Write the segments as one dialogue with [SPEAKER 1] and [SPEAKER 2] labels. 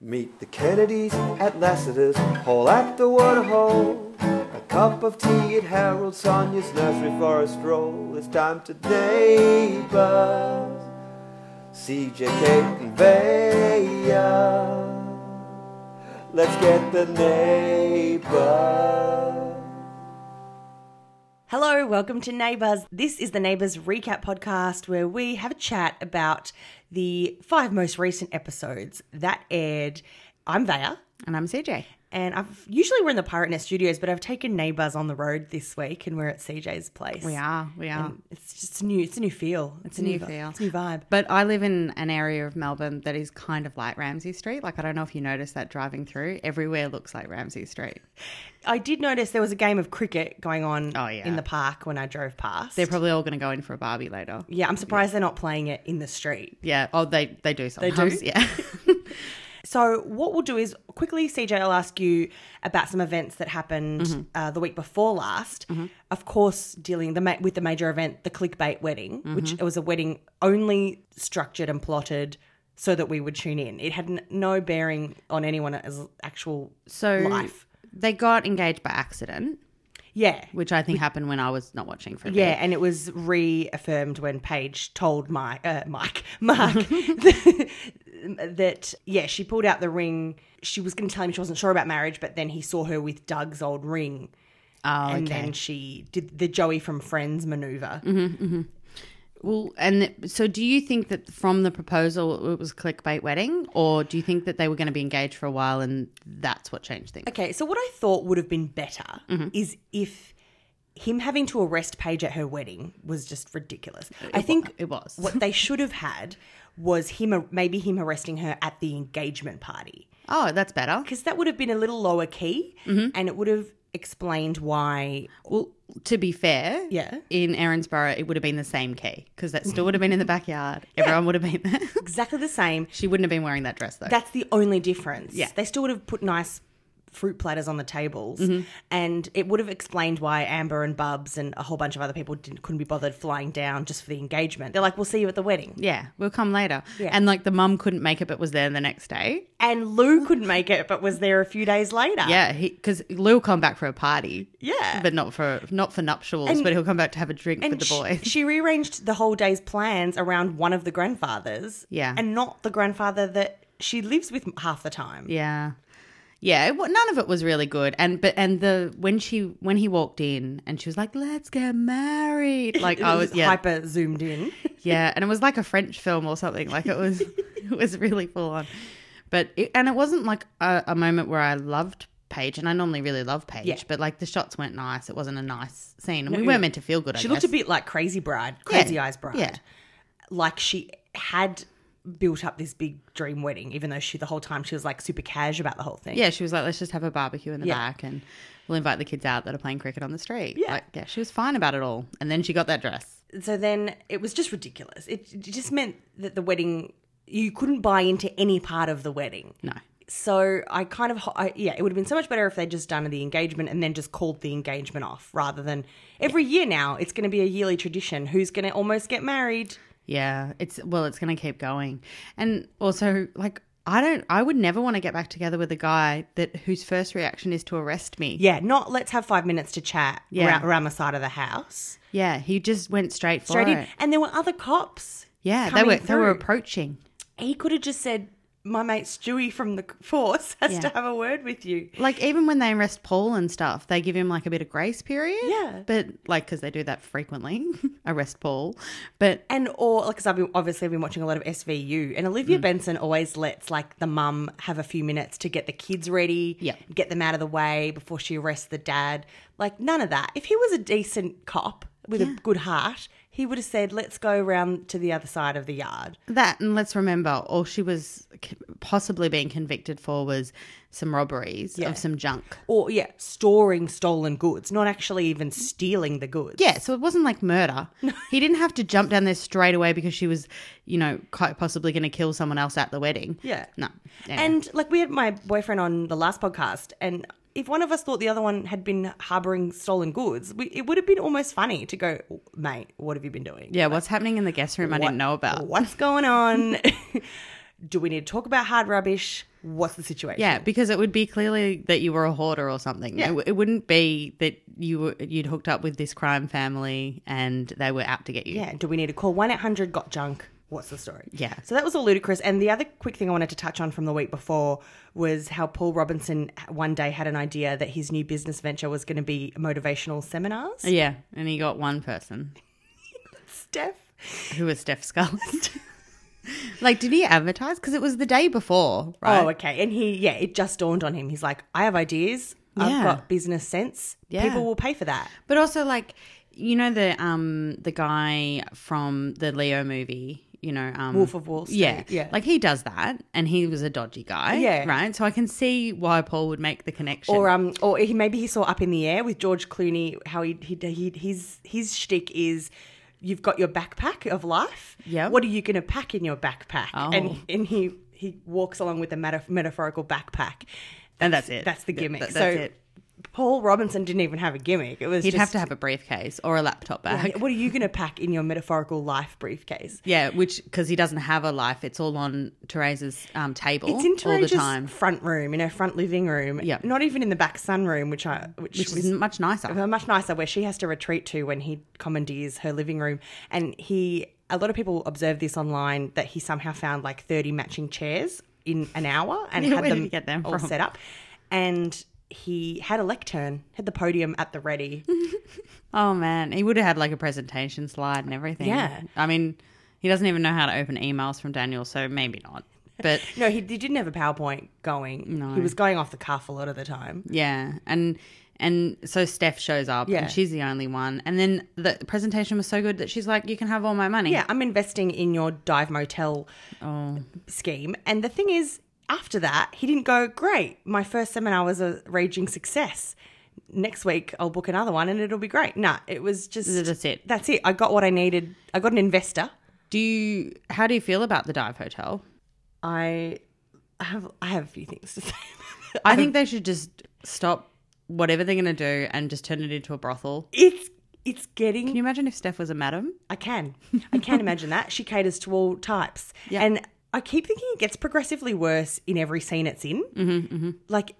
[SPEAKER 1] Meet the Kennedys at Lassiter's Hall at the Waterhole. A cup of tea at Harold Sonia's nursery for a stroll. It's time to neighbors. CJ, Kate, and Vaya. Let's get the neighbors.
[SPEAKER 2] Hello, welcome to Neighbours. This is the Neighbours Recap Podcast where we have a chat about the five most recent episodes that aired. I'm Vaya,
[SPEAKER 3] And I'm CJ.
[SPEAKER 2] and I've usually we're in the Pirate Nest Studios, but I've taken Neighbours on the road this week and we're at CJ's place.
[SPEAKER 3] We are, we are.
[SPEAKER 2] And It's just a new it's a new feel. It's,
[SPEAKER 3] a new
[SPEAKER 2] vi-
[SPEAKER 3] feel.
[SPEAKER 2] It's a new vibe.
[SPEAKER 3] But I live in an area of Melbourne that is kind of like Ramsey Street. Like, I don't know if you noticed that driving through, everywhere looks like Ramsey Street.
[SPEAKER 2] I did notice there was a game of cricket going on
[SPEAKER 3] Oh, yeah.
[SPEAKER 2] in the park when I drove past.
[SPEAKER 3] They're probably all going to go in for a Barbie later.
[SPEAKER 2] yeah, I'm surprised they're not playing it in the street.
[SPEAKER 3] Yeah. Oh, they, they do
[SPEAKER 2] do?
[SPEAKER 3] sometimes. Yeah.
[SPEAKER 2] So what we'll do is quickly, CJ, I'll ask you about some events that happened uh, the week before last. Of course, dealing the ma- with the major event, the clickbait wedding, which it was a wedding only structured and plotted so that we would tune in. It had n- no bearing on anyone as actual
[SPEAKER 3] so
[SPEAKER 2] life.
[SPEAKER 3] they got engaged by accident,
[SPEAKER 2] Yeah.
[SPEAKER 3] which I think happened when I was not watching for a
[SPEAKER 2] Yeah,
[SPEAKER 3] bit.
[SPEAKER 2] and it was reaffirmed when Paige told Mike, uh, Mike, Mark, that yeah, she pulled out the ring. She was going to tell him she wasn't sure about marriage, but then he saw her with Doug's old ring,
[SPEAKER 3] Oh,
[SPEAKER 2] and
[SPEAKER 3] okay. Mm-hmm.
[SPEAKER 2] then she did the Joey from Friends maneuver.
[SPEAKER 3] Well, and th- so do you think that from the proposal it was clickbait wedding, or do you think that they were going to be engaged for a while and that's what changed things?
[SPEAKER 2] Okay, so what I thought would have been better
[SPEAKER 3] Mm-hmm.
[SPEAKER 2] is if him having to arrest Paige at her wedding was just ridiculous. I think
[SPEAKER 3] it was.
[SPEAKER 2] what they should have had was him maybe him arresting her at the engagement party.
[SPEAKER 3] Oh, that's better.
[SPEAKER 2] because that would have been a little lower key
[SPEAKER 3] Mm-hmm.
[SPEAKER 2] and it would have explained why
[SPEAKER 3] Well, to be fair,
[SPEAKER 2] Yeah.
[SPEAKER 3] in Erinsborough, it would have been the same key because that still would have been in the backyard. Everyone would have been there.
[SPEAKER 2] exactly the same
[SPEAKER 3] she wouldn't have been wearing that dress though.
[SPEAKER 2] that's the only difference
[SPEAKER 3] Yeah.
[SPEAKER 2] they still would have put nice fruit platters on the tables
[SPEAKER 3] Mm-hmm.
[SPEAKER 2] and it would have explained why amber and bubs and a whole bunch of other people didn't, couldn't be bothered flying down just for the engagement they're like we'll see you at the wedding
[SPEAKER 3] yeah, we'll come later. And like the mum couldn't make it, but was there the next day.
[SPEAKER 2] and lou couldn't make it but was there a few days later
[SPEAKER 3] Yeah, because Lou will come back for a party.
[SPEAKER 2] Ah. Yeah.
[SPEAKER 3] but not for not for nuptials.
[SPEAKER 2] And-
[SPEAKER 3] but he'll come back to have a drink with
[SPEAKER 2] and
[SPEAKER 3] the
[SPEAKER 2] sh-
[SPEAKER 3] boys.
[SPEAKER 2] she rearranged the whole day's plans around one of the grandfathers
[SPEAKER 3] Yeah.
[SPEAKER 2] and not the grandfather that she lives with half the time
[SPEAKER 3] Yeah. Yeah, it, wa- none of it was really good, and but and the when she when he walked in and she was like, "Let's get married," like I was yeah
[SPEAKER 2] hyper zoomed in.
[SPEAKER 3] yeah, and it was like a French film or something, like it was it was really full on, but it, and it wasn't like a, a moment where I loved Paige, and I normally really love Paige,
[SPEAKER 2] Yeah.
[SPEAKER 3] but like the shots weren't nice. It wasn't a nice scene, and we weren't meant to feel good. I
[SPEAKER 2] She looked a
[SPEAKER 3] guess.
[SPEAKER 2] bit like Crazy Bride,
[SPEAKER 3] Yeah.
[SPEAKER 2] Crazy Eyes Bride.
[SPEAKER 3] Yeah,
[SPEAKER 2] Like she had built up this big dream wedding, even though she the whole time she was like super cash about the whole thing.
[SPEAKER 3] yeah, she was like, "Let's just have a barbecue in the
[SPEAKER 2] Yeah.
[SPEAKER 3] back, and we'll invite the kids out that are playing cricket on the street."
[SPEAKER 2] Yeah.
[SPEAKER 3] like, yeah, she was fine about it all, and then she got that dress.
[SPEAKER 2] So then it was just ridiculous. It, it just meant that the wedding you couldn't buy into any part of the wedding.
[SPEAKER 3] No.
[SPEAKER 2] So I kind of, ho- I, yeah, it would have been so much better if they'd just done the engagement and then just called the engagement off rather than every year now it's going to be a yearly tradition. Who's going to almost get married?
[SPEAKER 3] Yeah, it's well, it's going to keep going, and also like I don't, I would never want to get back together with a guy that whose first reaction is to arrest me.
[SPEAKER 2] Yeah, not let's have five minutes to chat
[SPEAKER 3] Yeah.
[SPEAKER 2] around, around the side of the house.
[SPEAKER 3] Yeah, he just went straight for
[SPEAKER 2] Straight
[SPEAKER 3] it.
[SPEAKER 2] in. And there were other cops.
[SPEAKER 3] Yeah, they
[SPEAKER 2] coming
[SPEAKER 3] were they were
[SPEAKER 2] through.
[SPEAKER 3] approaching.
[SPEAKER 2] He could have just said, My mate Stewie from the force has
[SPEAKER 3] Yeah.
[SPEAKER 2] to have a word with you.
[SPEAKER 3] Like even when they arrest Paul and stuff, they give him like a bit of grace period.
[SPEAKER 2] Yeah.
[SPEAKER 3] but like because they do that frequently, arrest Paul. But
[SPEAKER 2] And or like, cause I've been obviously I've been watching a lot of SVU, and
[SPEAKER 3] Mm.
[SPEAKER 2] Olivia Benson always lets like the mum have a few minutes to get the kids ready,
[SPEAKER 3] Yeah.
[SPEAKER 2] get them out of the way before she arrests the dad. Like none of that. If he was a decent cop with a good heart, he would have said, "Let's go round to the other side of the yard."
[SPEAKER 3] That and let's remember, all she was c- possibly being convicted for was some robberies
[SPEAKER 2] Yeah.
[SPEAKER 3] of some junk.
[SPEAKER 2] or yeah, storing stolen goods, not actually even stealing the goods.
[SPEAKER 3] Yeah, so it wasn't like murder. he didn't have to jump down there straight away because she was, you know, quite possibly going to kill someone else at the wedding.
[SPEAKER 2] Yeah.
[SPEAKER 3] No. Yeah.
[SPEAKER 2] And like we had my boyfriend on the last podcast and if one of us thought the other one had been harboring stolen goods, we, it would have been almost funny to go, mate, what have you been doing?
[SPEAKER 3] yeah, what's happening in the guest room I
[SPEAKER 2] What-
[SPEAKER 3] didn't know about.
[SPEAKER 2] What's going on? Do we need to talk about hard rubbish? what's the situation?
[SPEAKER 3] Yeah, because it would be clearly that you were a hoarder or something.
[SPEAKER 2] Yeah.
[SPEAKER 3] It, w- it wouldn't be that you were, you'd hooked up with this crime family and they were out to get you.
[SPEAKER 2] Yeah. Do we need to call 1 800 Got Junk? What's the story?
[SPEAKER 3] Yeah.
[SPEAKER 2] So that was all ludicrous. And the other quick thing I wanted to touch on from the week before was how Paul Robinson one day had an idea that his new business venture was going to be motivational seminars.
[SPEAKER 3] Yeah, and he got one person
[SPEAKER 2] Steph.
[SPEAKER 3] who was Steph Scullin. like, did he advertise? Because it was the day before, right?
[SPEAKER 2] Oh, okay. And he, yeah, it just dawned on him. He's like, I have ideas. I've
[SPEAKER 3] Yeah.
[SPEAKER 2] got business sense.
[SPEAKER 3] Yeah.
[SPEAKER 2] People will pay for that.
[SPEAKER 3] But also like you know the um the guy from the Leo movie, you know, um
[SPEAKER 2] Wolf of Wall Street,
[SPEAKER 3] Yeah.
[SPEAKER 2] yeah.
[SPEAKER 3] Like he does that and he was a dodgy guy.
[SPEAKER 2] Yeah.
[SPEAKER 3] Right. So I can see why Paul would make the connection.
[SPEAKER 2] Or um, or he, maybe he saw Up in the Air with George Clooney. How he, he, he his his shtick is, you've got your backpack of life.
[SPEAKER 3] Yep.
[SPEAKER 2] What are you going to pack in your backpack?
[SPEAKER 3] Oh.
[SPEAKER 2] And and he he walks along with a meta- metaphorical backpack.
[SPEAKER 3] and that's it.
[SPEAKER 2] That's the
[SPEAKER 3] Th-
[SPEAKER 2] gimmick.
[SPEAKER 3] th-
[SPEAKER 2] so
[SPEAKER 3] that's it.
[SPEAKER 2] Paul Robinson didn't even have a gimmick. It was
[SPEAKER 3] He'd
[SPEAKER 2] just,
[SPEAKER 3] have to have a briefcase or a laptop bag.
[SPEAKER 2] What are you going to pack in your metaphorical life briefcase?
[SPEAKER 3] Yeah, which because he doesn't have a life, it's all on Teresa's um, table
[SPEAKER 2] It's in
[SPEAKER 3] all the
[SPEAKER 2] Teresa's
[SPEAKER 3] time,
[SPEAKER 2] front room, in her front living room.
[SPEAKER 3] Yeah.
[SPEAKER 2] Not even in the back sunroom, which I which,
[SPEAKER 3] which
[SPEAKER 2] was
[SPEAKER 3] is much nicer.
[SPEAKER 2] much nicer, where she has to retreat to when he commandeers her living room. And he, a lot of people observed this online that he somehow found like thirty matching chairs in an hour and
[SPEAKER 3] Yeah,
[SPEAKER 2] had
[SPEAKER 3] where did
[SPEAKER 2] them,
[SPEAKER 3] he get them
[SPEAKER 2] all
[SPEAKER 3] from?
[SPEAKER 2] set up. And he had a lectern, had the podium at the ready.
[SPEAKER 3] Oh man, he would have had like a presentation slide and everything.
[SPEAKER 2] Yeah.
[SPEAKER 3] I mean, he doesn't even know how to open emails from Daniel, so maybe not. But
[SPEAKER 2] no, he, he didn't have a PowerPoint going. No. He was going off the cuff a lot of the time.
[SPEAKER 3] yeah, and and so Steph shows up,
[SPEAKER 2] Yeah.
[SPEAKER 3] and she's the only one. And then the presentation was so good that she's like, "You can have all my money." Oh.
[SPEAKER 2] Yeah, I'm investing in your dive motel scheme. And the thing is, after that, he didn't go, great, my first seminar was a raging success. Next week, I'll book another one and it'll be great. Nah, it was just.
[SPEAKER 3] That's it.
[SPEAKER 2] That's it. I got what I needed. I got an investor.
[SPEAKER 3] Do you? How do you feel about the dive hotel?
[SPEAKER 2] I have I have a few things to say.
[SPEAKER 3] I think they should just stop whatever they're going to do and just turn it into a brothel.
[SPEAKER 2] it's it's getting
[SPEAKER 3] Can you imagine if Steph was a madam?
[SPEAKER 2] I can. I can imagine that. She caters to all types.
[SPEAKER 3] Yeah.
[SPEAKER 2] And I keep thinking it gets progressively worse in every scene it's in. Mm-hmm, Like,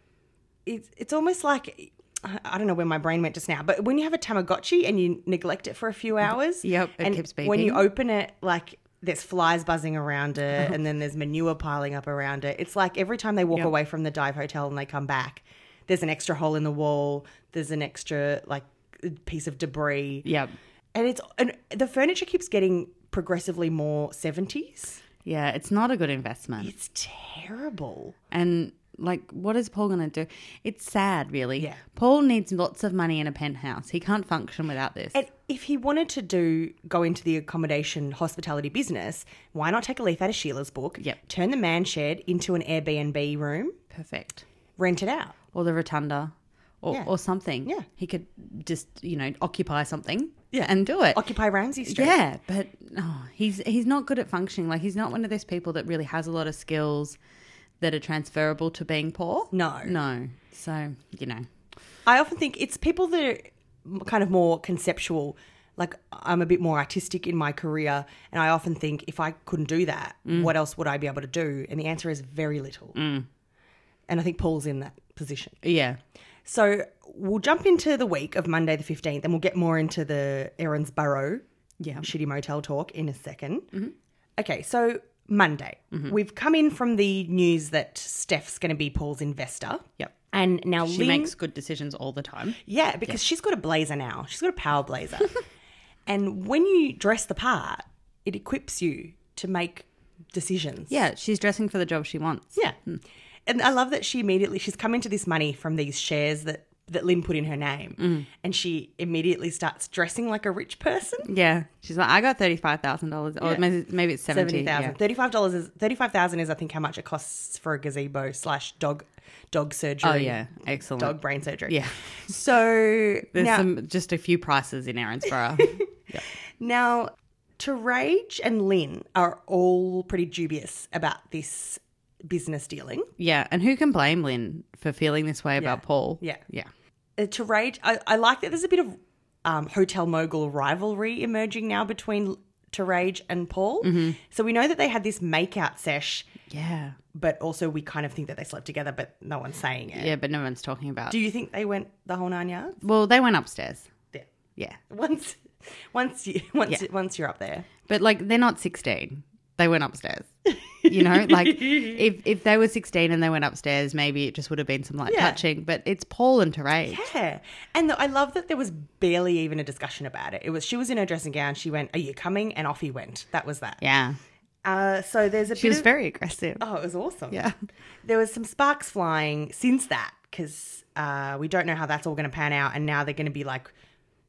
[SPEAKER 2] it's, it's almost like, I I don't know where my brain went just now, but when you have a Tamagotchi and you neglect it for a few hours.
[SPEAKER 3] Yep, it
[SPEAKER 2] and
[SPEAKER 3] keeps
[SPEAKER 2] When you
[SPEAKER 3] beeping.
[SPEAKER 2] open it, like, there's flies buzzing around it and then there's manure piling up around it. It's like every time they walk away from the dive hotel and they come back, there's an extra hole in the wall, there's an extra, like, piece of debris
[SPEAKER 3] Yep.
[SPEAKER 2] and it's and the furniture keeps getting progressively more 70s
[SPEAKER 3] Yeah, it's not a good investment.
[SPEAKER 2] it's terrible
[SPEAKER 3] And like, what is Paul going to do? It's sad, really.
[SPEAKER 2] Yeah.
[SPEAKER 3] Paul needs lots of money in a penthouse. He can't function without this.
[SPEAKER 2] and if he wanted to do go into the accommodation hospitality business why not take a leaf out of sheila's book
[SPEAKER 3] Yep.
[SPEAKER 2] turn the man shed into an airbnb room
[SPEAKER 3] Perfect.
[SPEAKER 2] rent it out
[SPEAKER 3] Or the rotunda. Or,
[SPEAKER 2] Yeah.
[SPEAKER 3] or something.
[SPEAKER 2] Yeah.
[SPEAKER 3] He could just, you know, occupy something
[SPEAKER 2] Yeah.
[SPEAKER 3] and do it.
[SPEAKER 2] occupy ramsey street
[SPEAKER 3] yeah, but oh, he's he's not good at functioning. Like he's not one of those people that really has a lot of skills that are transferable to being poor.
[SPEAKER 2] No.
[SPEAKER 3] No. So, you know.
[SPEAKER 2] I often think it's people that are m- kind of more conceptual. Like I'm a bit more artistic in my career, and I often think if I couldn't do that, what else would I be able to do? And the answer is very little. And I think Paul's in that position.
[SPEAKER 3] Yeah.
[SPEAKER 2] So we'll jump into the week of Monday the 15th, and we'll get more into the Aaron's Burrow
[SPEAKER 3] Yeah.
[SPEAKER 2] shitty motel talk in a 2nd Okay, so Monday, we've come in from the news that Steph's going to be Paul's investor.
[SPEAKER 3] Yep.
[SPEAKER 2] And now
[SPEAKER 3] She
[SPEAKER 2] Lynn-
[SPEAKER 3] makes good decisions all the time.
[SPEAKER 2] yeah, because she's got a blazer now. She's got a power blazer. and when you dress the part, it equips you to make decisions.
[SPEAKER 3] Yeah, she's dressing for the job she wants.
[SPEAKER 2] Yeah. And I love that she immediately she's come into this money from these shares that that Lynn put in her name
[SPEAKER 3] Mm.
[SPEAKER 2] and she immediately starts dressing like a rich person.
[SPEAKER 3] Yeah, she's like, I got thirty five thousand dollars, or
[SPEAKER 2] Yeah.
[SPEAKER 3] maybe, maybe it's seventy
[SPEAKER 2] Seventy
[SPEAKER 3] thousand.
[SPEAKER 2] thousand. Thirty-five dollars is thirty-five thousand is I think how much it costs for a gazebo slash dog dog surgery.
[SPEAKER 3] Oh yeah, excellent.
[SPEAKER 2] Dog brain surgery.
[SPEAKER 3] Yeah,
[SPEAKER 2] So
[SPEAKER 3] there's
[SPEAKER 2] now,
[SPEAKER 3] some just a few prices in Erinsborough.
[SPEAKER 2] Now, Terage and Lynn are all pretty dubious about this business dealing.
[SPEAKER 3] yeah, and who can blame Lynn for feeling this way about Paul?
[SPEAKER 2] Yeah.
[SPEAKER 3] yeah,
[SPEAKER 2] Uh, Terage, I, I like that there's a bit of um, hotel mogul rivalry
[SPEAKER 3] Mm-hmm.
[SPEAKER 2] emerging now between Terage and Paul. So we know that they had this makeout sesh
[SPEAKER 3] Yeah.
[SPEAKER 2] But also, we kind of think that they slept together, but no one's saying it.
[SPEAKER 3] Yeah, but no one's talking about.
[SPEAKER 2] Do you think they went the whole nine yards?
[SPEAKER 3] well, they went upstairs.
[SPEAKER 2] Yeah.
[SPEAKER 3] Yeah.
[SPEAKER 2] Once, once you once
[SPEAKER 3] Yeah.
[SPEAKER 2] once you're up there,
[SPEAKER 3] But like they're not 16. They went upstairs. You know, like if if they were 16 and they went upstairs, maybe it just would have been some light
[SPEAKER 2] Yeah.
[SPEAKER 3] touching, but it's Paul and Terrain.
[SPEAKER 2] yeah. And the, I love that there was barely even a discussion about it. It was she was in her dressing gown. She went, "Are you coming?" And off he went. That was that.
[SPEAKER 3] Yeah.
[SPEAKER 2] Uh, so there's a
[SPEAKER 3] She
[SPEAKER 2] bit
[SPEAKER 3] was
[SPEAKER 2] of-
[SPEAKER 3] very aggressive.
[SPEAKER 2] Oh, it was awesome.
[SPEAKER 3] Yeah.
[SPEAKER 2] There was some sparks flying since that because uh, we don't know how that's all going to pan out. And now they're going to be like,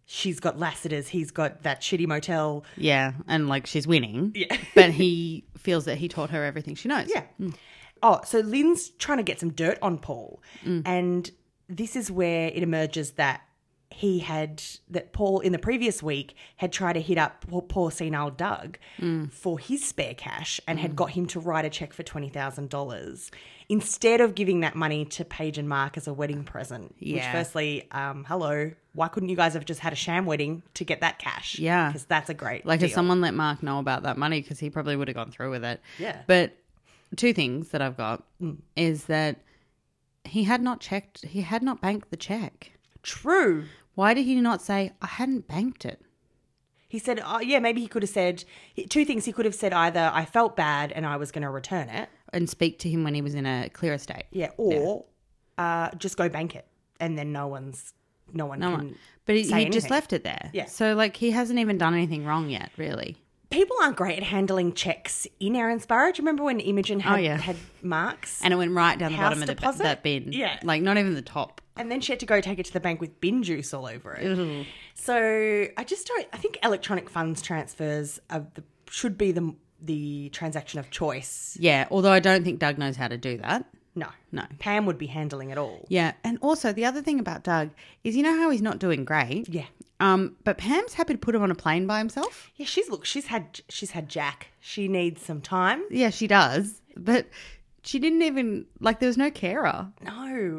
[SPEAKER 2] she's got Lassiter's, he's got that shitty motel.
[SPEAKER 3] Yeah, and like she's winning. Yeah. but he feels that he taught her everything she knows.
[SPEAKER 2] Yeah. Oh, so Lynn's trying to get some dirt on Paul.
[SPEAKER 3] Mm.
[SPEAKER 2] And this is where it emerges that he had, that Paul in the previous week had tried to hit up poor, poor senile Doug
[SPEAKER 3] Mm.
[SPEAKER 2] for his spare cash and had got him to write a check for $20,000 instead of giving that money to Paige and Mark as a wedding present. Which,
[SPEAKER 3] Yeah.
[SPEAKER 2] firstly, um, hello, why couldn't you guys have just had a sham wedding to get that cash?
[SPEAKER 3] Yeah.
[SPEAKER 2] Because that's a great
[SPEAKER 3] Like if
[SPEAKER 2] deal.
[SPEAKER 3] someone let Mark know about that money because he probably would have gone through with it.
[SPEAKER 2] Yeah.
[SPEAKER 3] But two things that I've got is that he had not checked he had not banked the check.
[SPEAKER 2] True.
[SPEAKER 3] Why did he not say I hadn't banked it?
[SPEAKER 2] He said, oh, yeah, maybe he could have said he- two things. He could have said either I felt bad and I was going to return it,
[SPEAKER 3] and speak to him when he was in a clearer state.
[SPEAKER 2] yeah, or Uh, just go bank it, and then no one's no one
[SPEAKER 3] No
[SPEAKER 2] can.
[SPEAKER 3] one. But he,
[SPEAKER 2] say
[SPEAKER 3] he just
[SPEAKER 2] anything.
[SPEAKER 3] left it there.
[SPEAKER 2] Yeah.
[SPEAKER 3] So like he hasn't even done anything wrong yet, really.
[SPEAKER 2] People aren't great at handling checks in Aaron Sparrow. Do you remember when Imogen had,
[SPEAKER 3] Oh, yeah.
[SPEAKER 2] had marks, and,
[SPEAKER 3] And it went right down the
[SPEAKER 2] House
[SPEAKER 3] bottom of the,
[SPEAKER 2] deposit?
[SPEAKER 3] that bin.
[SPEAKER 2] Yeah.
[SPEAKER 3] Like not even the top.
[SPEAKER 2] then she had to go take it to the bank with bin juice all over it. So I just don't. I think electronic funds transfers are the, should be the the transaction of choice.
[SPEAKER 3] Yeah. Although I don't think Doug knows how to do that.
[SPEAKER 2] No,
[SPEAKER 3] No.
[SPEAKER 2] Pam would be handling it all.
[SPEAKER 3] Yeah. And also the other thing about Doug is you know how he's not doing great.
[SPEAKER 2] Yeah.
[SPEAKER 3] Um, but Pam's happy to put him on a plane by himself.
[SPEAKER 2] Yeah, she's look. She's had she's had Jack. She needs some time.
[SPEAKER 3] Yeah, she does. But she didn't even like there was no carer.
[SPEAKER 2] No,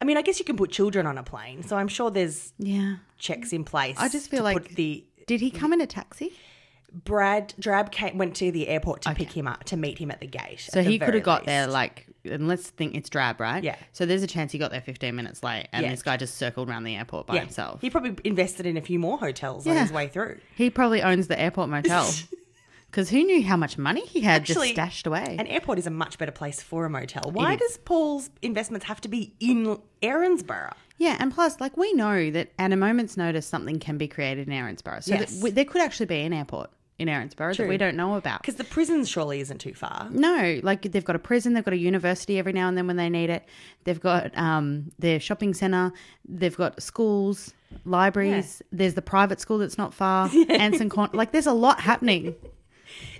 [SPEAKER 2] I mean, I guess you can put children on a plane, so I'm sure there's
[SPEAKER 3] Yeah.
[SPEAKER 2] checks in place.
[SPEAKER 3] I just feel
[SPEAKER 2] to
[SPEAKER 3] like-
[SPEAKER 2] put the
[SPEAKER 3] Did he come in a taxi?
[SPEAKER 2] Brad Drab came, went to the airport to pick him up to meet him at the gate.
[SPEAKER 3] So
[SPEAKER 2] at the
[SPEAKER 3] he could
[SPEAKER 2] very
[SPEAKER 3] have got there
[SPEAKER 2] least.
[SPEAKER 3] like, and let's think it's drab, right?
[SPEAKER 2] Yeah.
[SPEAKER 3] So there's a chance he got there 15 minutes late, and
[SPEAKER 2] Yeah.
[SPEAKER 3] this guy just circled around the airport by himself.
[SPEAKER 2] He
[SPEAKER 3] He,
[SPEAKER 2] probably invested in a few more hotels on
[SPEAKER 3] Yeah.
[SPEAKER 2] his way through.
[SPEAKER 3] probably owns the airport motel. Because who knew how much money he had
[SPEAKER 2] Actually,
[SPEAKER 3] just stashed away?
[SPEAKER 2] An airport is a much better place for a motel. Why does Paul's investments have to be in Erinsborough?
[SPEAKER 3] yeah, and plus, like we know that at a moment's notice, something can be created in Erinsborough. So that
[SPEAKER 2] Yes.
[SPEAKER 3] we, there could actually be an airport in Erinsborough that we don't know about.
[SPEAKER 2] Because the prison surely isn't too far.
[SPEAKER 3] No, like they've got a prison, they've got a university every now and then when they need it. They've got um, their shopping center, they've got schools, libraries. There's the private school that's not far, Anson Con. Like there's a lot happening.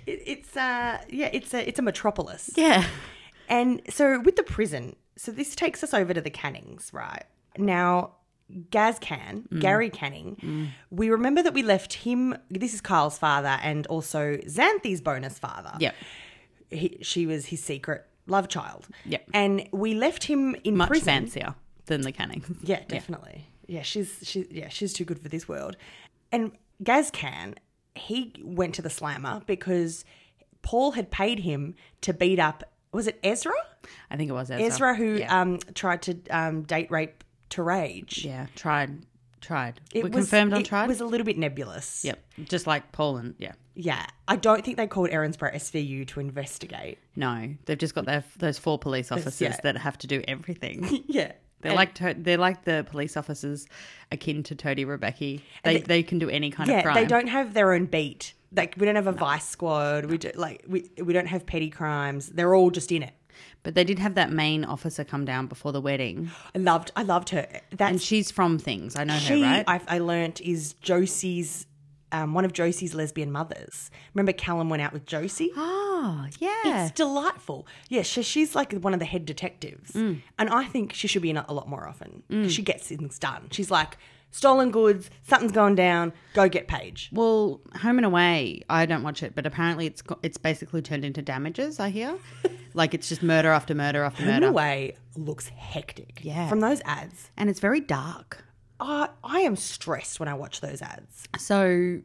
[SPEAKER 2] It, it's uh, yeah, it's a it's a metropolis.
[SPEAKER 3] Yeah,
[SPEAKER 2] And so with the prison, so this takes us over to the Cannings, right? Now, Gaz Can,
[SPEAKER 3] Mm.
[SPEAKER 2] Gary Canning, we remember that we left him, this is Kyle's father and also Xanthi's bonus father.
[SPEAKER 3] yeah,
[SPEAKER 2] He, she was his secret love child.
[SPEAKER 3] Yep.
[SPEAKER 2] And we left him in
[SPEAKER 3] much
[SPEAKER 2] prison.
[SPEAKER 3] fancier than the Cannings.
[SPEAKER 2] Yeah, definitely. Yeah, she's she yeah, she's too good for this world. And Gazcan, he went to the slammer because Paul had paid him to beat up was it Ezra?
[SPEAKER 3] I think it was Ezra.
[SPEAKER 2] Ezra who um tried to um date rape to rage.
[SPEAKER 3] yeah, tried, tried.
[SPEAKER 2] It
[SPEAKER 3] We're
[SPEAKER 2] was-
[SPEAKER 3] confirmed on
[SPEAKER 2] it
[SPEAKER 3] tried.
[SPEAKER 2] was a little bit nebulous.
[SPEAKER 3] yep, just like Poland. Yeah,
[SPEAKER 2] Yeah. I don't think they called Erinsborough SVU to investigate.
[SPEAKER 3] no, they've just got their, those four police officers
[SPEAKER 2] yeah.
[SPEAKER 3] that have to do everything.
[SPEAKER 2] yeah.
[SPEAKER 3] They're like to- they're like the police officers akin to Toady Rebecca. They, they can do any kind
[SPEAKER 2] Yeah,
[SPEAKER 3] of crime.
[SPEAKER 2] they don't have their own beat. Like we don't have a vice squad. We do like we we don't have petty crimes. They're all just in it.
[SPEAKER 3] But they did have that main officer come down before the wedding,
[SPEAKER 2] I loved I loved her. That's
[SPEAKER 3] and she's from things. I know
[SPEAKER 2] she,
[SPEAKER 3] her, right?
[SPEAKER 2] I, I learnt, is Josie's, um, one of Josie's lesbian mothers. Remember, Callum went out with Josie?
[SPEAKER 3] oh, yeah.
[SPEAKER 2] It's delightful. Yeah, she, she's like one of the head detectives.
[SPEAKER 3] Mm.
[SPEAKER 2] And I think she should be in it a lot more often. 'cause She gets things done. She's like, stolen goods, something's gone down, go get Paige.
[SPEAKER 3] well, Home and Away. I don't watch it, but apparently it's go- it's basically turned into damages. I hear, like it's just murder after murder after
[SPEAKER 2] In
[SPEAKER 3] murder,
[SPEAKER 2] a way, looks hectic.
[SPEAKER 3] Yeah.
[SPEAKER 2] From those ads.
[SPEAKER 3] and it's very dark.
[SPEAKER 2] I I am stressed when I watch those ads.
[SPEAKER 3] So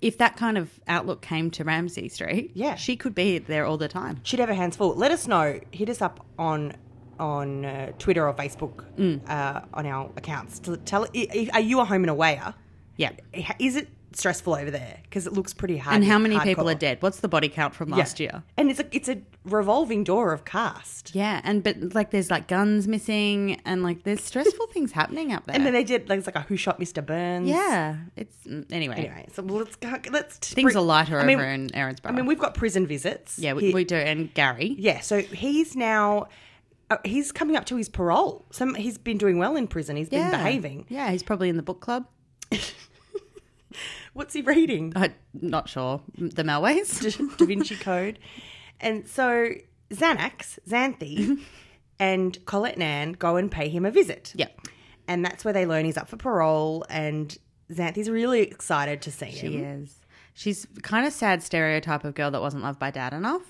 [SPEAKER 3] if that kind of outlook came to Ramsey Street,
[SPEAKER 2] Yeah.
[SPEAKER 3] she could be there all the time.
[SPEAKER 2] She'd have her hands full. Let us know. Hit us up on on uh, Twitter or Facebook
[SPEAKER 3] Mm.
[SPEAKER 2] uh, on our accounts. To tell, i- i- are you a home and awayer?
[SPEAKER 3] Yeah.
[SPEAKER 2] Is it stressful over there? Because it looks pretty hard.
[SPEAKER 3] And how many people
[SPEAKER 2] hardcore.
[SPEAKER 3] are dead? What's the body count from
[SPEAKER 2] Yeah.
[SPEAKER 3] last year?
[SPEAKER 2] And it's a it's a revolving door of cast.
[SPEAKER 3] Yeah, and but like there's like guns missing and like there's stressful things happening out there.
[SPEAKER 2] And then they did like it's like a who shot Mr. Burns.
[SPEAKER 3] yeah, it's mm, anyway.
[SPEAKER 2] Anyway, so well, let's go. Let's
[SPEAKER 3] Things are lighter
[SPEAKER 2] I mean,
[SPEAKER 3] over in Erinsborough.
[SPEAKER 2] I mean, we've got prison visits.
[SPEAKER 3] yeah, we,
[SPEAKER 2] He-
[SPEAKER 3] we do. And Gary,
[SPEAKER 2] Yeah, so he's now uh, he's coming up to his parole. Some he's been doing well in prison. He's been behaving.
[SPEAKER 3] Yeah, he's probably in the book club.
[SPEAKER 2] What's he reading?
[SPEAKER 3] I'm not sure the Melways.
[SPEAKER 2] da Vinci Code. And so Xanax, Xanthi,
[SPEAKER 3] Mm-hmm.
[SPEAKER 2] and Colette Nan go and pay him a visit.
[SPEAKER 3] yeah,
[SPEAKER 2] And that's where they learn he's up for parole and Xanthi's really excited to see
[SPEAKER 3] she
[SPEAKER 2] him.
[SPEAKER 3] is. She's kind of sad stereotype of girl that wasn't loved by dad enough.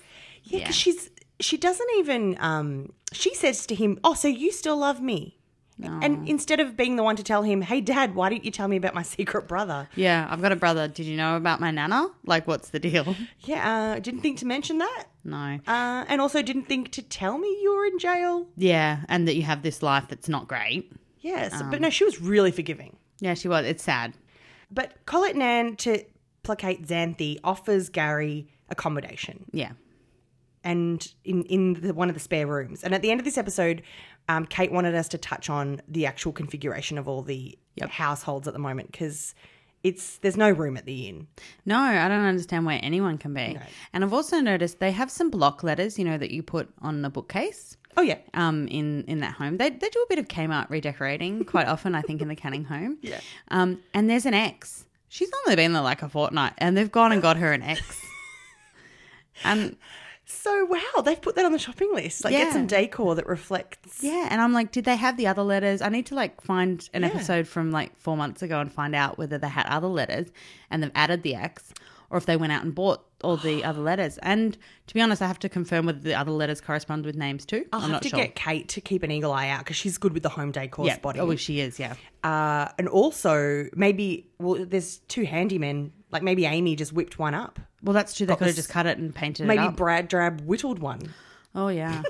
[SPEAKER 2] Yeah, 'cause she's she doesn't even um she says to him, "Oh, so you still love me?" And instead of being the one to tell him, "Hey dad, why didn't you tell me about my secret brother?"
[SPEAKER 3] Yeah, I've got a brother. Did you know about my nana? Like, what's the deal?
[SPEAKER 2] Yeah, uh, didn't think to mention that.
[SPEAKER 3] No.
[SPEAKER 2] Uh, and also didn't think to tell me you were in jail.
[SPEAKER 3] Yeah, and that you have this life that's not great.
[SPEAKER 2] Yes,
[SPEAKER 3] Um.
[SPEAKER 2] but no, she was really forgiving.
[SPEAKER 3] Yeah, she was. It's sad.
[SPEAKER 2] But Colette Nan, to placate Xanthi, offers Gary accommodation
[SPEAKER 3] Yeah.
[SPEAKER 2] and in, in the, one of the spare rooms. And at the end of this episode, um, Kate wanted us to touch on the actual configuration of all the households at the moment because it's there's no room at the inn.
[SPEAKER 3] No, I don't understand where anyone can be. And I've also noticed they have some block letters, you know, that you put on the bookcase.
[SPEAKER 2] Oh yeah,
[SPEAKER 3] um, in in that home. They they do a bit of Kmart redecorating quite often, I think, in the Canning home. Yeah. Um, and there's an ex. She's only been there like a fortnight, and they've gone and got her an ex. and
[SPEAKER 2] so wow, they've put that on the shopping list. Like
[SPEAKER 3] Yeah.
[SPEAKER 2] get some decor that reflects.
[SPEAKER 3] yeah, and I'm like, did they have the other letters? I need to like find an episode from like four months ago and find out whether they had other letters and they've added the ex, or if they went out and bought all the other letters. And to be honest, I have to confirm whether the other letters correspond with names too.
[SPEAKER 2] I'll
[SPEAKER 3] am
[SPEAKER 2] have
[SPEAKER 3] not
[SPEAKER 2] to
[SPEAKER 3] sure.
[SPEAKER 2] get Kate to keep an eagle eye out because she's good with the home decor
[SPEAKER 3] yeah,
[SPEAKER 2] spotting.
[SPEAKER 3] oh, she is. Yeah.
[SPEAKER 2] Uh, and also maybe well, there's two handymen. Like maybe Amy just whipped one up.
[SPEAKER 3] Well, that's true. They could have
[SPEAKER 2] this-
[SPEAKER 3] just cut it and painted it
[SPEAKER 2] Maybe
[SPEAKER 3] up.
[SPEAKER 2] Brad Drab whittled one.
[SPEAKER 3] Oh yeah.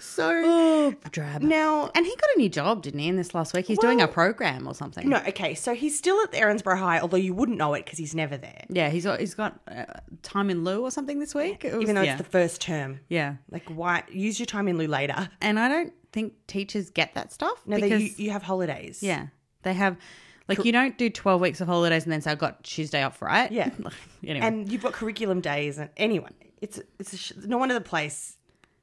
[SPEAKER 2] So
[SPEAKER 3] oh, drab.
[SPEAKER 2] now,
[SPEAKER 3] and he got a new job, didn't he? In this last week, he's doing a program or something.
[SPEAKER 2] no, okay. So he's still at the Erinsborough High, although you wouldn't know it because he's never there,
[SPEAKER 3] Yeah, he's got, he's got uh, time in lieu or something this week. It was-
[SPEAKER 2] even though
[SPEAKER 3] yeah.
[SPEAKER 2] it's the first term.
[SPEAKER 3] yeah.
[SPEAKER 2] Like, why use your time in lieu later?
[SPEAKER 3] And I don't think teachers get that stuff
[SPEAKER 2] No,
[SPEAKER 3] because
[SPEAKER 2] that you, you have holidays.
[SPEAKER 3] yeah, they have like you don't do twelve weeks of holidays and then say I got Tuesday off, right?
[SPEAKER 2] Yeah.
[SPEAKER 3] anyway,
[SPEAKER 2] and you've got curriculum days, and anyway, it's it's a sh- no wonder the place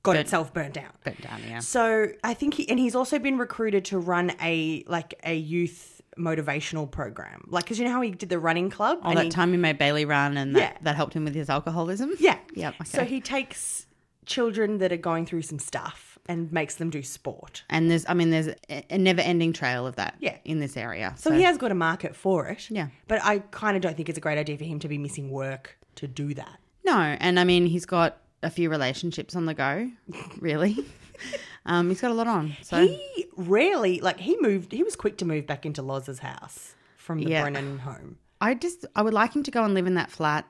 [SPEAKER 2] got itself burnt down.
[SPEAKER 3] but damn, yeah.
[SPEAKER 2] So I think he and he's also been recruited to run a like a youth motivational program, like because you know how he did the running club.
[SPEAKER 3] All
[SPEAKER 2] and
[SPEAKER 3] that
[SPEAKER 2] he-
[SPEAKER 3] time he made Bailey run, and that,
[SPEAKER 2] Yeah.
[SPEAKER 3] that helped him with his alcoholism.
[SPEAKER 2] Yeah.
[SPEAKER 3] Yeah, okay.
[SPEAKER 2] So he takes children that are going through some stuff and makes them do sport.
[SPEAKER 3] And there's, I mean, there's a, a never-ending trail of that.
[SPEAKER 2] Yeah.
[SPEAKER 3] in this area.
[SPEAKER 2] So, he has got a market for it.
[SPEAKER 3] Yeah.
[SPEAKER 2] But I kind of don't think it's a great idea for him to be missing work to do that.
[SPEAKER 3] No, and I mean he's got a few relationships on the go, really. um, he's got a lot on. So
[SPEAKER 2] He rarely, like, he moved, he was quick to move back into Loz's house from the
[SPEAKER 3] Yeah.
[SPEAKER 2] Brennan home.
[SPEAKER 3] I just I would like him to go and live in that flat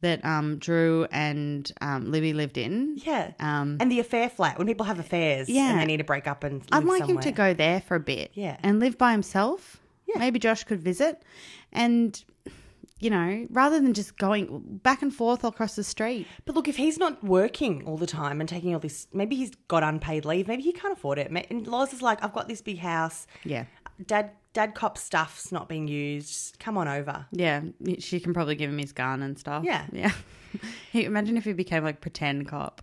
[SPEAKER 3] that um Drew and um Libby lived in.
[SPEAKER 2] Yeah.
[SPEAKER 3] Um,
[SPEAKER 2] and the affair flat, when people have affairs
[SPEAKER 3] Yeah.
[SPEAKER 2] and they need to break up and live
[SPEAKER 3] I'd like him to
[SPEAKER 2] somewhere.
[SPEAKER 3] go there for a bit.
[SPEAKER 2] Yeah.
[SPEAKER 3] And live by himself. Yeah. Maybe Josh could visit. And you know, rather than just going back and forth across the street.
[SPEAKER 2] But look, if he's not working all the time and taking all this, maybe he's got unpaid leave. Maybe he can't afford it. Ma- And Loz is like, I've got this big house.
[SPEAKER 3] Yeah.
[SPEAKER 2] Dad, dad cop stuff's not being used. Come on over.
[SPEAKER 3] Yeah. She can probably give him his gun and stuff.
[SPEAKER 2] Yeah.
[SPEAKER 3] Yeah. He- Imagine if he became like pretend cop.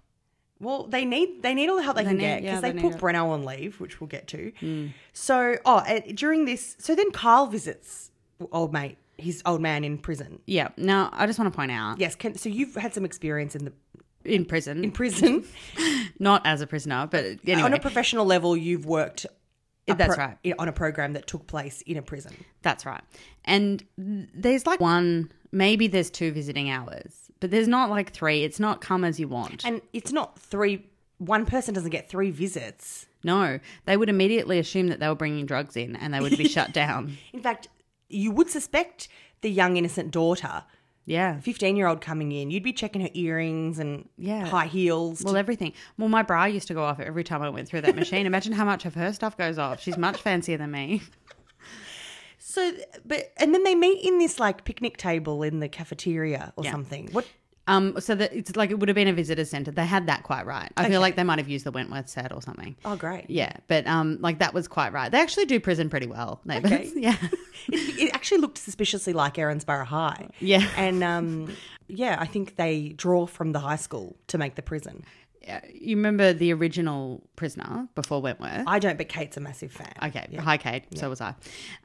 [SPEAKER 2] Well, they need they need all the help they, can
[SPEAKER 3] need-
[SPEAKER 2] get
[SPEAKER 3] yeah,
[SPEAKER 2] because
[SPEAKER 3] they
[SPEAKER 2] they,
[SPEAKER 3] need
[SPEAKER 2] put
[SPEAKER 3] it.
[SPEAKER 2] Breno on leave, which we'll get to. So, oh, uh, during this, so then Kyle visits old mate, his old man in prison.
[SPEAKER 3] Yeah. Now I just want to point out
[SPEAKER 2] Yes, can, so you've had some experience in the
[SPEAKER 3] in prison,
[SPEAKER 2] in prison
[SPEAKER 3] not as a prisoner, but anyway,
[SPEAKER 2] on a professional level. You've worked. a
[SPEAKER 3] That's right.
[SPEAKER 2] in- On a program that took place in a prison.
[SPEAKER 3] that's right. And there's like one, maybe there's two visiting hours, but there's not like three. It's not come as you want.
[SPEAKER 2] And it's not three, one person doesn't get three visits.
[SPEAKER 3] no, they would immediately assume that they were bringing drugs in, and they would be shut down.
[SPEAKER 2] In fact, you would suspect the young innocent daughter,
[SPEAKER 3] Yeah.
[SPEAKER 2] 15 year old coming in, you'd be checking her earrings and
[SPEAKER 3] Yeah.
[SPEAKER 2] high heels.
[SPEAKER 3] Well, everything. Well, my bra used to go off every time I went through that machine. Imagine how much of her stuff goes off. She's much fancier than me.
[SPEAKER 2] so, but, and then they meet in this like picnic table in the cafeteria or something. What?
[SPEAKER 3] Um, so that it's like it would have been a visitor center. They had that quite right. I feel like they might have used the Wentworth set or something.
[SPEAKER 2] Oh, great.
[SPEAKER 3] Yeah, but um, like that was quite right. They actually do prison pretty well. Neighbors.
[SPEAKER 2] Okay.
[SPEAKER 3] yeah.
[SPEAKER 2] It, it actually looked suspiciously like Erinsborough High.
[SPEAKER 3] Yeah.
[SPEAKER 2] And um, yeah, I think they draw from the high school to make the prison.
[SPEAKER 3] uh, You remember the original prisoner before Wentworth?
[SPEAKER 2] I don't, but Kate's a massive fan.
[SPEAKER 3] Okay, hi Kate. So was I.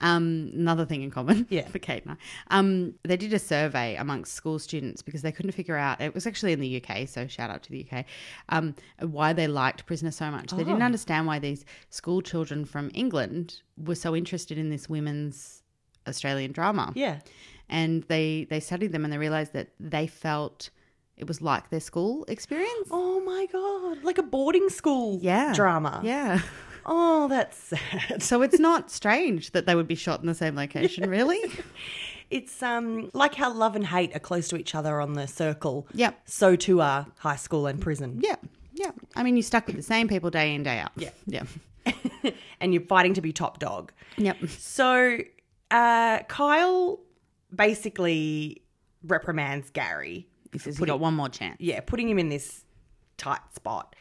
[SPEAKER 3] Um, another thing in common
[SPEAKER 2] Yeah.
[SPEAKER 3] for Kate and I. Um, they did a survey amongst school students because they couldn't figure out. It was actually in the UK, so shout out to the UK. Um, why they liked Prisoner so much. They
[SPEAKER 2] Oh.
[SPEAKER 3] didn't understand why these school children from England were so interested in this women's Australian drama.
[SPEAKER 2] Yeah.
[SPEAKER 3] And they they studied them and they realized that they felt it was like their school experience.
[SPEAKER 2] Oh my god, like a boarding school
[SPEAKER 3] Yeah.
[SPEAKER 2] drama.
[SPEAKER 3] Yeah.
[SPEAKER 2] Oh, that's sad.
[SPEAKER 3] So it's not strange that they would be shot in the same location, really.
[SPEAKER 2] It's um like how love and hate are close to each other on the circle.
[SPEAKER 3] Yep.
[SPEAKER 2] So too are high school and prison.
[SPEAKER 3] Yeah. Yeah. I mean, you're stuck with the same people day in, day out. Yeah. Yeah.
[SPEAKER 2] And you're fighting to be top dog.
[SPEAKER 3] Yep.
[SPEAKER 2] So uh Kyle basically reprimands Gary.
[SPEAKER 3] He says you got one more chance.
[SPEAKER 2] Yeah, putting him in this tight spot.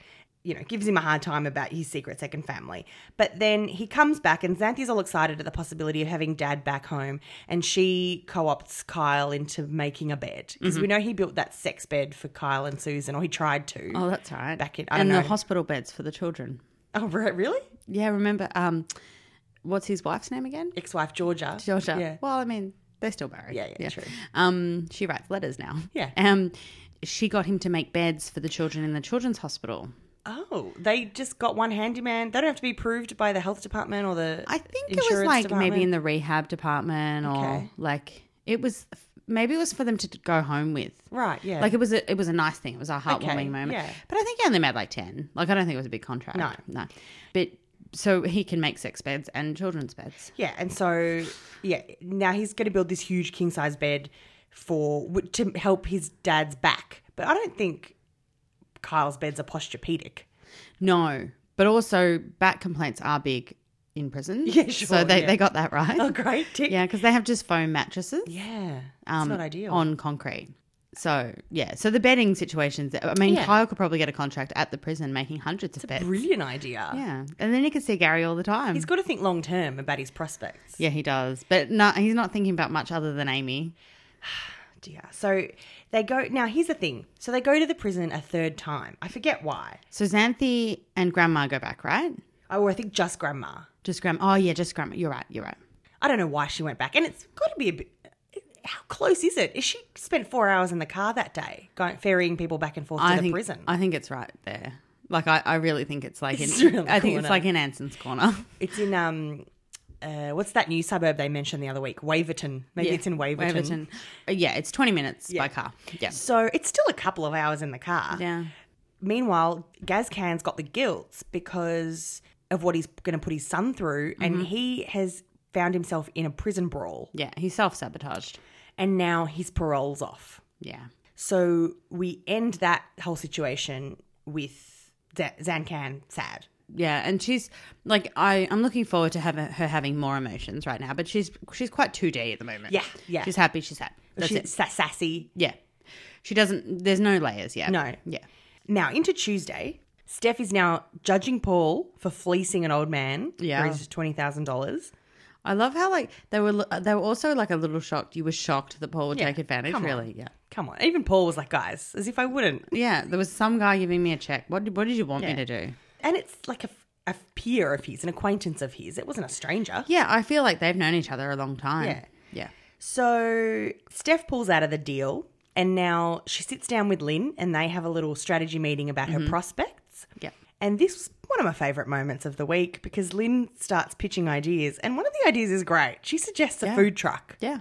[SPEAKER 2] You know, gives him a hard time about his secret second family. But then he comes back, and Xanthi's all excited at the possibility of having dad back home. And she co opts Kyle into making a bed. Because
[SPEAKER 3] Mm-hmm.
[SPEAKER 2] we know he built that sex bed for Kyle and Susan, or he tried to.
[SPEAKER 3] Oh, that's all right.
[SPEAKER 2] Back in- I
[SPEAKER 3] and
[SPEAKER 2] don't
[SPEAKER 3] the
[SPEAKER 2] know.
[SPEAKER 3] hospital beds for the children.
[SPEAKER 2] Oh, re- really?
[SPEAKER 3] Yeah. Remember, um, what's his wife's name again?
[SPEAKER 2] Ex wife Georgia.
[SPEAKER 3] Georgia.
[SPEAKER 2] Yeah.
[SPEAKER 3] Well, I mean, they're still married.
[SPEAKER 2] Yeah, yeah, true.
[SPEAKER 3] Um, she writes letters now.
[SPEAKER 2] Yeah.
[SPEAKER 3] Um, she got him to make beds for the children in the children's hospital.
[SPEAKER 2] Oh, they just got one handyman. They don't have to be approved by the health department or the.
[SPEAKER 3] I think it was
[SPEAKER 2] insurance
[SPEAKER 3] like maybe
[SPEAKER 2] department?
[SPEAKER 3] in the rehab department or
[SPEAKER 2] Okay.
[SPEAKER 3] like it was maybe it was for them to t- go home with.
[SPEAKER 2] Right, yeah.
[SPEAKER 3] Like it was a, it was a nice thing. It was a heartwarming
[SPEAKER 2] Okay,
[SPEAKER 3] moment.
[SPEAKER 2] yeah.
[SPEAKER 3] But I think he only made like 10. Like I don't think it was a big contract.
[SPEAKER 2] No.
[SPEAKER 3] No. But so he can make sex beds and children's beds.
[SPEAKER 2] Yeah, and so yeah, now he's going to build this huge king size bed for to help his dad's back. But I don't think Kyle's beds are posturepedic.
[SPEAKER 3] No. But also back complaints are big in prison.
[SPEAKER 2] Yeah,
[SPEAKER 3] So
[SPEAKER 2] sure,
[SPEAKER 3] they,
[SPEAKER 2] yeah.
[SPEAKER 3] they got that right.
[SPEAKER 2] Oh, great! Tick.
[SPEAKER 3] Yeah, because they have just foam mattresses.
[SPEAKER 2] yeah, it's
[SPEAKER 3] um,
[SPEAKER 2] not ideal.
[SPEAKER 3] on concrete. So yeah, so the bedding situations. I mean,
[SPEAKER 2] Yeah.
[SPEAKER 3] Kyle could probably get a contract at the prison making hundreds of beds.
[SPEAKER 2] Brilliant idea.
[SPEAKER 3] yeah, and then he could see Gary all the time.
[SPEAKER 2] He's got to think long term about his prospects.
[SPEAKER 3] yeah, he does, but no, he's not thinking about much other than Amy.
[SPEAKER 2] Dear. So they go now. Here's the thing. So they go to the prison a third time. I forget why.
[SPEAKER 3] So Xanthi and Grandma go back, right?
[SPEAKER 2] Oh, or I think just Grandma.
[SPEAKER 3] Just Grandma. Oh yeah, just Grandma. You're right. You're right.
[SPEAKER 2] I don't know why she went back, and it's got to be a bit. How close is it? Is she spent four hours in the car that day, going ferrying people back and forth to
[SPEAKER 3] I
[SPEAKER 2] the
[SPEAKER 3] think
[SPEAKER 2] prison?
[SPEAKER 3] I think it's right there. Like I, I really think it's like in,
[SPEAKER 2] It's really
[SPEAKER 3] I think it's
[SPEAKER 2] corner.
[SPEAKER 3] like in Anson's corner.
[SPEAKER 2] It's in um, uh, what's that new suburb they mentioned the other week? Waverton. Maybe it's in Waverton.
[SPEAKER 3] Uh, Yeah, it's twenty minutes by car. Yeah.
[SPEAKER 2] So it's still a couple of hours in the car.
[SPEAKER 3] Yeah.
[SPEAKER 2] Meanwhile, Gazcan's got the guilt because of what he's going to put his son through,
[SPEAKER 3] Mm-hmm.
[SPEAKER 2] and he has found himself in a prison brawl,
[SPEAKER 3] Yeah. He self sabotaged.
[SPEAKER 2] and now his parole's off.
[SPEAKER 3] Yeah.
[SPEAKER 2] So we end that whole situation with Z- Zancan sad.
[SPEAKER 3] yeah and she's like i i'm looking forward to having her having more emotions right now but she's she's quite 2d at the moment
[SPEAKER 2] Yeah, yeah.
[SPEAKER 3] she's happy she's happy that's
[SPEAKER 2] She's
[SPEAKER 3] it
[SPEAKER 2] sa- sassy.
[SPEAKER 3] yeah she doesn't there's no layers yet
[SPEAKER 2] No.
[SPEAKER 3] yeah
[SPEAKER 2] Now into Tuesday, Steph is now judging Paul for fleecing an old man
[SPEAKER 3] Yeah.
[SPEAKER 2] for his twenty thousand dollars.
[SPEAKER 3] i love how like they were l- they were also like a little shocked you were shocked that paul would
[SPEAKER 2] Yeah,
[SPEAKER 3] take advantage
[SPEAKER 2] come on.
[SPEAKER 3] really yeah
[SPEAKER 2] Come on, even Paul was like, "Guys, as if I wouldn't."
[SPEAKER 3] yeah there was some guy giving me a check what did, what did you want me
[SPEAKER 2] Yeah.
[SPEAKER 3] to do
[SPEAKER 2] And it's like a, f- a peer of his, an acquaintance of his. It wasn't a stranger.
[SPEAKER 3] yeah i feel like they've known each other a long time
[SPEAKER 2] Yeah.
[SPEAKER 3] yeah
[SPEAKER 2] So Steph pulls out of the deal, and now she sits down with Lynn, and they have a little strategy meeting about
[SPEAKER 3] Mm-hmm.
[SPEAKER 2] her prospects.
[SPEAKER 3] yeah
[SPEAKER 2] And this was one of my favourite moments of the week because Lynn starts pitching ideas, and one of the ideas is great. She suggests a food truck.
[SPEAKER 3] yeah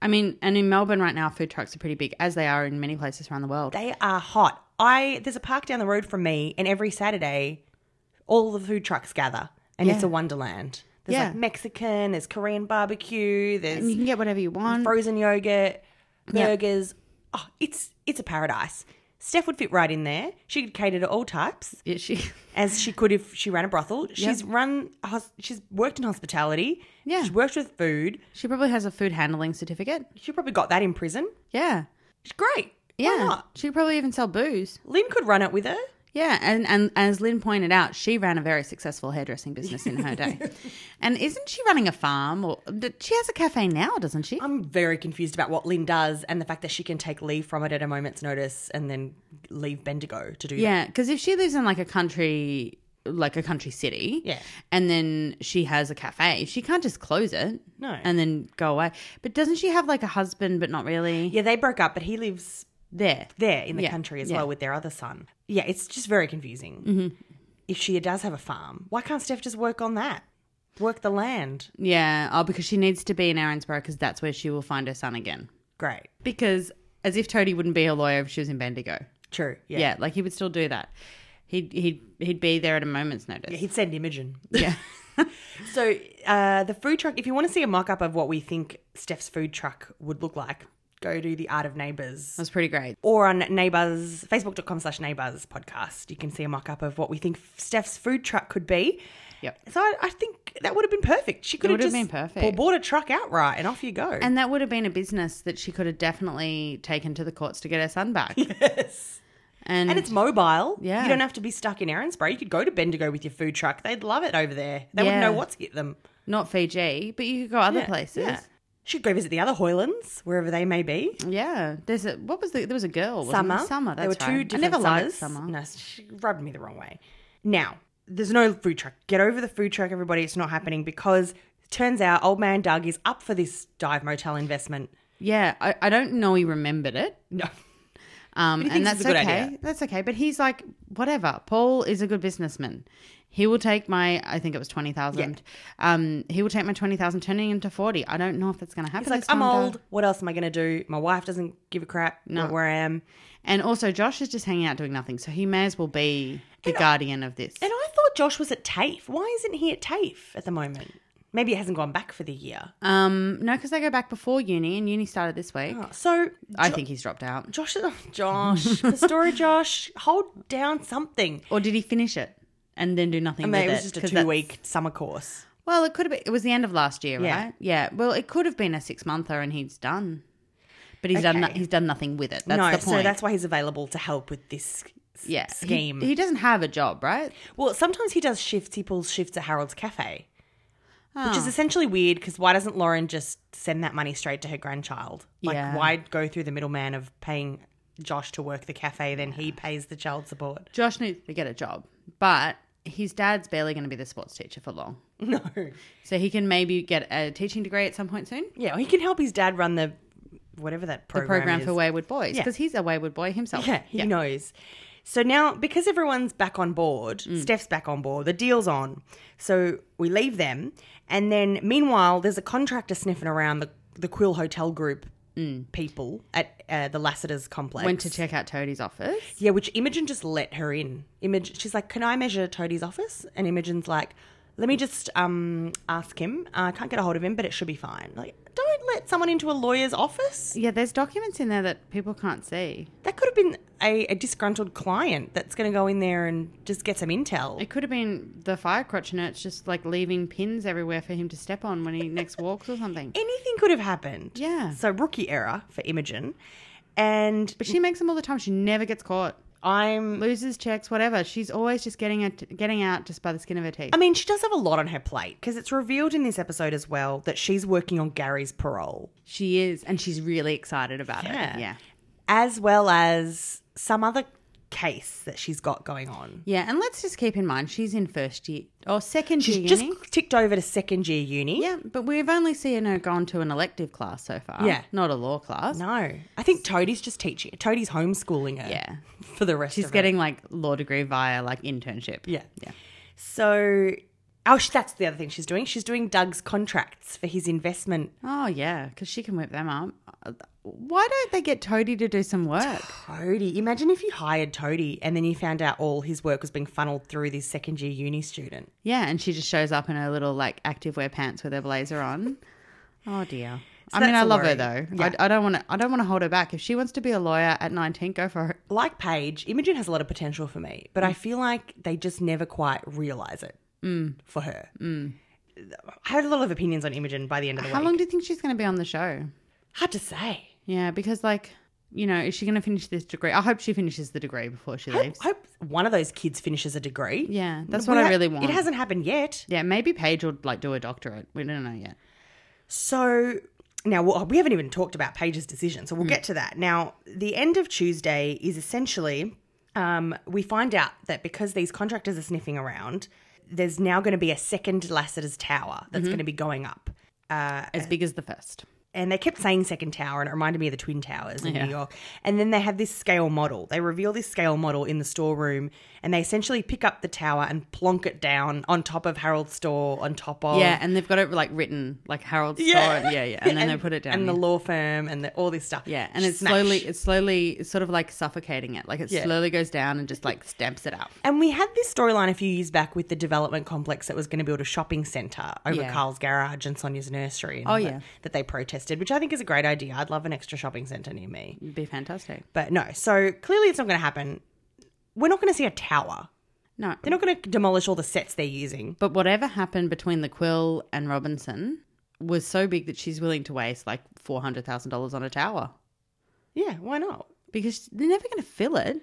[SPEAKER 3] i mean and in melbourne right now food trucks are pretty big as they are in many places around the world
[SPEAKER 2] They are hot. I there's a park down the road from me, and every Saturday, all the food trucks gather, and it's
[SPEAKER 3] Yeah.
[SPEAKER 2] a wonderland. There's like
[SPEAKER 3] Yeah.
[SPEAKER 2] Mexican, there's Korean barbecue,
[SPEAKER 3] And you
[SPEAKER 2] there's
[SPEAKER 3] can get whatever you want.
[SPEAKER 2] frozen yogurt,
[SPEAKER 3] Yeah.
[SPEAKER 2] burgers. Oh, it's it's a paradise. Steph would fit right in there. She could cater to all types
[SPEAKER 3] Yeah, she,
[SPEAKER 2] as she could if she ran a brothel. She's run, hos- she's worked in hospitality.
[SPEAKER 3] Yeah.
[SPEAKER 2] she's worked with food.
[SPEAKER 3] she probably has a food handling certificate.
[SPEAKER 2] She probably got that in prison.
[SPEAKER 3] Yeah.
[SPEAKER 2] She's great.
[SPEAKER 3] Yeah.
[SPEAKER 2] Why not?
[SPEAKER 3] She'd probably even sell booze.
[SPEAKER 2] Lynn could run it with her.
[SPEAKER 3] Yeah, and, and as Lynn pointed out, she ran a very successful hairdressing business in her day. and isn't she running a farm or she has a cafe now, doesn't she?
[SPEAKER 2] I'm very confused about what Lynn does and the fact that she can take leave from it at a moment's notice and then leave Bendigo to do that.
[SPEAKER 3] Yeah, because if she lives in like a country, like a country city,
[SPEAKER 2] Yeah.
[SPEAKER 3] and then she has a cafe, she can't just close it,
[SPEAKER 2] No.
[SPEAKER 3] and then go away. But doesn't she have like a husband, but not really?
[SPEAKER 2] Yeah, they broke up, but he lives
[SPEAKER 3] There,
[SPEAKER 2] there in the
[SPEAKER 3] Yeah,
[SPEAKER 2] country as
[SPEAKER 3] yeah. Mm-hmm.
[SPEAKER 2] well with their other son. Yeah, it's just very confusing. If she does have a farm, why can't Steph just work on that? Work the land.
[SPEAKER 3] yeah. Oh, because she needs to be in Erinsborough because that's where she will find her son again.
[SPEAKER 2] Great.
[SPEAKER 3] Because as if Toadie wouldn't be a lawyer if she was in Bendigo.
[SPEAKER 2] True. Yeah.
[SPEAKER 3] Yeah, like he would still do that. He'd he'd he'd be there at a moment's notice.
[SPEAKER 2] He'd send Imogen.
[SPEAKER 3] Yeah.
[SPEAKER 2] So uh, the food truck. If you want to see a mock-up of what we think Steph's food truck would look like, go to the Art of Neighbours
[SPEAKER 3] That's pretty great.
[SPEAKER 2] or on Neighbours Facebook.com slash Neighbours podcast. You can see a mock-up of what we think Steph's food truck could be.
[SPEAKER 3] Yep.
[SPEAKER 2] So I, I think that would have been perfect. She could have
[SPEAKER 3] would have
[SPEAKER 2] just
[SPEAKER 3] been perfect.
[SPEAKER 2] Or bought a truck outright, and off you go.
[SPEAKER 3] And that would have been a business that she could have definitely taken to the courts to get her son back.
[SPEAKER 2] yes.
[SPEAKER 3] And,
[SPEAKER 2] And it's mobile.
[SPEAKER 3] Yeah.
[SPEAKER 2] You don't have to be stuck in Erinsborough. You could go to Bendigo with your food truck. They'd love it over there. They wouldn't
[SPEAKER 3] Yeah.
[SPEAKER 2] know what's hit them.
[SPEAKER 3] not Fiji, but you could go other
[SPEAKER 2] Yeah,
[SPEAKER 3] places.
[SPEAKER 2] yeah.
[SPEAKER 3] Yeah.
[SPEAKER 2] Should go visit the other Hoylands, wherever they may be.
[SPEAKER 3] There's a what was the there was a girl wasn't
[SPEAKER 2] Summer.
[SPEAKER 3] There? Summer. That's
[SPEAKER 2] there were two
[SPEAKER 3] right.
[SPEAKER 2] different
[SPEAKER 3] I never
[SPEAKER 2] summers.
[SPEAKER 3] liked summer.
[SPEAKER 2] No, she rubbed me the wrong way. Now, there's no food truck. Get over the food truck, everybody. It's not happening because it turns out old man Doug is up for this dive motel investment.
[SPEAKER 3] Yeah, I, I don't know. He remembered it.
[SPEAKER 2] No.
[SPEAKER 3] Um,
[SPEAKER 2] he
[SPEAKER 3] and
[SPEAKER 2] thinks
[SPEAKER 3] that's
[SPEAKER 2] it's a good
[SPEAKER 3] okay.
[SPEAKER 2] idea.
[SPEAKER 3] That's okay. But he's like, whatever. Paul is a good businessman. He will take my, I think it was twenty thousand. Um, he will take my twenty thousand, turning into forty. I don't know if that's going to happen.
[SPEAKER 2] He's like,
[SPEAKER 3] this
[SPEAKER 2] I'm
[SPEAKER 3] time,
[SPEAKER 2] old.
[SPEAKER 3] Doug."
[SPEAKER 2] What else am I going to do? My wife doesn't give a crap about where I am.
[SPEAKER 3] and also Josh is just hanging out doing nothing, so he may as well be the guardian of this.
[SPEAKER 2] And I thought Josh was at TAFE. Why isn't he at TAFE at the moment? Maybe he hasn't gone back for the year.
[SPEAKER 3] Um, no, because they go back before uni, and uni started this week.
[SPEAKER 2] Uh, So
[SPEAKER 3] I think he's dropped out.
[SPEAKER 2] Josh, Josh, the story, Josh, hold down something.
[SPEAKER 3] Or did he finish it and then do nothing
[SPEAKER 2] And
[SPEAKER 3] with
[SPEAKER 2] it was just a
[SPEAKER 3] 'Cause that's-
[SPEAKER 2] two-week summer course.
[SPEAKER 3] Well, it could have been. It was the end of last year,
[SPEAKER 2] Yeah.
[SPEAKER 3] right? Yeah. Well, it could have been a six monther, and he's done. But he's done. No,
[SPEAKER 2] Okay.
[SPEAKER 3] he's done nothing with it. That's
[SPEAKER 2] no,
[SPEAKER 3] the point.
[SPEAKER 2] so that's why he's available to help with this s-
[SPEAKER 3] yeah. He-
[SPEAKER 2] scheme.
[SPEAKER 3] He, doesn't have a job, right?
[SPEAKER 2] well, sometimes he does shifts. He pulls shifts at Harold's Cafe, which is essentially weird because why doesn't Lauren just send that money straight to her grandchild? Like,
[SPEAKER 3] Yeah.
[SPEAKER 2] why go through the middleman of paying Josh to work the cafe, then he pays the child support?
[SPEAKER 3] Josh needs to get a job, but his dad's barely going to be the sports teacher for long.
[SPEAKER 2] No.
[SPEAKER 3] So he can maybe get a teaching degree at some point soon.
[SPEAKER 2] Yeah, he can help his dad run the whatever that program
[SPEAKER 3] the program
[SPEAKER 2] is.
[SPEAKER 3] for wayward boys
[SPEAKER 2] Yeah.
[SPEAKER 3] because he's a wayward boy himself.
[SPEAKER 2] Yeah, he knows. So now, because everyone's back on board,
[SPEAKER 3] Mm.
[SPEAKER 2] Steph's back on board, the deal's on. So we leave them. And then, meanwhile, there's a contractor sniffing around the, the Quill Hotel Group people at uh, the Lassiter's complex.
[SPEAKER 3] Mm. went to check out Toadie's office.
[SPEAKER 2] yeah, which Imogen just let her in. Imogen, she's like, Can I measure Toadie's office? And Imogen's like, Let me just um, ask him. I can't get a hold of him, but it should be fine. Like, don't let someone into a lawyer's office.
[SPEAKER 3] Yeah, there's documents in there that people can't see.
[SPEAKER 2] That could have been a, a disgruntled client that's going to go in there and just get some intel.
[SPEAKER 3] It could have been the fire crotch nerds just like leaving pins everywhere for him to step on when he next walks or something.
[SPEAKER 2] Anything could have happened.
[SPEAKER 3] Yeah.
[SPEAKER 2] So rookie error for Imogen, and
[SPEAKER 3] But she makes them all the time. She never gets caught.
[SPEAKER 2] I'm.
[SPEAKER 3] Loses checks, whatever. She's always just getting it, getting out just by the skin of her teeth.
[SPEAKER 2] I mean, she does have a lot on her plate because it's revealed in this episode as well that she's working on Gary's parole,
[SPEAKER 3] She is, and she's really excited about
[SPEAKER 2] Yeah.
[SPEAKER 3] it. Yeah,
[SPEAKER 2] as well as some other case that she's got going on.
[SPEAKER 3] yeah. And let's just keep in mind she's in first year or second
[SPEAKER 2] She's
[SPEAKER 3] year
[SPEAKER 2] just
[SPEAKER 3] uni.
[SPEAKER 2] ticked over to second year uni.
[SPEAKER 3] Yeah, but we've only seen her gone to an elective class so far.
[SPEAKER 2] Yeah.
[SPEAKER 3] not a law class.
[SPEAKER 2] No, I think Toadie's just teaching. Toadie's homeschooling her.
[SPEAKER 3] Yeah.
[SPEAKER 2] For the rest.
[SPEAKER 3] She's
[SPEAKER 2] of her
[SPEAKER 3] getting like law degree via like internship.
[SPEAKER 2] Yeah. Yeah. So, oh, sh- that's the other thing she's doing. She's doing Doug's contracts for his investment.
[SPEAKER 3] Oh yeah, because she can whip them up. why don't they get Toadie to do some work?
[SPEAKER 2] Toadie. Imagine if you hired Toadie and then you found out all his work was being funneled through this second year uni student.
[SPEAKER 3] Yeah, and she just shows up in her little like activewear pants with her blazer on. Oh dear. I mean,
[SPEAKER 2] that's
[SPEAKER 3] I
[SPEAKER 2] a
[SPEAKER 3] love her
[SPEAKER 2] worry.
[SPEAKER 3] though. I, I don't want to. I don't want to hold her back. If she wants to be a lawyer at nineteen, go for it.
[SPEAKER 2] Like Paige, Imogen has a lot of potential for me, but I feel like they just never quite realize it for her. I had a lot of opinions on Imogen by the end of the
[SPEAKER 3] How
[SPEAKER 2] week.
[SPEAKER 3] long do you think she's going to be on the show?
[SPEAKER 2] Hard to say.
[SPEAKER 3] Yeah, because like you know, is she going to finish this degree? I hope she finishes the degree before she
[SPEAKER 2] I
[SPEAKER 3] leaves.
[SPEAKER 2] hope one of those kids finishes a degree.
[SPEAKER 3] Yeah, that's
[SPEAKER 2] We
[SPEAKER 3] what I
[SPEAKER 2] ha-
[SPEAKER 3] really want.
[SPEAKER 2] It hasn't happened yet.
[SPEAKER 3] Yeah, maybe Paige will like do a doctorate. We don't know yet.
[SPEAKER 2] So now well, we haven't even talked about Paige's decision, so we'll get to that. Now, the end of Tuesday is essentially um, we find out that because these contractors are sniffing around, there's now going to be a second Lassiter's Tower that's going to be going up.
[SPEAKER 3] As
[SPEAKER 2] Uh,
[SPEAKER 3] big as the first.
[SPEAKER 2] And they kept saying second tower, and it reminded me of the Twin Towers in New York. And then they have this scale model. They reveal this scale model in the storeroom, and they essentially pick up the tower and plonk it down on top of Harold's store, on top of
[SPEAKER 3] Yeah, and they've got it like written like Harold
[SPEAKER 2] Yeah.
[SPEAKER 3] yeah. saw it. Oh, Yeah, yeah, and then they put it down.
[SPEAKER 2] and the
[SPEAKER 3] yeah.
[SPEAKER 2] law firm and the, all this stuff.
[SPEAKER 3] yeah, and it's
[SPEAKER 2] Smash.
[SPEAKER 3] slowly, it's slowly, it's sort of like suffocating it. Like it
[SPEAKER 2] Yeah.
[SPEAKER 3] slowly goes down and just like stamps it out.
[SPEAKER 2] And we had this storyline a few years back with the development complex that was going to build a shopping centre over
[SPEAKER 3] Yeah.
[SPEAKER 2] Carl's garage and Sonia's nursery. And
[SPEAKER 3] Oh,
[SPEAKER 2] all that-
[SPEAKER 3] yeah.
[SPEAKER 2] that they protested, which I think is a great idea. I'd love an extra shopping centre near me,
[SPEAKER 3] It'd be fantastic.
[SPEAKER 2] but no. So clearly, it's not going to happen. We're not going to see a tower.
[SPEAKER 3] No,
[SPEAKER 2] They're not going to demolish all the sets they're using.
[SPEAKER 3] but whatever happened between the Quill and Robinson was so big that she's willing to waste like four hundred thousand dollars on a tower
[SPEAKER 2] Yeah, why not?
[SPEAKER 3] because they're never going to fill it.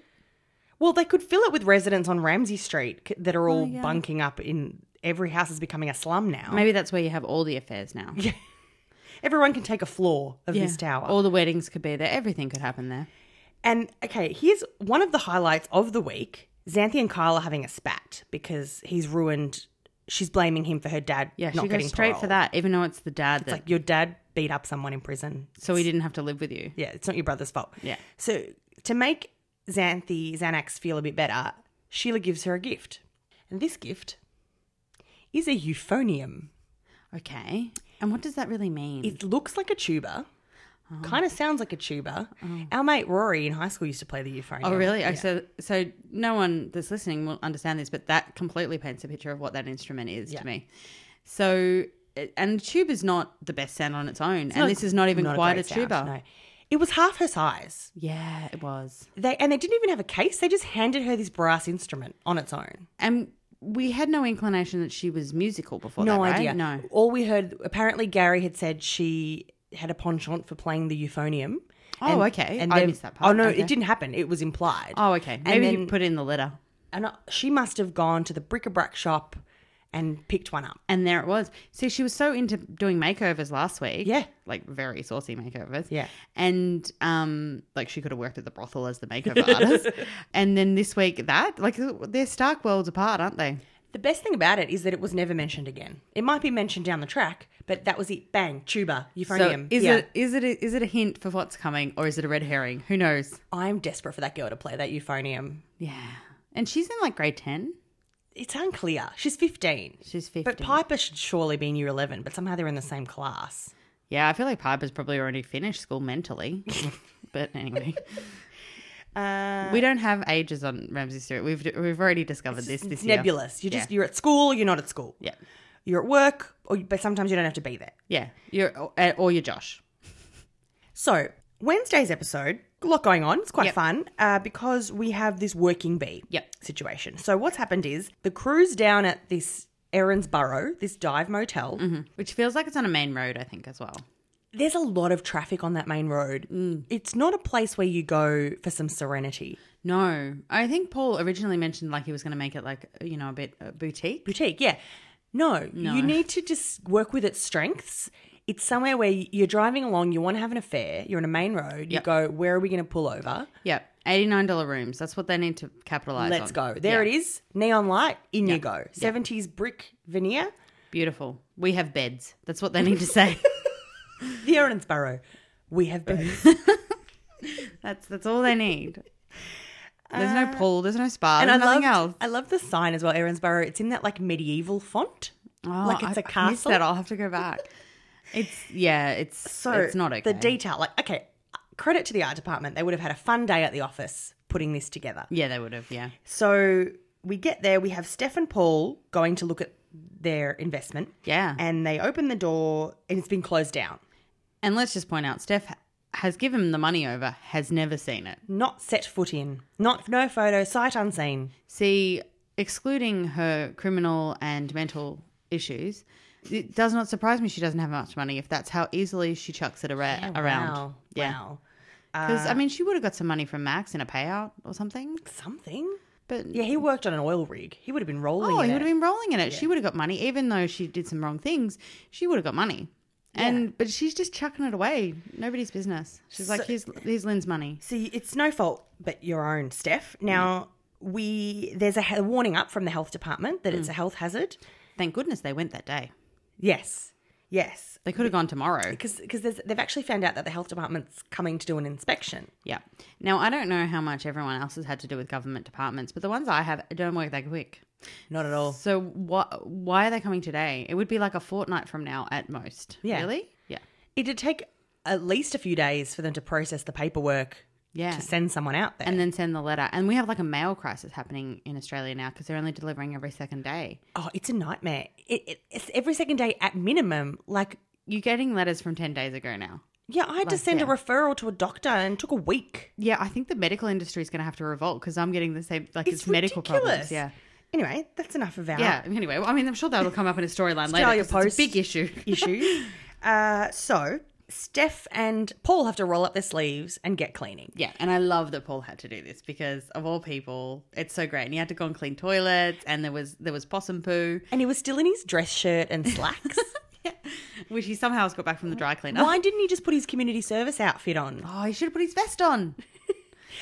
[SPEAKER 2] Well, they could fill it with residents on Ramsey Street c- that
[SPEAKER 3] Oh,
[SPEAKER 2] are all bunking up in. Every house is becoming a slum now.
[SPEAKER 3] Maybe that's where you have all the affairs now. Yeah,
[SPEAKER 2] Everyone can take a floor of this tower.
[SPEAKER 3] All the weddings could be there. Everything could happen there.
[SPEAKER 2] And okay, here's one of the highlights of the week. Xanthi and Kyle are having a spat because he's ruined. She's blaming him for her dad.
[SPEAKER 3] Yeah,
[SPEAKER 2] not
[SPEAKER 3] she
[SPEAKER 2] getting
[SPEAKER 3] goes straight for
[SPEAKER 2] parole.
[SPEAKER 3] that, even though it's the dad that.
[SPEAKER 2] Like your dad beat up someone in prison.
[SPEAKER 3] so he didn't have to live with you.
[SPEAKER 2] Yeah, it's not your brother's fault.
[SPEAKER 3] Yeah.
[SPEAKER 2] So to make Xanthi Xanax feel a bit better, Sheila gives her a gift, and this gift is a euphonium.
[SPEAKER 3] Okay. And what does that really mean?
[SPEAKER 2] It looks like a tuba.
[SPEAKER 3] Uh-huh.
[SPEAKER 2] Kind of sounds like a tuba. Our mate Rory in high school used to play the euphonium.
[SPEAKER 3] oh, really? Oh, So, so no one that's listening will understand this, but that completely paints a picture of what that instrument is
[SPEAKER 2] Yeah.
[SPEAKER 3] to me. So, it- and tube is not the best sound on its own, and
[SPEAKER 2] not-
[SPEAKER 3] this is not even
[SPEAKER 2] not
[SPEAKER 3] quite a,
[SPEAKER 2] great sound,
[SPEAKER 3] tuba.
[SPEAKER 2] no. It was half her size.
[SPEAKER 3] Yeah, it was.
[SPEAKER 2] They and they didn't even have a case. They just handed her this brass instrument on its own.
[SPEAKER 3] And we had no inclination that she was musical before.
[SPEAKER 2] no
[SPEAKER 3] that, right?
[SPEAKER 2] idea.
[SPEAKER 3] No.
[SPEAKER 2] All we heard apparently Gary had said she had a penchant for playing the euphonium.
[SPEAKER 3] Oh, okay. I
[SPEAKER 2] then-
[SPEAKER 3] missed that part.
[SPEAKER 2] Oh no,
[SPEAKER 3] Okay.
[SPEAKER 2] it didn't happen. It was implied.
[SPEAKER 3] Oh, okay. Maybe
[SPEAKER 2] and
[SPEAKER 3] you
[SPEAKER 2] then-
[SPEAKER 3] put it in the letter.
[SPEAKER 2] And I- she must have gone to the bric-a-brac shop and picked one up.
[SPEAKER 3] And there it was. See, she was so into doing makeovers last week.
[SPEAKER 2] Yeah.
[SPEAKER 3] Like very saucy makeovers.
[SPEAKER 2] Yeah.
[SPEAKER 3] And um like she could have worked at the brothel as the makeover artist. And then this week that like they're stark worlds apart, aren't they?
[SPEAKER 2] The best thing about it is that it was never mentioned again. It might be mentioned down the track, but that was it. Bang, tuba, euphonium.
[SPEAKER 3] So is
[SPEAKER 2] Yeah.
[SPEAKER 3] it is it a, is it a hint for what's coming or is it a red herring? Who knows?
[SPEAKER 2] I'm desperate for that girl to play that euphonium.
[SPEAKER 3] Yeah. And she's in like grade 10.
[SPEAKER 2] It's unclear. She's 15.
[SPEAKER 3] She's 15.
[SPEAKER 2] But Piper should surely be in year 11, but somehow they're in the same class.
[SPEAKER 3] yeah, I feel like Piper's probably already finished school mentally. but anyway. we don't have ages on Ramsey Stewart. We've we've already discovered this this
[SPEAKER 2] Uh, It's
[SPEAKER 3] year.
[SPEAKER 2] nebulous. You're just
[SPEAKER 3] Yeah.
[SPEAKER 2] you're at school, or you're not at school.
[SPEAKER 3] Yeah.
[SPEAKER 2] You're at work, or but sometimes you don't have to be there.
[SPEAKER 3] Yeah, you're or- or you're Josh.
[SPEAKER 2] So Wednesday's episode, a lot going on. It's quite
[SPEAKER 3] Yep.
[SPEAKER 2] fun uh, because we have this working bee
[SPEAKER 3] Yep.
[SPEAKER 2] situation. So what's happened is the crew's down at this Erin's Burrow, this dive motel.
[SPEAKER 3] Which feels like it's on a main road, I think, as well.
[SPEAKER 2] There's a lot of traffic on that main road.
[SPEAKER 3] Mm.
[SPEAKER 2] It's not a place where you go for some serenity.
[SPEAKER 3] No, I think Paul originally mentioned like he was going to make it like you know a bit uh, boutique.
[SPEAKER 2] boutique. Yeah. No, you need to just work with its strengths. It's somewhere where you're driving along, you want to have an affair, you're on a main road, you
[SPEAKER 3] Yep.
[SPEAKER 2] go, where are we going to pull over?
[SPEAKER 3] Yep, eighty nine dollar rooms. That's what they need to capitalize.
[SPEAKER 2] Let's
[SPEAKER 3] on.
[SPEAKER 2] go. There
[SPEAKER 3] Yeah.
[SPEAKER 2] it is. Neon light, in you go. 70s brick veneer,
[SPEAKER 3] Beautiful. We have beds. That's what they need to say.
[SPEAKER 2] the Erin's Burrow. We have been.
[SPEAKER 3] that's that's all they need. There's no pool. There's no spa. There's
[SPEAKER 2] I
[SPEAKER 3] nothing
[SPEAKER 2] love,
[SPEAKER 3] else.
[SPEAKER 2] I love the sign as well, Erin's Burrow. It's in that like medieval font. like it's
[SPEAKER 3] a
[SPEAKER 2] a castle.
[SPEAKER 3] that. I'll have to go back. It's yeah. It's
[SPEAKER 2] so
[SPEAKER 3] it's not okay.
[SPEAKER 2] The detail, like, okay, credit to the art department, they would have had a fun day at the office putting this together.
[SPEAKER 3] Yeah, they would have. Yeah.
[SPEAKER 2] So we get there, we have Steph and Paul going to look at their investment.
[SPEAKER 3] Yeah.
[SPEAKER 2] And they open the door and it's been closed down.
[SPEAKER 3] And let's just point out, Steph ha- has given him the money over, has never seen it.
[SPEAKER 2] Not set foot in. Not no photo, sight unseen.
[SPEAKER 3] See, excluding her criminal and mental issues, it does not surprise me she doesn't have much money if that's how easily she chucks it ara- around.
[SPEAKER 2] Wow.
[SPEAKER 3] Yeah.
[SPEAKER 2] Wow. Uh,
[SPEAKER 3] Because, I mean, she would have got some money from Max in a payout or something.
[SPEAKER 2] Something.
[SPEAKER 3] But
[SPEAKER 2] Yeah, he worked on an oil rig. He would have been rolling.
[SPEAKER 3] Oh,
[SPEAKER 2] in
[SPEAKER 3] he
[SPEAKER 2] it.
[SPEAKER 3] would have been rolling in it. She would have got money, even though she did some wrong things. She would have got money, and but she's just chucking it away. Nobody's business. She's like, here's here's Lynn's money.
[SPEAKER 2] See, it's no fault but your own, Steph. Now we there's a, he- warning up from the health department that
[SPEAKER 3] Mm.
[SPEAKER 2] it's a health hazard.
[SPEAKER 3] Thank goodness they went that day.
[SPEAKER 2] Yes, yes,
[SPEAKER 3] They could have gone tomorrow.
[SPEAKER 2] because they've actually found out that the health department's coming to do an inspection.
[SPEAKER 3] Yeah. Now I don't know how much everyone else has had to do with government departments, but the ones I have don't work that quick.
[SPEAKER 2] Not at all.
[SPEAKER 3] So what? Why are they coming today? It would be like a fortnight from now at most.
[SPEAKER 2] Yeah.
[SPEAKER 3] Really? Yeah.
[SPEAKER 2] It'd take at least a few days for them to process the paperwork
[SPEAKER 3] Yeah.
[SPEAKER 2] to send someone out there.
[SPEAKER 3] and then send the letter. And we have like a mail crisis happening in Australia now because they're only delivering every second day.
[SPEAKER 2] oh, it's a nightmare. It, it, it's every second day at minimum. Like,
[SPEAKER 3] You're getting letters from 10 days ago now.
[SPEAKER 2] yeah, I had to send a
[SPEAKER 3] yeah.
[SPEAKER 2] referral to a doctor and it took a week.
[SPEAKER 3] Yeah, I think the medical industry is going to have to revolt because I'm getting the same, like, it's,
[SPEAKER 2] It's
[SPEAKER 3] medical problems.
[SPEAKER 2] ridiculous.
[SPEAKER 3] Yeah.
[SPEAKER 2] Anyway, that's enough of our
[SPEAKER 3] Yeah. Anyway, well, I mean, I'm sure that'll come up in a storyline later.
[SPEAKER 2] Australia
[SPEAKER 3] 'cause It's
[SPEAKER 2] Post.
[SPEAKER 3] a big issue.
[SPEAKER 2] issue. uh, so Steph and Paul have to roll up their sleeves and get cleaning.
[SPEAKER 3] Yeah, and I love that Paul had to do this because of all people, it's so great. And he had to go and clean toilets, and there was there was possum poo,
[SPEAKER 2] And he was still in his dress shirt and slacks.
[SPEAKER 3] which he somehow has got back from the dry cleaner.
[SPEAKER 2] Why didn't he just put his community service outfit on?
[SPEAKER 3] Oh, he should have put his vest on,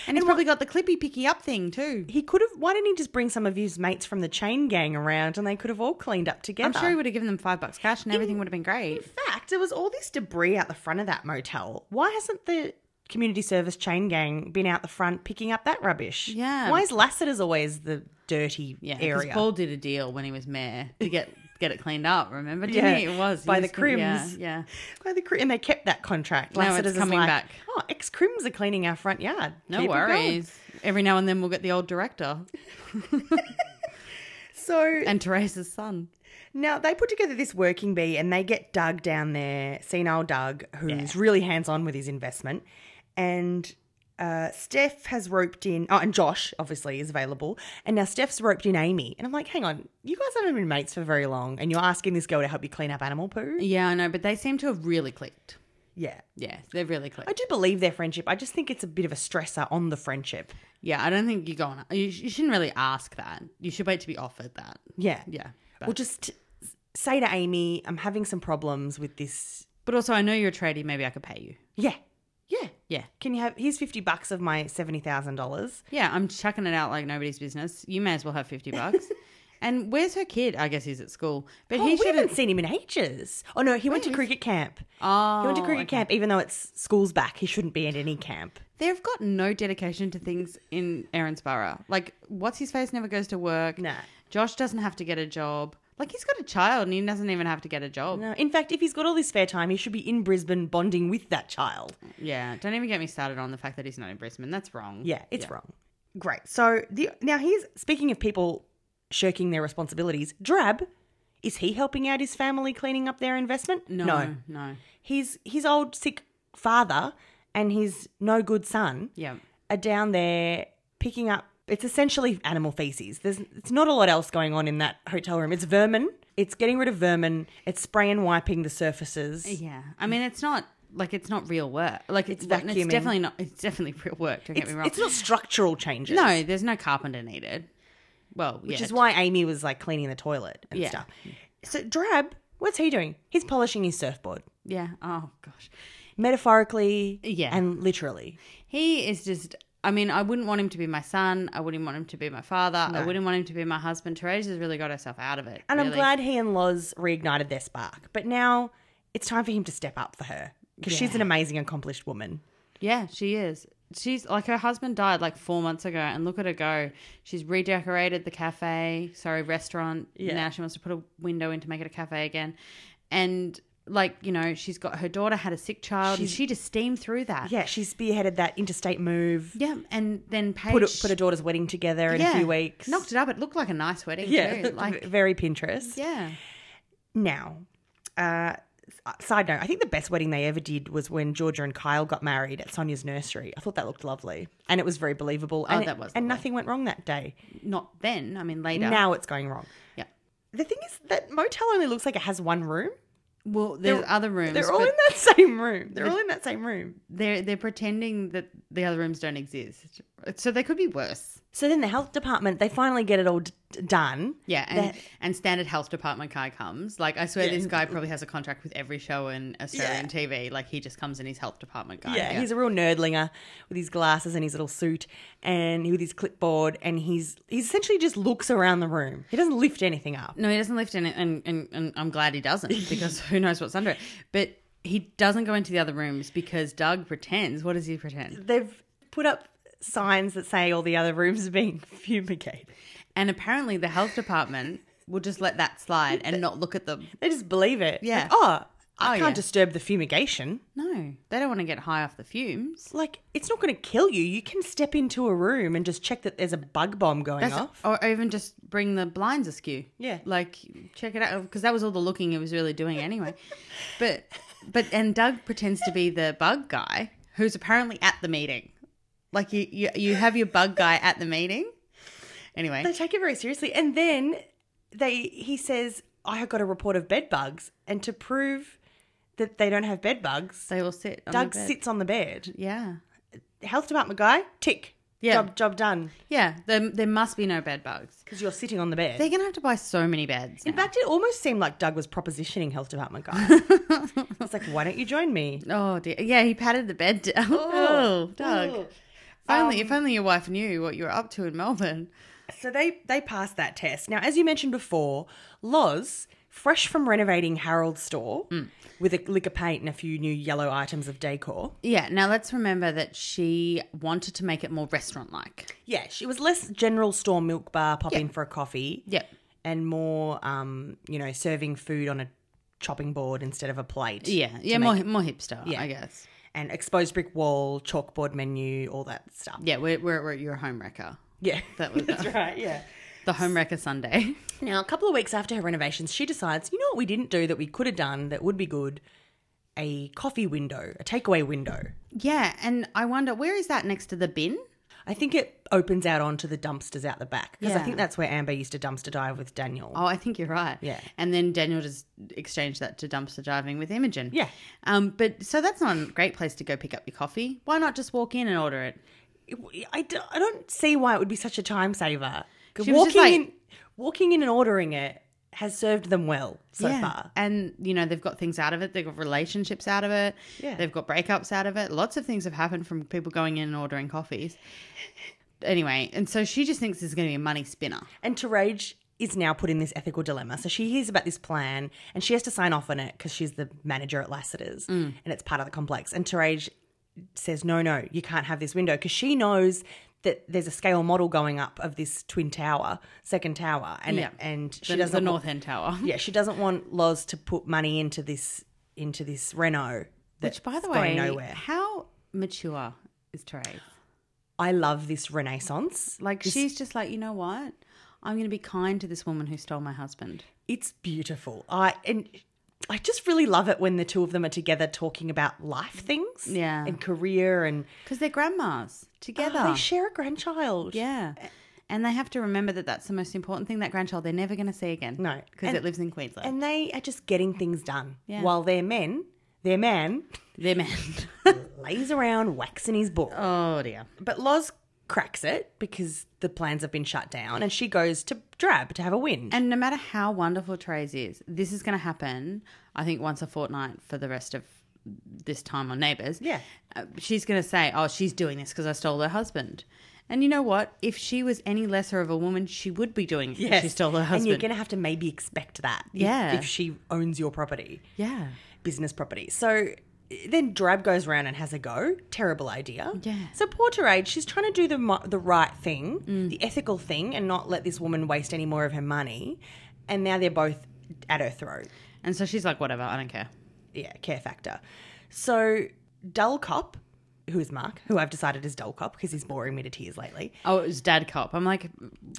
[SPEAKER 3] and he's probably got the clippy picky up thing too.
[SPEAKER 2] He could have. Why didn't he just bring some of his mates from the chain gang around and they could have all cleaned up together?
[SPEAKER 3] I'm sure he would have given them five bucks cash, and everything would have been great.
[SPEAKER 2] In fact, there was all this debris out the front of that motel. Why hasn't the community service chain gang been out the front picking up that rubbish?
[SPEAKER 3] Yeah.
[SPEAKER 2] Why is Lassiter's always the dirty
[SPEAKER 3] Yeah, because
[SPEAKER 2] area?
[SPEAKER 3] Paul did a deal when he was mayor to get get it cleaned up. Remember? Didn't
[SPEAKER 2] Yeah,
[SPEAKER 3] he? It was He
[SPEAKER 2] by the
[SPEAKER 3] was gonna-
[SPEAKER 2] Crims.
[SPEAKER 3] Yeah, yeah.
[SPEAKER 2] By the cri- and they kept that contract.
[SPEAKER 3] No, it's
[SPEAKER 2] Lassiter's is
[SPEAKER 3] coming
[SPEAKER 2] like,
[SPEAKER 3] back.
[SPEAKER 2] Oh, ex crims are cleaning our front yard.
[SPEAKER 3] no
[SPEAKER 2] Keep it going."
[SPEAKER 3] worries. Every now and then we'll get the old director
[SPEAKER 2] So
[SPEAKER 3] and Teresa's son.
[SPEAKER 2] now they put together this working bee and they get Doug down there, senile Doug, who's really hands on with his investment. And uh, Steph has roped in, oh, and Josh obviously is available. And now Steph's roped in Amy. And I'm like, hang on, you guys haven't been mates for very long and you're asking this girl to help you clean up animal poo?
[SPEAKER 3] Yeah, I know, but they seem to have really clicked.
[SPEAKER 2] Yeah.
[SPEAKER 3] Yeah, they've really clicked.
[SPEAKER 2] I do believe their friendship. I just think it's a bit of a stressor on the friendship.
[SPEAKER 3] yeah, I don't think you're going. You, sh- you shouldn't really ask that. You should wait to be offered that.
[SPEAKER 2] Yeah.
[SPEAKER 3] Yeah. But,
[SPEAKER 2] Well, just say to Amy, I'm having some problems with this.
[SPEAKER 3] but also, I know you're a tradie. Maybe I could pay you.
[SPEAKER 2] Yeah. Yeah.
[SPEAKER 3] Yeah.
[SPEAKER 2] Can you have, here's 50 bucks of my $70,000.
[SPEAKER 3] Yeah, I'm chucking it out like nobody's business. You may as well have 50 bucks. and where's her kid? I guess he's at school. But
[SPEAKER 2] Oh,
[SPEAKER 3] he
[SPEAKER 2] we
[SPEAKER 3] should
[SPEAKER 2] haven't
[SPEAKER 3] have.
[SPEAKER 2] seen him in ages. Oh, no, he went to cricket camp.
[SPEAKER 3] Oh,
[SPEAKER 2] he went to cricket
[SPEAKER 3] okay.
[SPEAKER 2] camp, even though it's school's back. He shouldn't be at any camp.
[SPEAKER 3] They've got no dedication to things in Erinsborough. Like, what's his face never goes to work.
[SPEAKER 2] Nah.
[SPEAKER 3] Josh doesn't have to get a job. Like, he's got a child and he doesn't even have to get a job.
[SPEAKER 2] No, in fact, if he's got all this spare time, he should be in Brisbane bonding with that child.
[SPEAKER 3] Yeah, don't even get me started on the fact that he's not in Brisbane. That's wrong.
[SPEAKER 2] Yeah, it's wrong. Great. So the now here's speaking of people shirking their responsibilities. Drab, is he helping out his family cleaning up their investment?
[SPEAKER 3] No, no.
[SPEAKER 2] his his old sick father and his no good son
[SPEAKER 3] Yeah.
[SPEAKER 2] are down there picking up it's essentially animal feces there's it's not a lot else going on in that hotel room it's vermin it's getting rid of vermin it's spray and wiping the surfaces
[SPEAKER 3] Yeah. I mean, it's not. Like it's not real work. Like it's that- it's
[SPEAKER 2] vacuuming.
[SPEAKER 3] definitely not. It's definitely real work. Don't
[SPEAKER 2] it's,
[SPEAKER 3] get me wrong.
[SPEAKER 2] it's not structural changes
[SPEAKER 3] No, there's no carpenter needed. Well,
[SPEAKER 2] which is why amy was like cleaning the toilet and
[SPEAKER 3] Yeah.
[SPEAKER 2] stuff so drab what's he doing he's polishing his surfboard
[SPEAKER 3] yeah. Oh gosh,
[SPEAKER 2] metaphorically
[SPEAKER 3] Yeah.
[SPEAKER 2] and literally
[SPEAKER 3] he is just. I mean, I wouldn't want him to be my son. I wouldn't want him to be my father. I wouldn't want him to be my husband. Teresa's really got herself out of it.
[SPEAKER 2] And I'm
[SPEAKER 3] really.
[SPEAKER 2] glad he and Loz reignited their spark. But now it's time for him to step up for her because she's an amazing, accomplished woman.
[SPEAKER 3] Yeah, she is. She's like her husband died like four months ago, and look at her go. She's redecorated the cafe, sorry, restaurant. Now she wants to put a window in to make it a cafe again. And like you know she's got her daughter had a sick child and
[SPEAKER 2] She's-
[SPEAKER 3] she just steamed through that
[SPEAKER 2] Yeah, she spearheaded that interstate move.
[SPEAKER 3] yeah and then Paige
[SPEAKER 2] Put, a, put her daughter's wedding together in a few weeks.
[SPEAKER 3] knocked it up it looked like a nice wedding
[SPEAKER 2] yeah,
[SPEAKER 3] too
[SPEAKER 2] it looked
[SPEAKER 3] like
[SPEAKER 2] very Pinterest.
[SPEAKER 3] yeah
[SPEAKER 2] Now, uh, s- side note, I think the best wedding they ever did was when Georgia and Kyle got married at Sonia's nursery. I thought that looked lovely, and it was very believable. And it-
[SPEAKER 3] Oh, that was
[SPEAKER 2] and
[SPEAKER 3] lovely.
[SPEAKER 2] nothing went wrong that day.
[SPEAKER 3] not then I mean later
[SPEAKER 2] Now it's going wrong.
[SPEAKER 3] yeah
[SPEAKER 2] The thing is that motel only looks like it has one room.
[SPEAKER 3] well there's
[SPEAKER 2] They're-
[SPEAKER 3] other rooms
[SPEAKER 2] They're all
[SPEAKER 3] but
[SPEAKER 2] in that same room. They're all in that same room.
[SPEAKER 3] they're they're pretending that the other rooms don't exist so they could be worse
[SPEAKER 2] So then the health department, they finally get it all d- d- done.
[SPEAKER 3] yeah and
[SPEAKER 2] That-
[SPEAKER 3] and standard health department guy comes like I swear
[SPEAKER 2] Yeah.
[SPEAKER 3] this guy probably has a contract with every show in Australian
[SPEAKER 2] Yeah.
[SPEAKER 3] TV like he just comes in his health department guy
[SPEAKER 2] Yeah, he's a real nerdlinger with his glasses and his little suit and with his clipboard and he's he essentially just looks around the room. He doesn't lift anything up.
[SPEAKER 3] No, he doesn't lift in it, and, and, and I'm glad he doesn't because who knows what's under it. But he doesn't go into the other rooms because Doug pretends. What does he pretend?
[SPEAKER 2] They've put up signs that say all the other rooms are being fumigated.
[SPEAKER 3] And apparently, the health department will just let that slide and not look at them.
[SPEAKER 2] They just believe it.
[SPEAKER 3] Yeah.
[SPEAKER 2] Like, oh, I
[SPEAKER 3] Oh,
[SPEAKER 2] can't
[SPEAKER 3] yeah.
[SPEAKER 2] disturb the fumigation.
[SPEAKER 3] No, they don't want to get high off the fumes.
[SPEAKER 2] Like, it's not going to kill you. You can step into a room and just check that there's a bug bomb going
[SPEAKER 3] That's-
[SPEAKER 2] off.
[SPEAKER 3] or even just bring the blinds askew.
[SPEAKER 2] Yeah.
[SPEAKER 3] like check it out because that was all the looking he was really doing anyway. but but and Doug pretends to be the bug guy who's apparently at the meeting. Like you you, you have your bug guy at the meeting. Anyway,
[SPEAKER 2] They take it very seriously, and then they he says, "I got a report of bed bugs," and to prove that they don't have bed bugs,
[SPEAKER 3] They all sit. On
[SPEAKER 2] Doug
[SPEAKER 3] the bed.
[SPEAKER 2] sits on the bed.
[SPEAKER 3] Yeah.
[SPEAKER 2] Health department guy, tick.
[SPEAKER 3] Yeah.
[SPEAKER 2] Job job done
[SPEAKER 3] Yeah. There, there must be no bed bugs.
[SPEAKER 2] because you're sitting on the bed.
[SPEAKER 3] They're going to have to buy so many beds.
[SPEAKER 2] In
[SPEAKER 3] now.
[SPEAKER 2] fact, it almost seemed like Doug was propositioning health department guy. it's like, why don't you join me?
[SPEAKER 3] oh, dear. Yeah, he patted the bed down. Oh, Doug.
[SPEAKER 2] Oh. Um,
[SPEAKER 3] If, only, if only your wife knew what you were up to in Melbourne.
[SPEAKER 2] So they they passed that test. Now, as you mentioned before, Loz, fresh from renovating Harold's store
[SPEAKER 3] Mm.
[SPEAKER 2] with a lick of paint and a few new yellow items of decor.
[SPEAKER 3] Yeah, now let's remember that she wanted to make it more restaurant like.
[SPEAKER 2] Yeah, she was less general store milk bar, pop in for a coffee.
[SPEAKER 3] Yep.
[SPEAKER 2] And more, um, you know, serving food on a chopping board instead of a plate.
[SPEAKER 3] Yeah. Yeah, more, more hipster,
[SPEAKER 2] Yeah.
[SPEAKER 3] I guess.
[SPEAKER 2] And exposed brick wall, chalkboard menu, all that stuff.
[SPEAKER 3] Yeah, we're, we're, we're your homewrecker.
[SPEAKER 2] Yeah.
[SPEAKER 3] That was
[SPEAKER 2] That's right, yeah.
[SPEAKER 3] the homewrecker Sunday.
[SPEAKER 2] Now, a couple of weeks after her renovations, she decides, you know what we didn't do that we could have done that would be good? A coffee window, a takeaway window.
[SPEAKER 3] yeah, and I wonder where is that next to the bin?
[SPEAKER 2] I think it opens out onto the dumpsters out the back because I
[SPEAKER 3] Yeah.
[SPEAKER 2] think that's where Amber used to dumpster dive with Daniel.
[SPEAKER 3] Oh, I think you're right.
[SPEAKER 2] Yeah.
[SPEAKER 3] And then Daniel just exchanged that to dumpster diving with Imogen.
[SPEAKER 2] Yeah.
[SPEAKER 3] Um, but so that's not a great place to go pick up your coffee. Why not just walk in and order it?
[SPEAKER 2] it- I, d- I don't see why it would be such a time saver. 'Cause
[SPEAKER 3] She was just
[SPEAKER 2] Walking
[SPEAKER 3] like-
[SPEAKER 2] in, walking in and ordering it has served them well so far.
[SPEAKER 3] And you know, they've got things out of it, they've got relationships out of it,
[SPEAKER 2] Yeah.
[SPEAKER 3] they've got breakups out of it. Lots of things have happened from people going in and ordering coffees. Anyway, and so she just thinks this is gonna be a money spinner.
[SPEAKER 2] And Terage is now put in this ethical dilemma. So she hears about this plan and she has to sign off on it because she's the manager at Lassiter's
[SPEAKER 3] Mm.
[SPEAKER 2] and it's part of the complex. And Terage says, no, no, you can't have this window because she knows that there's a scale model going up of this twin tower, second tower, and
[SPEAKER 3] Yeah.
[SPEAKER 2] and she
[SPEAKER 3] She does
[SPEAKER 2] doesn't
[SPEAKER 3] the
[SPEAKER 2] wa-
[SPEAKER 3] North End Tower.
[SPEAKER 2] yeah, she doesn't want Loz to put money into this into this Renault. That's
[SPEAKER 3] Which by the way,
[SPEAKER 2] going nowhere.
[SPEAKER 3] how mature is Therese?
[SPEAKER 2] I love this Renaissance.
[SPEAKER 3] Like she's just like, you know what? I'm going to be kind to this woman who stole my husband.
[SPEAKER 2] It's beautiful. I and I just really love it when the two of them are together talking about life things,
[SPEAKER 3] Yeah.
[SPEAKER 2] and career, and oh,
[SPEAKER 3] Because they're grandmas together.
[SPEAKER 2] they share a grandchild.
[SPEAKER 3] yeah. And they have to remember that that's the most important thing that grandchild they're never going to see again.
[SPEAKER 2] No.
[SPEAKER 3] Because
[SPEAKER 2] And-
[SPEAKER 3] it lives in Queensland.
[SPEAKER 2] and they are just getting things done
[SPEAKER 3] Yeah.
[SPEAKER 2] while their men, their man,
[SPEAKER 3] they're men.
[SPEAKER 2] lays around waxing his book.
[SPEAKER 3] oh, dear.
[SPEAKER 2] But Loz cracks it because the plans have been shut down, and she goes to Drab to have a win.
[SPEAKER 3] And no matter how wonderful Therese is, this is going to happen, I think, once a fortnight for the rest of this time on Neighbours.
[SPEAKER 2] Yeah.
[SPEAKER 3] Uh, she's going to say, oh, she's doing this because I stole her husband. And you know what? If she was any lesser of a woman, she would be doing it 'cause she stole her husband.
[SPEAKER 2] And you're going to have to maybe expect that. if-
[SPEAKER 3] Yeah.
[SPEAKER 2] If, she owns your property,
[SPEAKER 3] yeah.
[SPEAKER 2] business property. So then Drab goes around and has a go. Terrible idea.
[SPEAKER 3] Yeah. Mm.
[SPEAKER 2] So poor Terade, she's trying to do the, mo- the right thing, the ethical thing, and not let this woman waste any more of her money. And now they're both at her throat.
[SPEAKER 3] And so she's like, whatever, I don't care.
[SPEAKER 2] yeah, care factor. So Dull Cop, who is Mark, who I've decided is Dull Cop because he's boring me to tears lately.
[SPEAKER 3] Oh, it was Dad Cop. I'm like,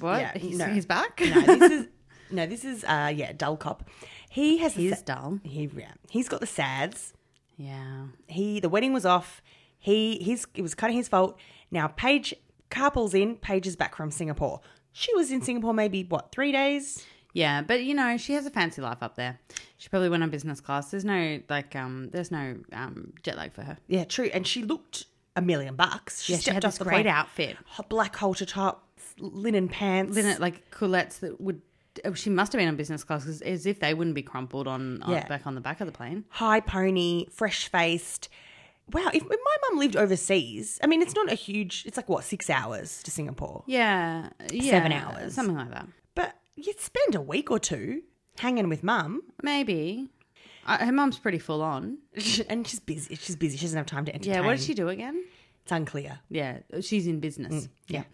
[SPEAKER 3] what?
[SPEAKER 2] Yeah,
[SPEAKER 3] he's,
[SPEAKER 2] no.
[SPEAKER 3] he's back?
[SPEAKER 2] No, this is no, this is uh yeah, Dull Cop. He has the
[SPEAKER 3] he's
[SPEAKER 2] sa-
[SPEAKER 3] dull.
[SPEAKER 2] he yeah, he's got the sads.
[SPEAKER 3] Yeah.
[SPEAKER 2] He the wedding was off. He his it was kind of his fault. Now Paige Carpal's in. Paige is back from Singapore. She was in Singapore maybe what three days.
[SPEAKER 3] Yeah, but you know, she has a fancy life up there. She probably went on business class. There's no like um there's no um jet lag for her.
[SPEAKER 2] Yeah, true. And she looked a million bucks. She
[SPEAKER 3] Yeah, she
[SPEAKER 2] stepped
[SPEAKER 3] had
[SPEAKER 2] off
[SPEAKER 3] this
[SPEAKER 2] the
[SPEAKER 3] great
[SPEAKER 2] plane.
[SPEAKER 3] outfit.
[SPEAKER 2] Hot black halter top, linen pants.
[SPEAKER 3] Then it like coulettes that would oh, she must have been on business class 'cause as if they wouldn't be crumpled on, on
[SPEAKER 2] Yeah.
[SPEAKER 3] back on the back of the plane.
[SPEAKER 2] high pony, fresh faced. Wow, if if my mum lived overseas, I mean, it's not a huge. It's like what six hours to Singapore,
[SPEAKER 3] Yeah, yeah,
[SPEAKER 2] Seven hours.
[SPEAKER 3] something like that.
[SPEAKER 2] but you'd spend a week or two hanging with mum,
[SPEAKER 3] Maybe uh, her mum's pretty full on.
[SPEAKER 2] and she's busy. She's busy. She doesn't have time to entertain.
[SPEAKER 3] Yeah, what did she do again?
[SPEAKER 2] It's unclear.
[SPEAKER 3] Yeah, she's in
[SPEAKER 2] Mm,
[SPEAKER 3] business. yeah.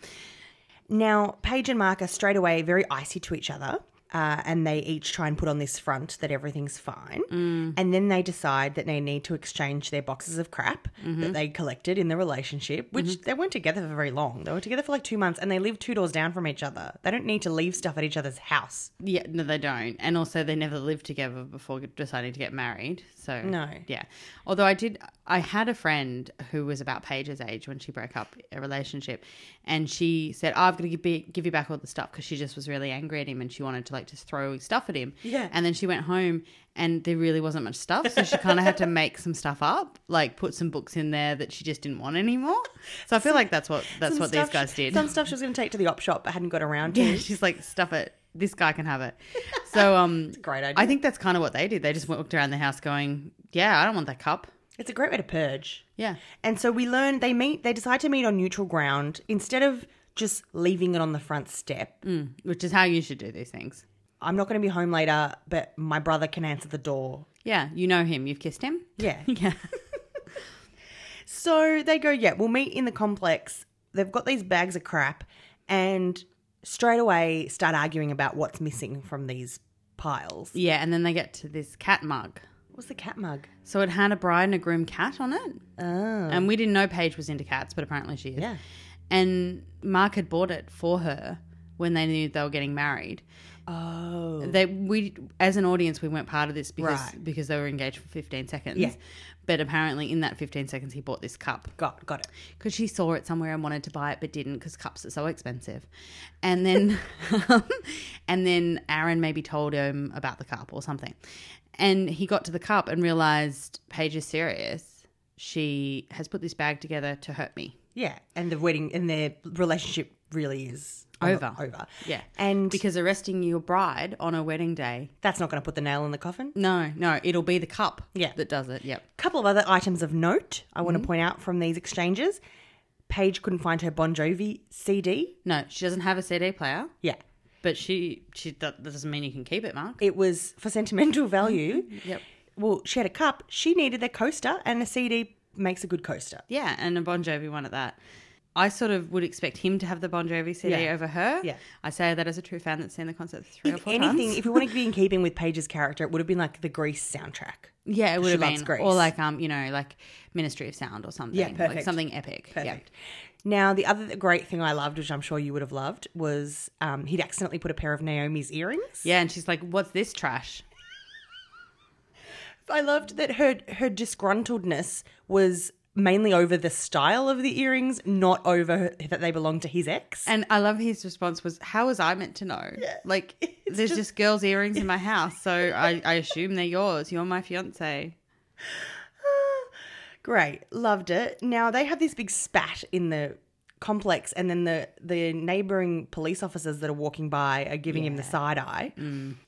[SPEAKER 2] Now, Paige and Mark are straight away very icy to each other, uh, and they each try and put on this front that everything's fine.
[SPEAKER 3] Mm.
[SPEAKER 2] And then they decide that they need to exchange their boxes of crap
[SPEAKER 3] Mm-hmm.
[SPEAKER 2] that they collected in the relationship, which they weren't together for very long. They were together for like two months, and they live two doors down from each other. They don't need to leave stuff at each other's house.
[SPEAKER 3] Yeah, no, they don't. And also, they never lived together before deciding to get married. So,
[SPEAKER 2] No.
[SPEAKER 3] Yeah. Although I did, I had a friend who was about Paige's age when she broke up a relationship. And she said, oh, I've got to give, be- give you back all the stuff because she just was really angry at him and she wanted to like just throw stuff at him.
[SPEAKER 2] Yeah.
[SPEAKER 3] And then she went home and there really wasn't much stuff. So she kind of had to make some stuff up, like put some books in there that she just didn't want anymore. So I feel like that's what that's
[SPEAKER 2] Some
[SPEAKER 3] what these
[SPEAKER 2] stuff-
[SPEAKER 3] guys did.
[SPEAKER 2] Some stuff she was going to take to the op shop, but hadn't got around to.
[SPEAKER 3] Yeah, she's like, stuff it. This guy can have it. So, um,
[SPEAKER 2] Great idea.
[SPEAKER 3] I think that's kind of what they did. They just walked around the house going, "Yeah, I don't want that cup."
[SPEAKER 2] it's a great way to purge.
[SPEAKER 3] Yeah,
[SPEAKER 2] And so we learn they meet. They decide to meet on neutral ground instead of just leaving it on the front step.
[SPEAKER 3] Mm. which is how you should do these things.
[SPEAKER 2] I'm not going to be home later, but my brother can answer the door.
[SPEAKER 3] Yeah, you know him. You've kissed him.
[SPEAKER 2] Yeah.
[SPEAKER 3] Yeah,
[SPEAKER 2] so they go, yeah, we'll meet in the complex. They've got these bags of crap and straight away start arguing about what's missing from these piles.
[SPEAKER 3] yeah. And then they get to this cat mug.
[SPEAKER 2] What's the cat mug?
[SPEAKER 3] So it had a bride and a groom cat on it,
[SPEAKER 2] Oh.
[SPEAKER 3] and we didn't know Paige was into cats, but apparently she is.
[SPEAKER 2] Yeah.
[SPEAKER 3] And Mark had bought it for her when they knew they were getting married.
[SPEAKER 2] Oh.
[SPEAKER 3] they we as an audience we weren't part of this because
[SPEAKER 2] Right.
[SPEAKER 3] because they were engaged for 15 seconds
[SPEAKER 2] Yeah.
[SPEAKER 3] but apparently in that 15 seconds he bought this cup
[SPEAKER 2] Got got it.
[SPEAKER 3] because she saw it somewhere and wanted to buy it but didn't because cups are so expensive and then um, and then aaron maybe told him about the cup or something and he got to the cup and realized paige is serious she has put this bag together to hurt me
[SPEAKER 2] Yeah. And the wedding and their relationship really is
[SPEAKER 3] Over.
[SPEAKER 2] Over.
[SPEAKER 3] yeah
[SPEAKER 2] And
[SPEAKER 3] because arresting your bride on a wedding day
[SPEAKER 2] that's not going to put the nail in the coffin.
[SPEAKER 3] no no it'll be the cup
[SPEAKER 2] Yeah.
[SPEAKER 3] that does it yep
[SPEAKER 2] couple of other items of note I
[SPEAKER 3] Mm-hmm.
[SPEAKER 2] want to point out from these exchanges. Paige couldn't find her Bon Jovi CD.
[SPEAKER 3] No, she doesn't have a CD player,
[SPEAKER 2] Yeah.
[SPEAKER 3] but she she that, that doesn't mean you can keep it, Mark.
[SPEAKER 2] It was for sentimental value.
[SPEAKER 3] Yep.
[SPEAKER 2] Well, she had a cup. She needed their coaster, and a CD makes a good coaster.
[SPEAKER 3] Yeah, and a Bon Jovi one at that. I sort of would expect him to have the Bon Jovi CD
[SPEAKER 2] Yeah.
[SPEAKER 3] over her.
[SPEAKER 2] Yeah.
[SPEAKER 3] I say that as a true fan that's seen the concert three or
[SPEAKER 2] If
[SPEAKER 3] four
[SPEAKER 2] anything,
[SPEAKER 3] times.
[SPEAKER 2] if we want to be in keeping with Paige's character, it would have been like the Grease soundtrack.
[SPEAKER 3] yeah, it would
[SPEAKER 2] she
[SPEAKER 3] have
[SPEAKER 2] loves
[SPEAKER 3] been
[SPEAKER 2] Grease.
[SPEAKER 3] or like um you know like Ministry of Sound or something.
[SPEAKER 2] Yeah,
[SPEAKER 3] Like
[SPEAKER 2] perfect.
[SPEAKER 3] something epic. Yeah.
[SPEAKER 2] Perfect. Now, the other great thing I loved, which I'm sure you would have loved, was um, he'd accidentally put a pair of Naomi's earrings.
[SPEAKER 3] Yeah, and she's like, "What's this trash?"
[SPEAKER 2] I loved that her her disgruntledness was mainly over the style of the earrings, not over her, that they belonged to his ex.
[SPEAKER 3] And I love his response was, "How was I meant to know? Like, there's just, girls' earrings in my house, so I, I assume they're yours. You're my fiance."
[SPEAKER 2] Great, loved it. Now they have this big spat in the complex, and then the the neighboring police officers that are walking by are giving him the side eye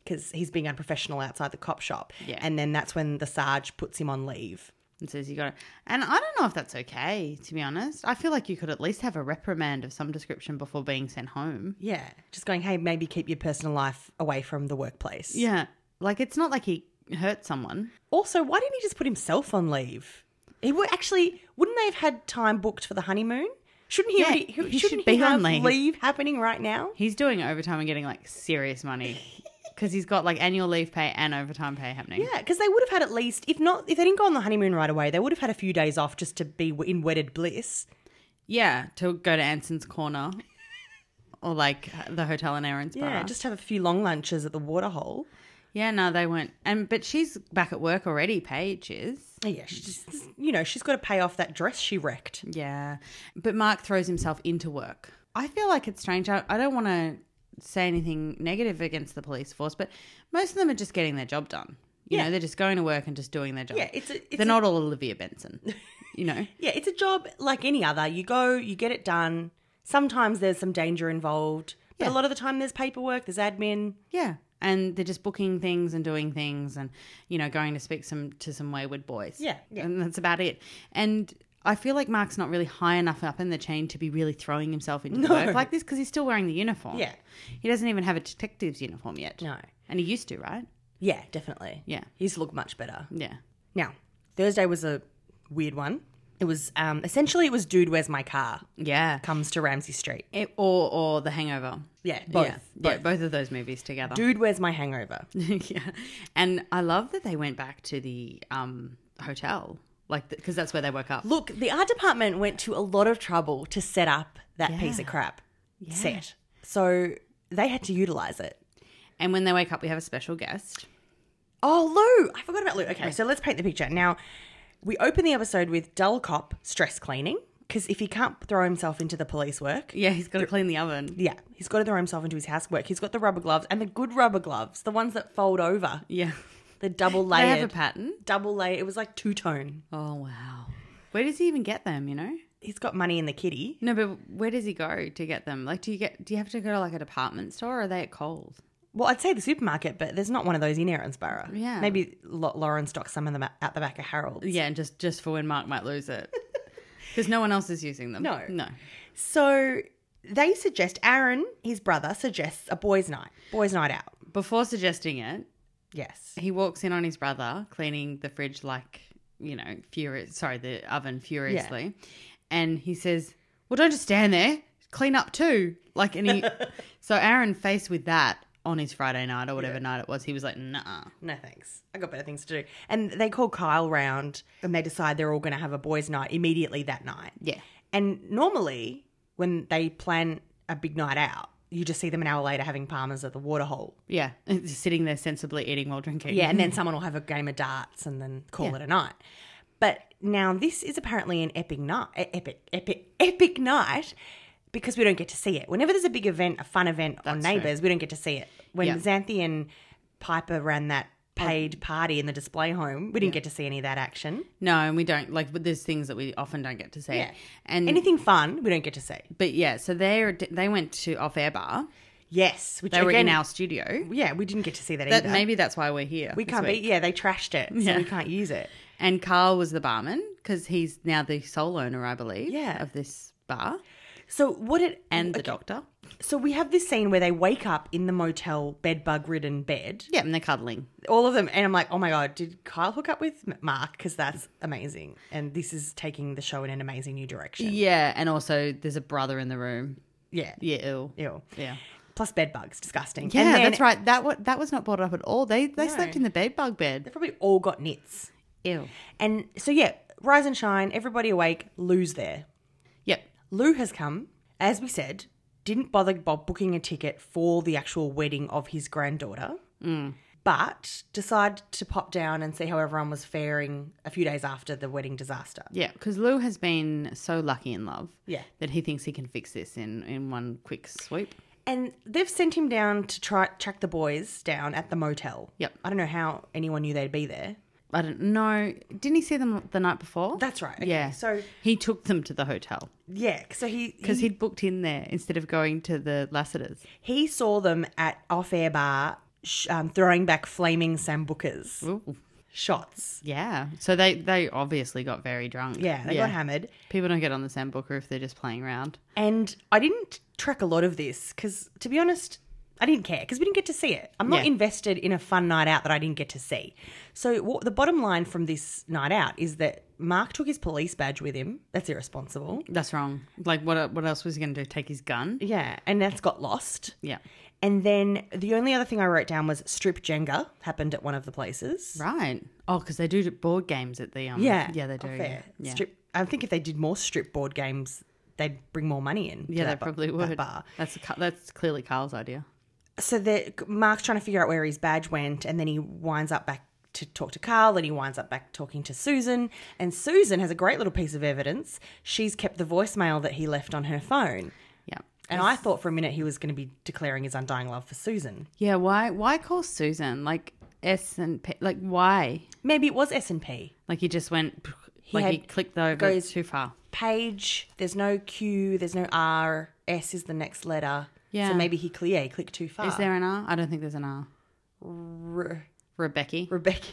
[SPEAKER 2] because he's being unprofessional outside the cop shop.
[SPEAKER 3] Mm. Yeah.
[SPEAKER 2] and then that's when the sarge puts him on leave.
[SPEAKER 3] and says you got it. And I don't know if that's okay, to be honest. I feel like you could at least have a reprimand of some description before being sent home.
[SPEAKER 2] Yeah, just going, hey, maybe keep your personal life away from the workplace.
[SPEAKER 3] Yeah, like it's not like he hurt someone.
[SPEAKER 2] Also, why didn't he just put himself on leave? He would actually wouldn't they have had time booked for the honeymoon? Shouldn't he?
[SPEAKER 3] Yeah,
[SPEAKER 2] already,
[SPEAKER 3] he
[SPEAKER 2] shouldn't
[SPEAKER 3] should
[SPEAKER 2] he
[SPEAKER 3] be on
[SPEAKER 2] have
[SPEAKER 3] leave.
[SPEAKER 2] happening right now?
[SPEAKER 3] He's doing overtime and getting like serious money. because he's got like annual leave pay and overtime pay happening.
[SPEAKER 2] Yeah, because they would have had at least, if not, if they didn't go on the honeymoon right away, they would have had a few days off just to be in wedded bliss.
[SPEAKER 3] Yeah, to go to Anson's Corner or like the hotel in Aaron's
[SPEAKER 2] Yeah, just have a few long lunches at the waterhole.
[SPEAKER 3] yeah, no, they weren't. And but she's back at work already. Paige is.
[SPEAKER 2] Oh, yeah, she's just, you know, she's got to pay off that dress she wrecked.
[SPEAKER 3] Yeah, but Mark throws himself into work. I feel like it's strange. I, I don't want to say anything negative against the police force, but most of them are just getting their job done. You
[SPEAKER 2] Yeah.
[SPEAKER 3] know, they're just going to work and just doing their job.
[SPEAKER 2] Yeah, it's a- it's
[SPEAKER 3] they're
[SPEAKER 2] a-
[SPEAKER 3] not all Olivia Benson. You know.
[SPEAKER 2] Yeah, it's a job like any other. You go, you get it done. Sometimes there's some danger involved, but
[SPEAKER 3] Yeah.
[SPEAKER 2] a lot of the time there's paperwork, there's admin.
[SPEAKER 3] Yeah. And they're just booking things and doing things and, you know, going to speak some to some wayward boys.
[SPEAKER 2] Yeah, yeah.
[SPEAKER 3] And that's about it. And I feel like Mark's not really high enough up in the chain to be really throwing himself into work like this because he's still wearing the uniform.
[SPEAKER 2] Yeah.
[SPEAKER 3] He doesn't even have a detective's uniform yet.
[SPEAKER 2] No.
[SPEAKER 3] And he used to, right?
[SPEAKER 2] Yeah, definitely.
[SPEAKER 3] Yeah.
[SPEAKER 2] He's looked much better.
[SPEAKER 3] Yeah.
[SPEAKER 2] Now, Thursday was a weird one. It was um, essentially it was dude, where's my car?
[SPEAKER 3] Yeah.
[SPEAKER 2] Comes to Ramsey Street.
[SPEAKER 3] It, or or The Hangover.
[SPEAKER 2] Yeah, both.
[SPEAKER 3] Yeah.
[SPEAKER 2] both.
[SPEAKER 3] yeah, both of those movies together.
[SPEAKER 2] Dude, where's my hangover?
[SPEAKER 3] yeah. And I love that they went back to the um, hotel, like, because that's where they woke up.
[SPEAKER 2] Look, the art department went to a lot of trouble to set up that piece of crap set. So they had to utilize it.
[SPEAKER 3] And when they wake up, we have a special guest.
[SPEAKER 2] Oh, Lou! I forgot about Lou. Okay, so let's paint the picture. Now, we open the episode with dull cop stress cleaning because if he can't throw himself into the police work,
[SPEAKER 3] Yeah, he's got to clean the oven.
[SPEAKER 2] yeah, he's got to throw himself into his housework. He's got the rubber gloves and the good rubber gloves, the ones that fold over,
[SPEAKER 3] Yeah.
[SPEAKER 2] the double
[SPEAKER 3] They
[SPEAKER 2] layered.
[SPEAKER 3] have a pattern.
[SPEAKER 2] double layer. It was like two tone.
[SPEAKER 3] Oh, wow. Where does he even get them, you know?
[SPEAKER 2] He's got money in the kitty.
[SPEAKER 3] No, but where does he go to get them? Like, do you get, do you have to go to like a department store or are they at Coles?
[SPEAKER 2] Well, I'd say the supermarket, but there's not one of those in Erinsborough.
[SPEAKER 3] Yeah.
[SPEAKER 2] Maybe Lo- Lauren stocks some of them at the back of Harold's.
[SPEAKER 3] Yeah, and just, just for when Mark might lose it. Because no one else is using them.
[SPEAKER 2] No.
[SPEAKER 3] No.
[SPEAKER 2] So they suggest, Aaron, his brother, suggests a boys' night, boys' night out.
[SPEAKER 3] Before suggesting it,
[SPEAKER 2] Yes.
[SPEAKER 3] he walks in on his brother cleaning the fridge like, you know, furious, sorry, the oven furiously. And he says, Well, don't just stand there, clean up too. Like, and he, so Aaron, faced with that on his Friday night or whatever night it was, he was like, Nah.
[SPEAKER 2] No thanks. I got better things to do. And they call Kyle round and they decide they're all going to have a boys' night immediately that night.
[SPEAKER 3] Yeah.
[SPEAKER 2] And normally, when they plan a big night out, you just see them an hour later having palmers at the waterhole.
[SPEAKER 3] Yeah. Just sitting there sensibly eating while drinking.
[SPEAKER 2] Yeah, and then someone will have a game of darts and then call it a night. But now this is apparently an epic night, e, epic, epic, epic night because we don't get to see it. Whenever there's a big event, a fun event on
[SPEAKER 3] That's right.
[SPEAKER 2] Neighbours, we don't get to see it. When
[SPEAKER 3] Yeah.
[SPEAKER 2] Xanthi and Piper ran that paid party in the display home, we didn't get to see any of that action.
[SPEAKER 3] No, and we don't, like, but there's things that we often don't get to see.
[SPEAKER 2] Yeah.
[SPEAKER 3] And,
[SPEAKER 2] Anything fun, we don't get to see.
[SPEAKER 3] but yeah, so they they went to off air bar.
[SPEAKER 2] Yes, which
[SPEAKER 3] They were
[SPEAKER 2] again,
[SPEAKER 3] in our studio.
[SPEAKER 2] yeah, we didn't get to see that,
[SPEAKER 3] That,
[SPEAKER 2] either.
[SPEAKER 3] maybe that's why we're here.
[SPEAKER 2] we
[SPEAKER 3] this
[SPEAKER 2] can't
[SPEAKER 3] week.
[SPEAKER 2] be. Yeah, they trashed it, so
[SPEAKER 3] Yeah.
[SPEAKER 2] we can't use it.
[SPEAKER 3] And Carl was the barman because he's now the sole owner, I believe,
[SPEAKER 2] Yeah.
[SPEAKER 3] of this bar
[SPEAKER 2] So what it
[SPEAKER 3] and the doctor.
[SPEAKER 2] So we have this scene where they wake up in the motel bed bug ridden bed,
[SPEAKER 3] Yeah, and they're cuddling.
[SPEAKER 2] all of them, and I'm like, oh my god, did Kyle hook up with M- Mark? Because that's amazing, and this is taking the show in an amazing new direction.
[SPEAKER 3] Yeah, and also there's a brother in the room.
[SPEAKER 2] Yeah,
[SPEAKER 3] Yeah, ew.
[SPEAKER 2] ew.
[SPEAKER 3] Yeah.
[SPEAKER 2] Plus bed bugs, disgusting.
[SPEAKER 3] Yeah,
[SPEAKER 2] And then
[SPEAKER 3] that's right. That wa- that was not brought up at all. They they slept in the bed bug
[SPEAKER 2] They
[SPEAKER 3] bed.
[SPEAKER 2] probably all got nits,
[SPEAKER 3] Ew.
[SPEAKER 2] and so yeah, rise and shine, everybody awake. Lou's there.
[SPEAKER 3] Yep.
[SPEAKER 2] Lou has come, as we said, didn't bother Bob booking a ticket for the actual wedding of his granddaughter, but decided to pop down and see how everyone was faring a few days after the wedding disaster.
[SPEAKER 3] Yeah, because Lou has been so lucky in love.
[SPEAKER 2] Yeah.
[SPEAKER 3] That he thinks he can fix this in in one quick sweep.
[SPEAKER 2] And they've sent him down to try track the boys down at the motel.
[SPEAKER 3] Yep.
[SPEAKER 2] I don't know how anyone knew they'd be there.
[SPEAKER 3] I don't know. Didn't he see them the night before?
[SPEAKER 2] That's right. Okay.
[SPEAKER 3] Yeah.
[SPEAKER 2] So
[SPEAKER 3] he took them to the hotel
[SPEAKER 2] yeah, so he
[SPEAKER 3] because
[SPEAKER 2] he,
[SPEAKER 3] he'd booked in there instead of going to the Lassiter's.
[SPEAKER 2] he saw them at off air bar sh- um, throwing back flaming sambucas
[SPEAKER 3] Ooh.
[SPEAKER 2] shots.
[SPEAKER 3] Yeah. So they they obviously got very drunk.
[SPEAKER 2] Yeah, they got hammered.
[SPEAKER 3] People don't get on the sandbooker if they're just playing around.
[SPEAKER 2] And I didn't track a lot of this because, to be honest, I didn't care because we didn't get to see it. I'm not
[SPEAKER 3] Yeah.
[SPEAKER 2] invested in a fun night out that I didn't get to see. So, what, the bottom line from this night out is that Mark took his police badge with him. That's irresponsible.
[SPEAKER 3] uh, That's wrong. Like what what else was he going to do? Take his gun?
[SPEAKER 2] Yeah. And that's got lost.
[SPEAKER 3] Yeah.
[SPEAKER 2] And then the only other thing I wrote down was strip Jenga happened at one of the places.
[SPEAKER 3] Right. Oh, because they do board games at the um.
[SPEAKER 2] Yeah.
[SPEAKER 3] Yeah, they do.
[SPEAKER 2] Oh,
[SPEAKER 3] Yeah.
[SPEAKER 2] fair.
[SPEAKER 3] Yeah.
[SPEAKER 2] Strip, I think if they did more strip board games, they'd bring more money in. to
[SPEAKER 3] yeah, they
[SPEAKER 2] that bu-
[SPEAKER 3] probably
[SPEAKER 2] that
[SPEAKER 3] would.
[SPEAKER 2] bar.
[SPEAKER 3] That's Ca- that's clearly Carl's idea.
[SPEAKER 2] So the, Mark's trying to figure out where his badge went, and then he winds up back to talk to Carl, and he winds up back talking to Susan. And Susan has a great little piece of evidence. She's kept the voicemail that he left on her phone.
[SPEAKER 3] Yeah.
[SPEAKER 2] And I thought for a minute he was going to be declaring his undying love for Susan.
[SPEAKER 3] Yeah. Why? Why call Susan? Like S and P. Like why?
[SPEAKER 2] Maybe it was S and P.
[SPEAKER 3] Like he just went. like he
[SPEAKER 2] had-
[SPEAKER 3] clicked over
[SPEAKER 2] goes-
[SPEAKER 3] too far.
[SPEAKER 2] Page, there's no Q, there's no R. S is the next letter.
[SPEAKER 3] Yeah.
[SPEAKER 2] So maybe he clear, he clicked too far.
[SPEAKER 3] Is there an R? I don't think there's an R.
[SPEAKER 2] Re-
[SPEAKER 3] Rebecca.
[SPEAKER 2] Rebecca?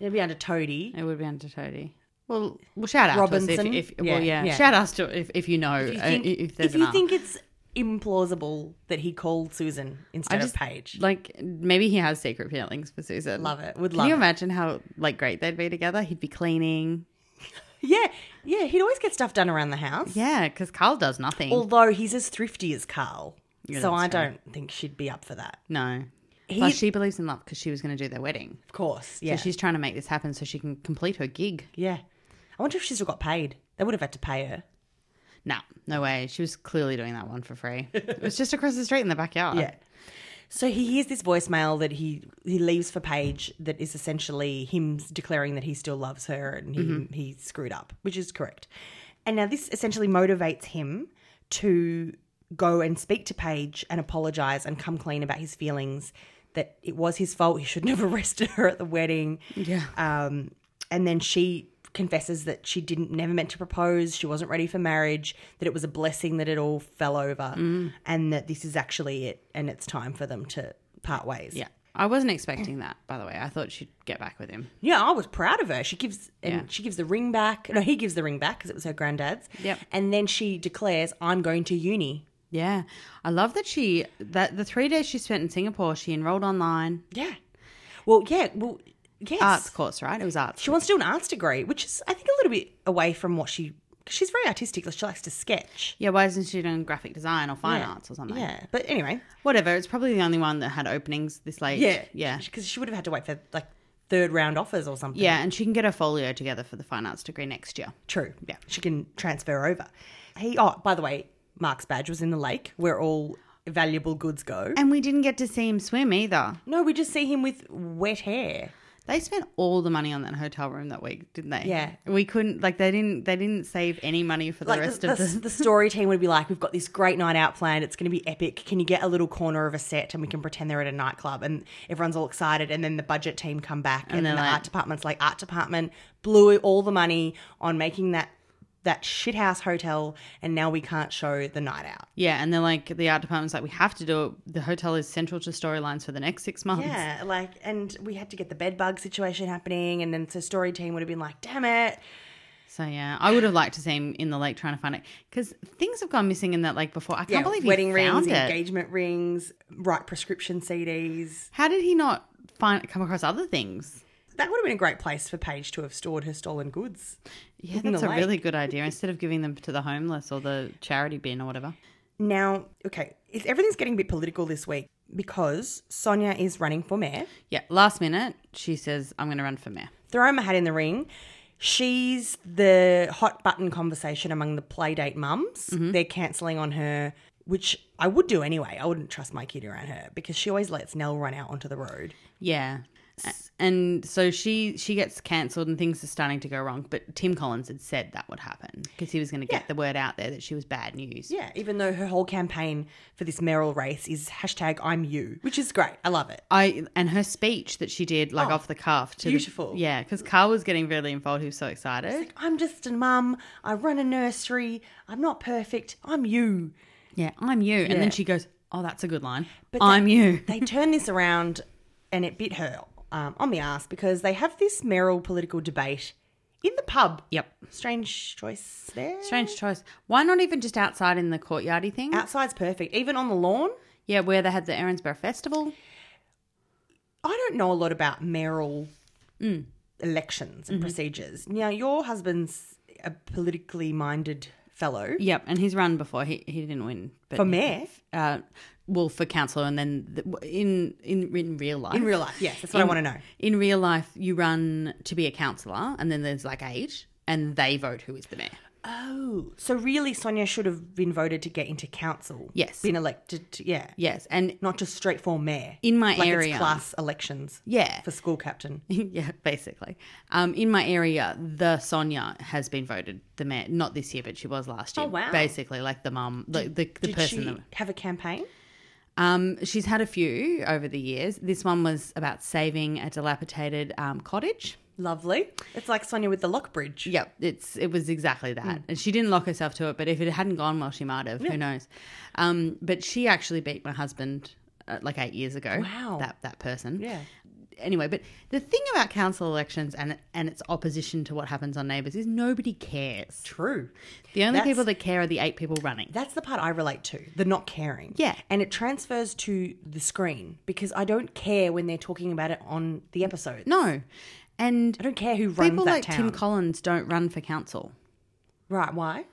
[SPEAKER 2] It'd be under Toady.
[SPEAKER 3] It would be under Toady. Well, well, shout out to us
[SPEAKER 2] Robinson?
[SPEAKER 3] if, if
[SPEAKER 2] Yeah,
[SPEAKER 3] well, yeah.
[SPEAKER 2] yeah.
[SPEAKER 3] Shout us to if, if you know uh,
[SPEAKER 2] If
[SPEAKER 3] if,
[SPEAKER 2] you think,
[SPEAKER 3] if there's
[SPEAKER 2] if
[SPEAKER 3] an
[SPEAKER 2] you
[SPEAKER 3] R.
[SPEAKER 2] think it's implausible that he called Susan
[SPEAKER 3] I
[SPEAKER 2] instead
[SPEAKER 3] just
[SPEAKER 2] of Paige,
[SPEAKER 3] Like maybe he has secret feelings for Susan.
[SPEAKER 2] Love it. Would
[SPEAKER 3] Can
[SPEAKER 2] love
[SPEAKER 3] you
[SPEAKER 2] it.
[SPEAKER 3] imagine how like great they'd be together? He'd be cleaning.
[SPEAKER 2] yeah, yeah, he'd always get stuff done around the house.
[SPEAKER 3] Yeah, because Carl does nothing.
[SPEAKER 2] Although he's as thrifty as Carl, so
[SPEAKER 3] that's
[SPEAKER 2] I
[SPEAKER 3] true.
[SPEAKER 2] don't think she'd be up for that.
[SPEAKER 3] no.
[SPEAKER 2] He-
[SPEAKER 3] Plus, she believes in love because she was going to do their wedding.
[SPEAKER 2] Of course, yeah,
[SPEAKER 3] So she's trying to make this happen so she can complete her gig.
[SPEAKER 2] yeah. I wonder if she still got paid. They would have had to pay her.
[SPEAKER 3] No, no way. She was clearly doing that one for free. it was just across the street in the backyard.
[SPEAKER 2] Yeah. So he hears this voicemail that he he leaves for Paige that is essentially him declaring that he still loves her and he, he screwed up, which is correct. And now this essentially motivates him to go and speak to Paige and apologize and come clean about his feelings that it was his fault. He shouldn't have arrested her at the wedding.
[SPEAKER 3] Yeah.
[SPEAKER 2] Um, and then she confesses that she didn't never meant to propose she wasn't ready for marriage that it was a blessing that it all fell over
[SPEAKER 3] Mm.
[SPEAKER 2] and that this is actually it and it's time for them to part ways
[SPEAKER 3] Yeah. I wasn't expecting that, by the way. I thought she'd get back with him.
[SPEAKER 2] yeah i was proud of her she gives and
[SPEAKER 3] Yeah.
[SPEAKER 2] she gives the ring back no he gives the ring back because it was her granddad's
[SPEAKER 3] Yep.
[SPEAKER 2] and then she declares i'm going to uni
[SPEAKER 3] Yeah. I love that she, that the three days she spent in Singapore, she enrolled online.
[SPEAKER 2] yeah well yeah well yes
[SPEAKER 3] Arts course, right? It was arts.
[SPEAKER 2] she wants to do an arts degree which is i think a little bit away from what she cause she's very artistic like she likes to sketch
[SPEAKER 3] Yeah, why isn't she doing graphic design or fine
[SPEAKER 2] Yeah.
[SPEAKER 3] arts or something?
[SPEAKER 2] yeah but anyway
[SPEAKER 3] Whatever. It's probably the only one that had openings this late.
[SPEAKER 2] Yeah,
[SPEAKER 3] Yeah.
[SPEAKER 2] because she would have had to wait for like third round offers or something.
[SPEAKER 3] Yeah, and she can get her folio together for the fine arts degree next year.
[SPEAKER 2] true. Yeah, she can transfer over. He. Oh, by the way, Mark's badge was in the lake where all valuable goods go.
[SPEAKER 3] And we didn't get to see him swim either.
[SPEAKER 2] no, we just see him with wet hair.
[SPEAKER 3] They spent all the money on that hotel room that week, didn't they?
[SPEAKER 2] Yeah.
[SPEAKER 3] We couldn't like they didn't they didn't save any money for the
[SPEAKER 2] Like
[SPEAKER 3] rest
[SPEAKER 2] the,
[SPEAKER 3] of
[SPEAKER 2] the,
[SPEAKER 3] the
[SPEAKER 2] the story team would be like, "We've got this great night out planned. It's going to be epic. Can you get a little corner of a set and we can pretend they're at a nightclub?" And everyone's all excited. And then the budget team come back and,
[SPEAKER 3] they're
[SPEAKER 2] then the
[SPEAKER 3] like-
[SPEAKER 2] art department's like, "Art department blew all the money on making that that shithouse hotel, and now we can't show the night out."
[SPEAKER 3] Yeah, and they're like the art department's like, we have to do it. The hotel is central to storylines for the next six months.
[SPEAKER 2] Yeah, like, and we had to get the bed bug situation happening, and then so story team would have been like, "Damn it!"
[SPEAKER 3] So yeah, I would have liked to see him in the lake trying to find it because things have gone missing in that lake before. I can't
[SPEAKER 2] Yeah,
[SPEAKER 3] believe he
[SPEAKER 2] wedding rings,
[SPEAKER 3] found it.
[SPEAKER 2] engagement rings, write prescription CDs.
[SPEAKER 3] How did he not find come across other things?
[SPEAKER 2] That would have been a great place for Paige to have stored her stolen goods.
[SPEAKER 3] Yeah,
[SPEAKER 2] In the
[SPEAKER 3] that's a
[SPEAKER 2] lake.
[SPEAKER 3] really good idea. Instead of giving them to the homeless or the charity bin or whatever.
[SPEAKER 2] Now, okay, it's, everything's getting a bit political this week because Sonia is running for mayor.
[SPEAKER 3] Yeah, last minute she says, "I'm going to run for mayor."
[SPEAKER 2] Throw my hat in the ring. She's the hot button conversation among the playdate mums. They're cancelling on her, which I would do anyway. I wouldn't trust my kid around her because she always lets Nell run out onto the road.
[SPEAKER 3] Yeah. A- And so she she gets cancelled and things are starting to go wrong. But Tim Collins had said that would happen because he was going to get
[SPEAKER 2] Yeah.
[SPEAKER 3] the word out there that she was bad news.
[SPEAKER 2] Yeah, even though her whole campaign for this mayoral race is hashtag I'm you, which is great. I love it.
[SPEAKER 3] I and her speech that she did like
[SPEAKER 2] Oh,
[SPEAKER 3] off the cuff to the-
[SPEAKER 2] beautiful.
[SPEAKER 3] yeah, because Carl was getting really involved. He was so excited.
[SPEAKER 2] I'm just a mum. I run a nursery. I'm not perfect. I'm you.
[SPEAKER 3] Yeah, I'm you. And
[SPEAKER 2] Yeah.
[SPEAKER 3] then she goes, "Oh, that's a good line.
[SPEAKER 2] But
[SPEAKER 3] I'm
[SPEAKER 2] they-
[SPEAKER 3] you."
[SPEAKER 2] they turned this around and it bit her um, on the ass because they have this mayoral political debate in the pub.
[SPEAKER 3] Yep.
[SPEAKER 2] Strange choice there.
[SPEAKER 3] Strange choice. Why not even just outside in the courtyardy thing?
[SPEAKER 2] Outside's perfect. Even on the lawn.
[SPEAKER 3] yeah, where they had the Erinsborough Festival.
[SPEAKER 2] I don't know a lot about mayoral
[SPEAKER 3] Mm. Mm-hmm.
[SPEAKER 2] elections and procedures. Now, your husband's a politically minded fellow.
[SPEAKER 3] Yep, and he's run before. He he didn't win but
[SPEAKER 2] For mayor?
[SPEAKER 3] Uh, well, for councillor, and then the, in in in real life.
[SPEAKER 2] In real life, yes, that's what I
[SPEAKER 3] In-
[SPEAKER 2] wanna know.
[SPEAKER 3] In real life, you run to be a councillor, and then there's like eight, and they vote who is the mayor.
[SPEAKER 2] Oh, so really, Sonia should have been voted to get into council.
[SPEAKER 3] Yes.
[SPEAKER 2] been elected. To, yeah,
[SPEAKER 3] Yes, and
[SPEAKER 2] not just straight for mayor.
[SPEAKER 3] In my
[SPEAKER 2] like
[SPEAKER 3] area.
[SPEAKER 2] it's class elections.
[SPEAKER 3] Yeah.
[SPEAKER 2] for school captain.
[SPEAKER 3] yeah, basically. Um, in my area, the Sonia has been voted the mayor. Not this year, but she was last year.
[SPEAKER 2] Oh, wow.
[SPEAKER 3] Basically, like the mum, the the, the
[SPEAKER 2] Did
[SPEAKER 3] person.
[SPEAKER 2] she
[SPEAKER 3] that-
[SPEAKER 2] have a campaign?
[SPEAKER 3] Um, she's had a few over the years. This one was about saving a dilapidated um, cottage.
[SPEAKER 2] Lovely. It's like Sonia with the lock bridge.
[SPEAKER 3] Yep, it's it was exactly that,
[SPEAKER 2] Hmm.
[SPEAKER 3] and she didn't lock herself to it. But if it hadn't gone well, she might have. Who knows? Um, but she actually beat my husband uh, like eight years ago.
[SPEAKER 2] Wow.
[SPEAKER 3] that that person.
[SPEAKER 2] Yeah.
[SPEAKER 3] Anyway, but the thing about council elections and and its opposition to what happens on Neighbours is nobody cares.
[SPEAKER 2] True.
[SPEAKER 3] The only
[SPEAKER 2] That's-
[SPEAKER 3] people that care are the eight people running.
[SPEAKER 2] That's the part I relate to, the not caring.
[SPEAKER 3] Yeah.
[SPEAKER 2] And it transfers to the screen because I don't care when they're talking about it on the episode.
[SPEAKER 3] No, and
[SPEAKER 2] I don't care who runs
[SPEAKER 3] people
[SPEAKER 2] that
[SPEAKER 3] like
[SPEAKER 2] town.
[SPEAKER 3] Tim Collins don't run for council.
[SPEAKER 2] right, why?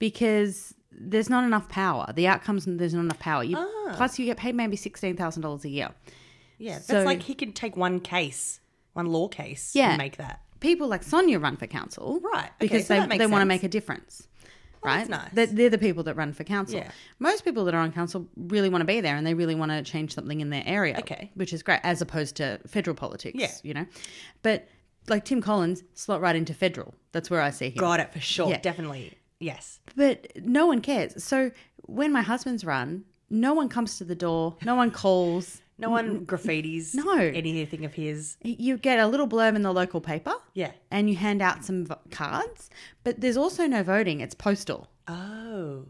[SPEAKER 3] because there's not enough power. The outcomes, there's not enough power. You,
[SPEAKER 2] Ah.
[SPEAKER 3] Plus, you get paid maybe sixteen thousand dollars a year.
[SPEAKER 2] Yeah. That's
[SPEAKER 3] So-
[SPEAKER 2] like he could take one case, one law case
[SPEAKER 3] Yeah.
[SPEAKER 2] and make that.
[SPEAKER 3] People like Sonia run for council,
[SPEAKER 2] Right. Okay,
[SPEAKER 3] Because
[SPEAKER 2] so that
[SPEAKER 3] they
[SPEAKER 2] makes
[SPEAKER 3] they want to
[SPEAKER 2] sense.
[SPEAKER 3] make a difference, right?
[SPEAKER 2] that's nice.
[SPEAKER 3] They're, they're the people that run for council.
[SPEAKER 2] Yeah.
[SPEAKER 3] Most people that are on council really want to be there and they really want to change something in their area.
[SPEAKER 2] Okay.
[SPEAKER 3] which is great as opposed to federal politics.
[SPEAKER 2] Yeah.
[SPEAKER 3] you know, but like Tim Collins slot right into federal. That's where I see him.
[SPEAKER 2] Got it for sure.
[SPEAKER 3] Yeah.
[SPEAKER 2] Definitely. Yes.
[SPEAKER 3] but no one cares. So when my husband's run, no one comes to the door, no one calls.
[SPEAKER 2] No one graffitis
[SPEAKER 3] no.
[SPEAKER 2] anything of his.
[SPEAKER 3] You get a little blurb in the local paper.
[SPEAKER 2] Yeah.
[SPEAKER 3] And you hand out some v- cards, but there's also no voting. It's postal.
[SPEAKER 2] Oh.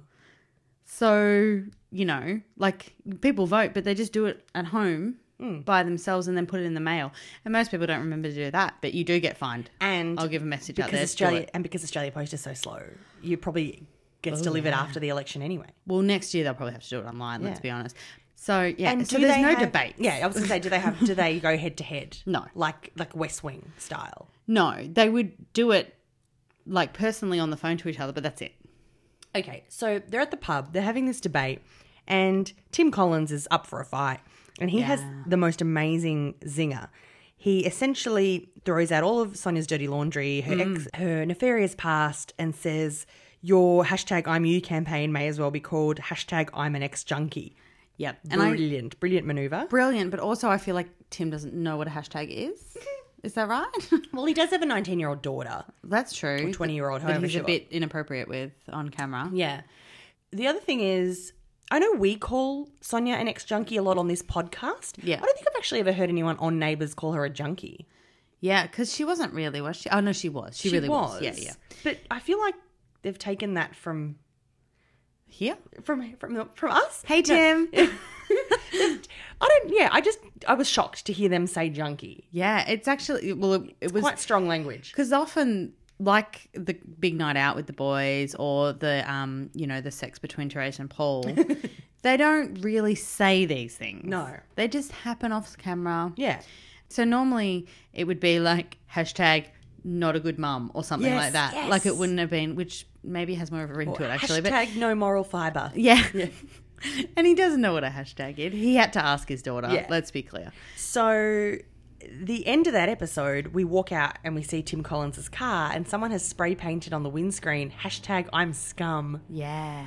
[SPEAKER 3] So, you know, like people vote, but they just do it at home
[SPEAKER 2] Hmm.
[SPEAKER 3] by themselves and then put it in the mail. And most people don't remember to do that, but you do get fined.
[SPEAKER 2] And
[SPEAKER 3] I'll give a message out
[SPEAKER 2] because
[SPEAKER 3] there. to
[SPEAKER 2] Australia
[SPEAKER 3] it.
[SPEAKER 2] and because Australia Post is so slow, you probably gets
[SPEAKER 3] Oh,
[SPEAKER 2] delivered after the election anyway.
[SPEAKER 3] Well, next year they'll probably have to do it online, let's
[SPEAKER 2] Yeah.
[SPEAKER 3] be honest. So, yeah.
[SPEAKER 2] And
[SPEAKER 3] so
[SPEAKER 2] do
[SPEAKER 3] there's
[SPEAKER 2] they
[SPEAKER 3] no
[SPEAKER 2] have-
[SPEAKER 3] debate.
[SPEAKER 2] Yeah, I was gonna say, do they have? Do they go head to head?
[SPEAKER 3] No.
[SPEAKER 2] like like West Wing style.
[SPEAKER 3] No, they would do it like personally on the phone to each other, but that's it.
[SPEAKER 2] Okay, so they're at the pub, they're having this debate, and Tim Collins is up for a fight, and he has the most amazing zinger. He essentially throws out all of Sonia's dirty laundry, her ex, her nefarious past, and says, "Your hashtag I'm you campaign may as well be called hashtag I'm an ex junkie."
[SPEAKER 3] Yep. And I
[SPEAKER 2] Brilliant, brilliant maneuver.
[SPEAKER 3] brilliant, but also I feel like Tim doesn't know what a hashtag is. is that right?
[SPEAKER 2] Well, he does have a 19 year old daughter.
[SPEAKER 3] that's true.
[SPEAKER 2] 20-year-old
[SPEAKER 3] that
[SPEAKER 2] however
[SPEAKER 3] he's a
[SPEAKER 2] sure.
[SPEAKER 3] bit inappropriate with on camera.
[SPEAKER 2] Yeah. The other thing is, I know we call Sonia an ex junkie a lot on this podcast.
[SPEAKER 3] Yeah.
[SPEAKER 2] I don't think I've actually ever heard anyone on Neighbours call her a junkie.
[SPEAKER 3] Yeah, because she wasn't really, was she? Oh no, she was. She, really was. Yeah, yeah.
[SPEAKER 2] But I feel like they've taken that from
[SPEAKER 3] Here.
[SPEAKER 2] from from from us.
[SPEAKER 3] Hey Tim.
[SPEAKER 2] I don't. Yeah. I just I was shocked to hear them say junkie.
[SPEAKER 3] yeah, it's actually well, it, it was
[SPEAKER 2] Quite strong language.
[SPEAKER 3] because often like the big night out with the boys or the um you know the sex between Teresa and Paul they don't really say these things
[SPEAKER 2] No.
[SPEAKER 3] they just happen off camera
[SPEAKER 2] Yeah.
[SPEAKER 3] so normally it would be like hashtag not a good mum or something
[SPEAKER 2] Yes,
[SPEAKER 3] like that
[SPEAKER 2] yes.
[SPEAKER 3] like it wouldn't have been which maybe has more of a ring to it actually but
[SPEAKER 2] Hashtag no moral fibre.
[SPEAKER 3] yeah, and he doesn't know what a hashtag is he had to ask his daughter
[SPEAKER 2] Yeah.
[SPEAKER 3] let's be clear
[SPEAKER 2] So, the end of that episode, we walk out and we see Tim Collins' car, and someone has spray painted on the windscreen hashtag I'm scum.
[SPEAKER 3] yeah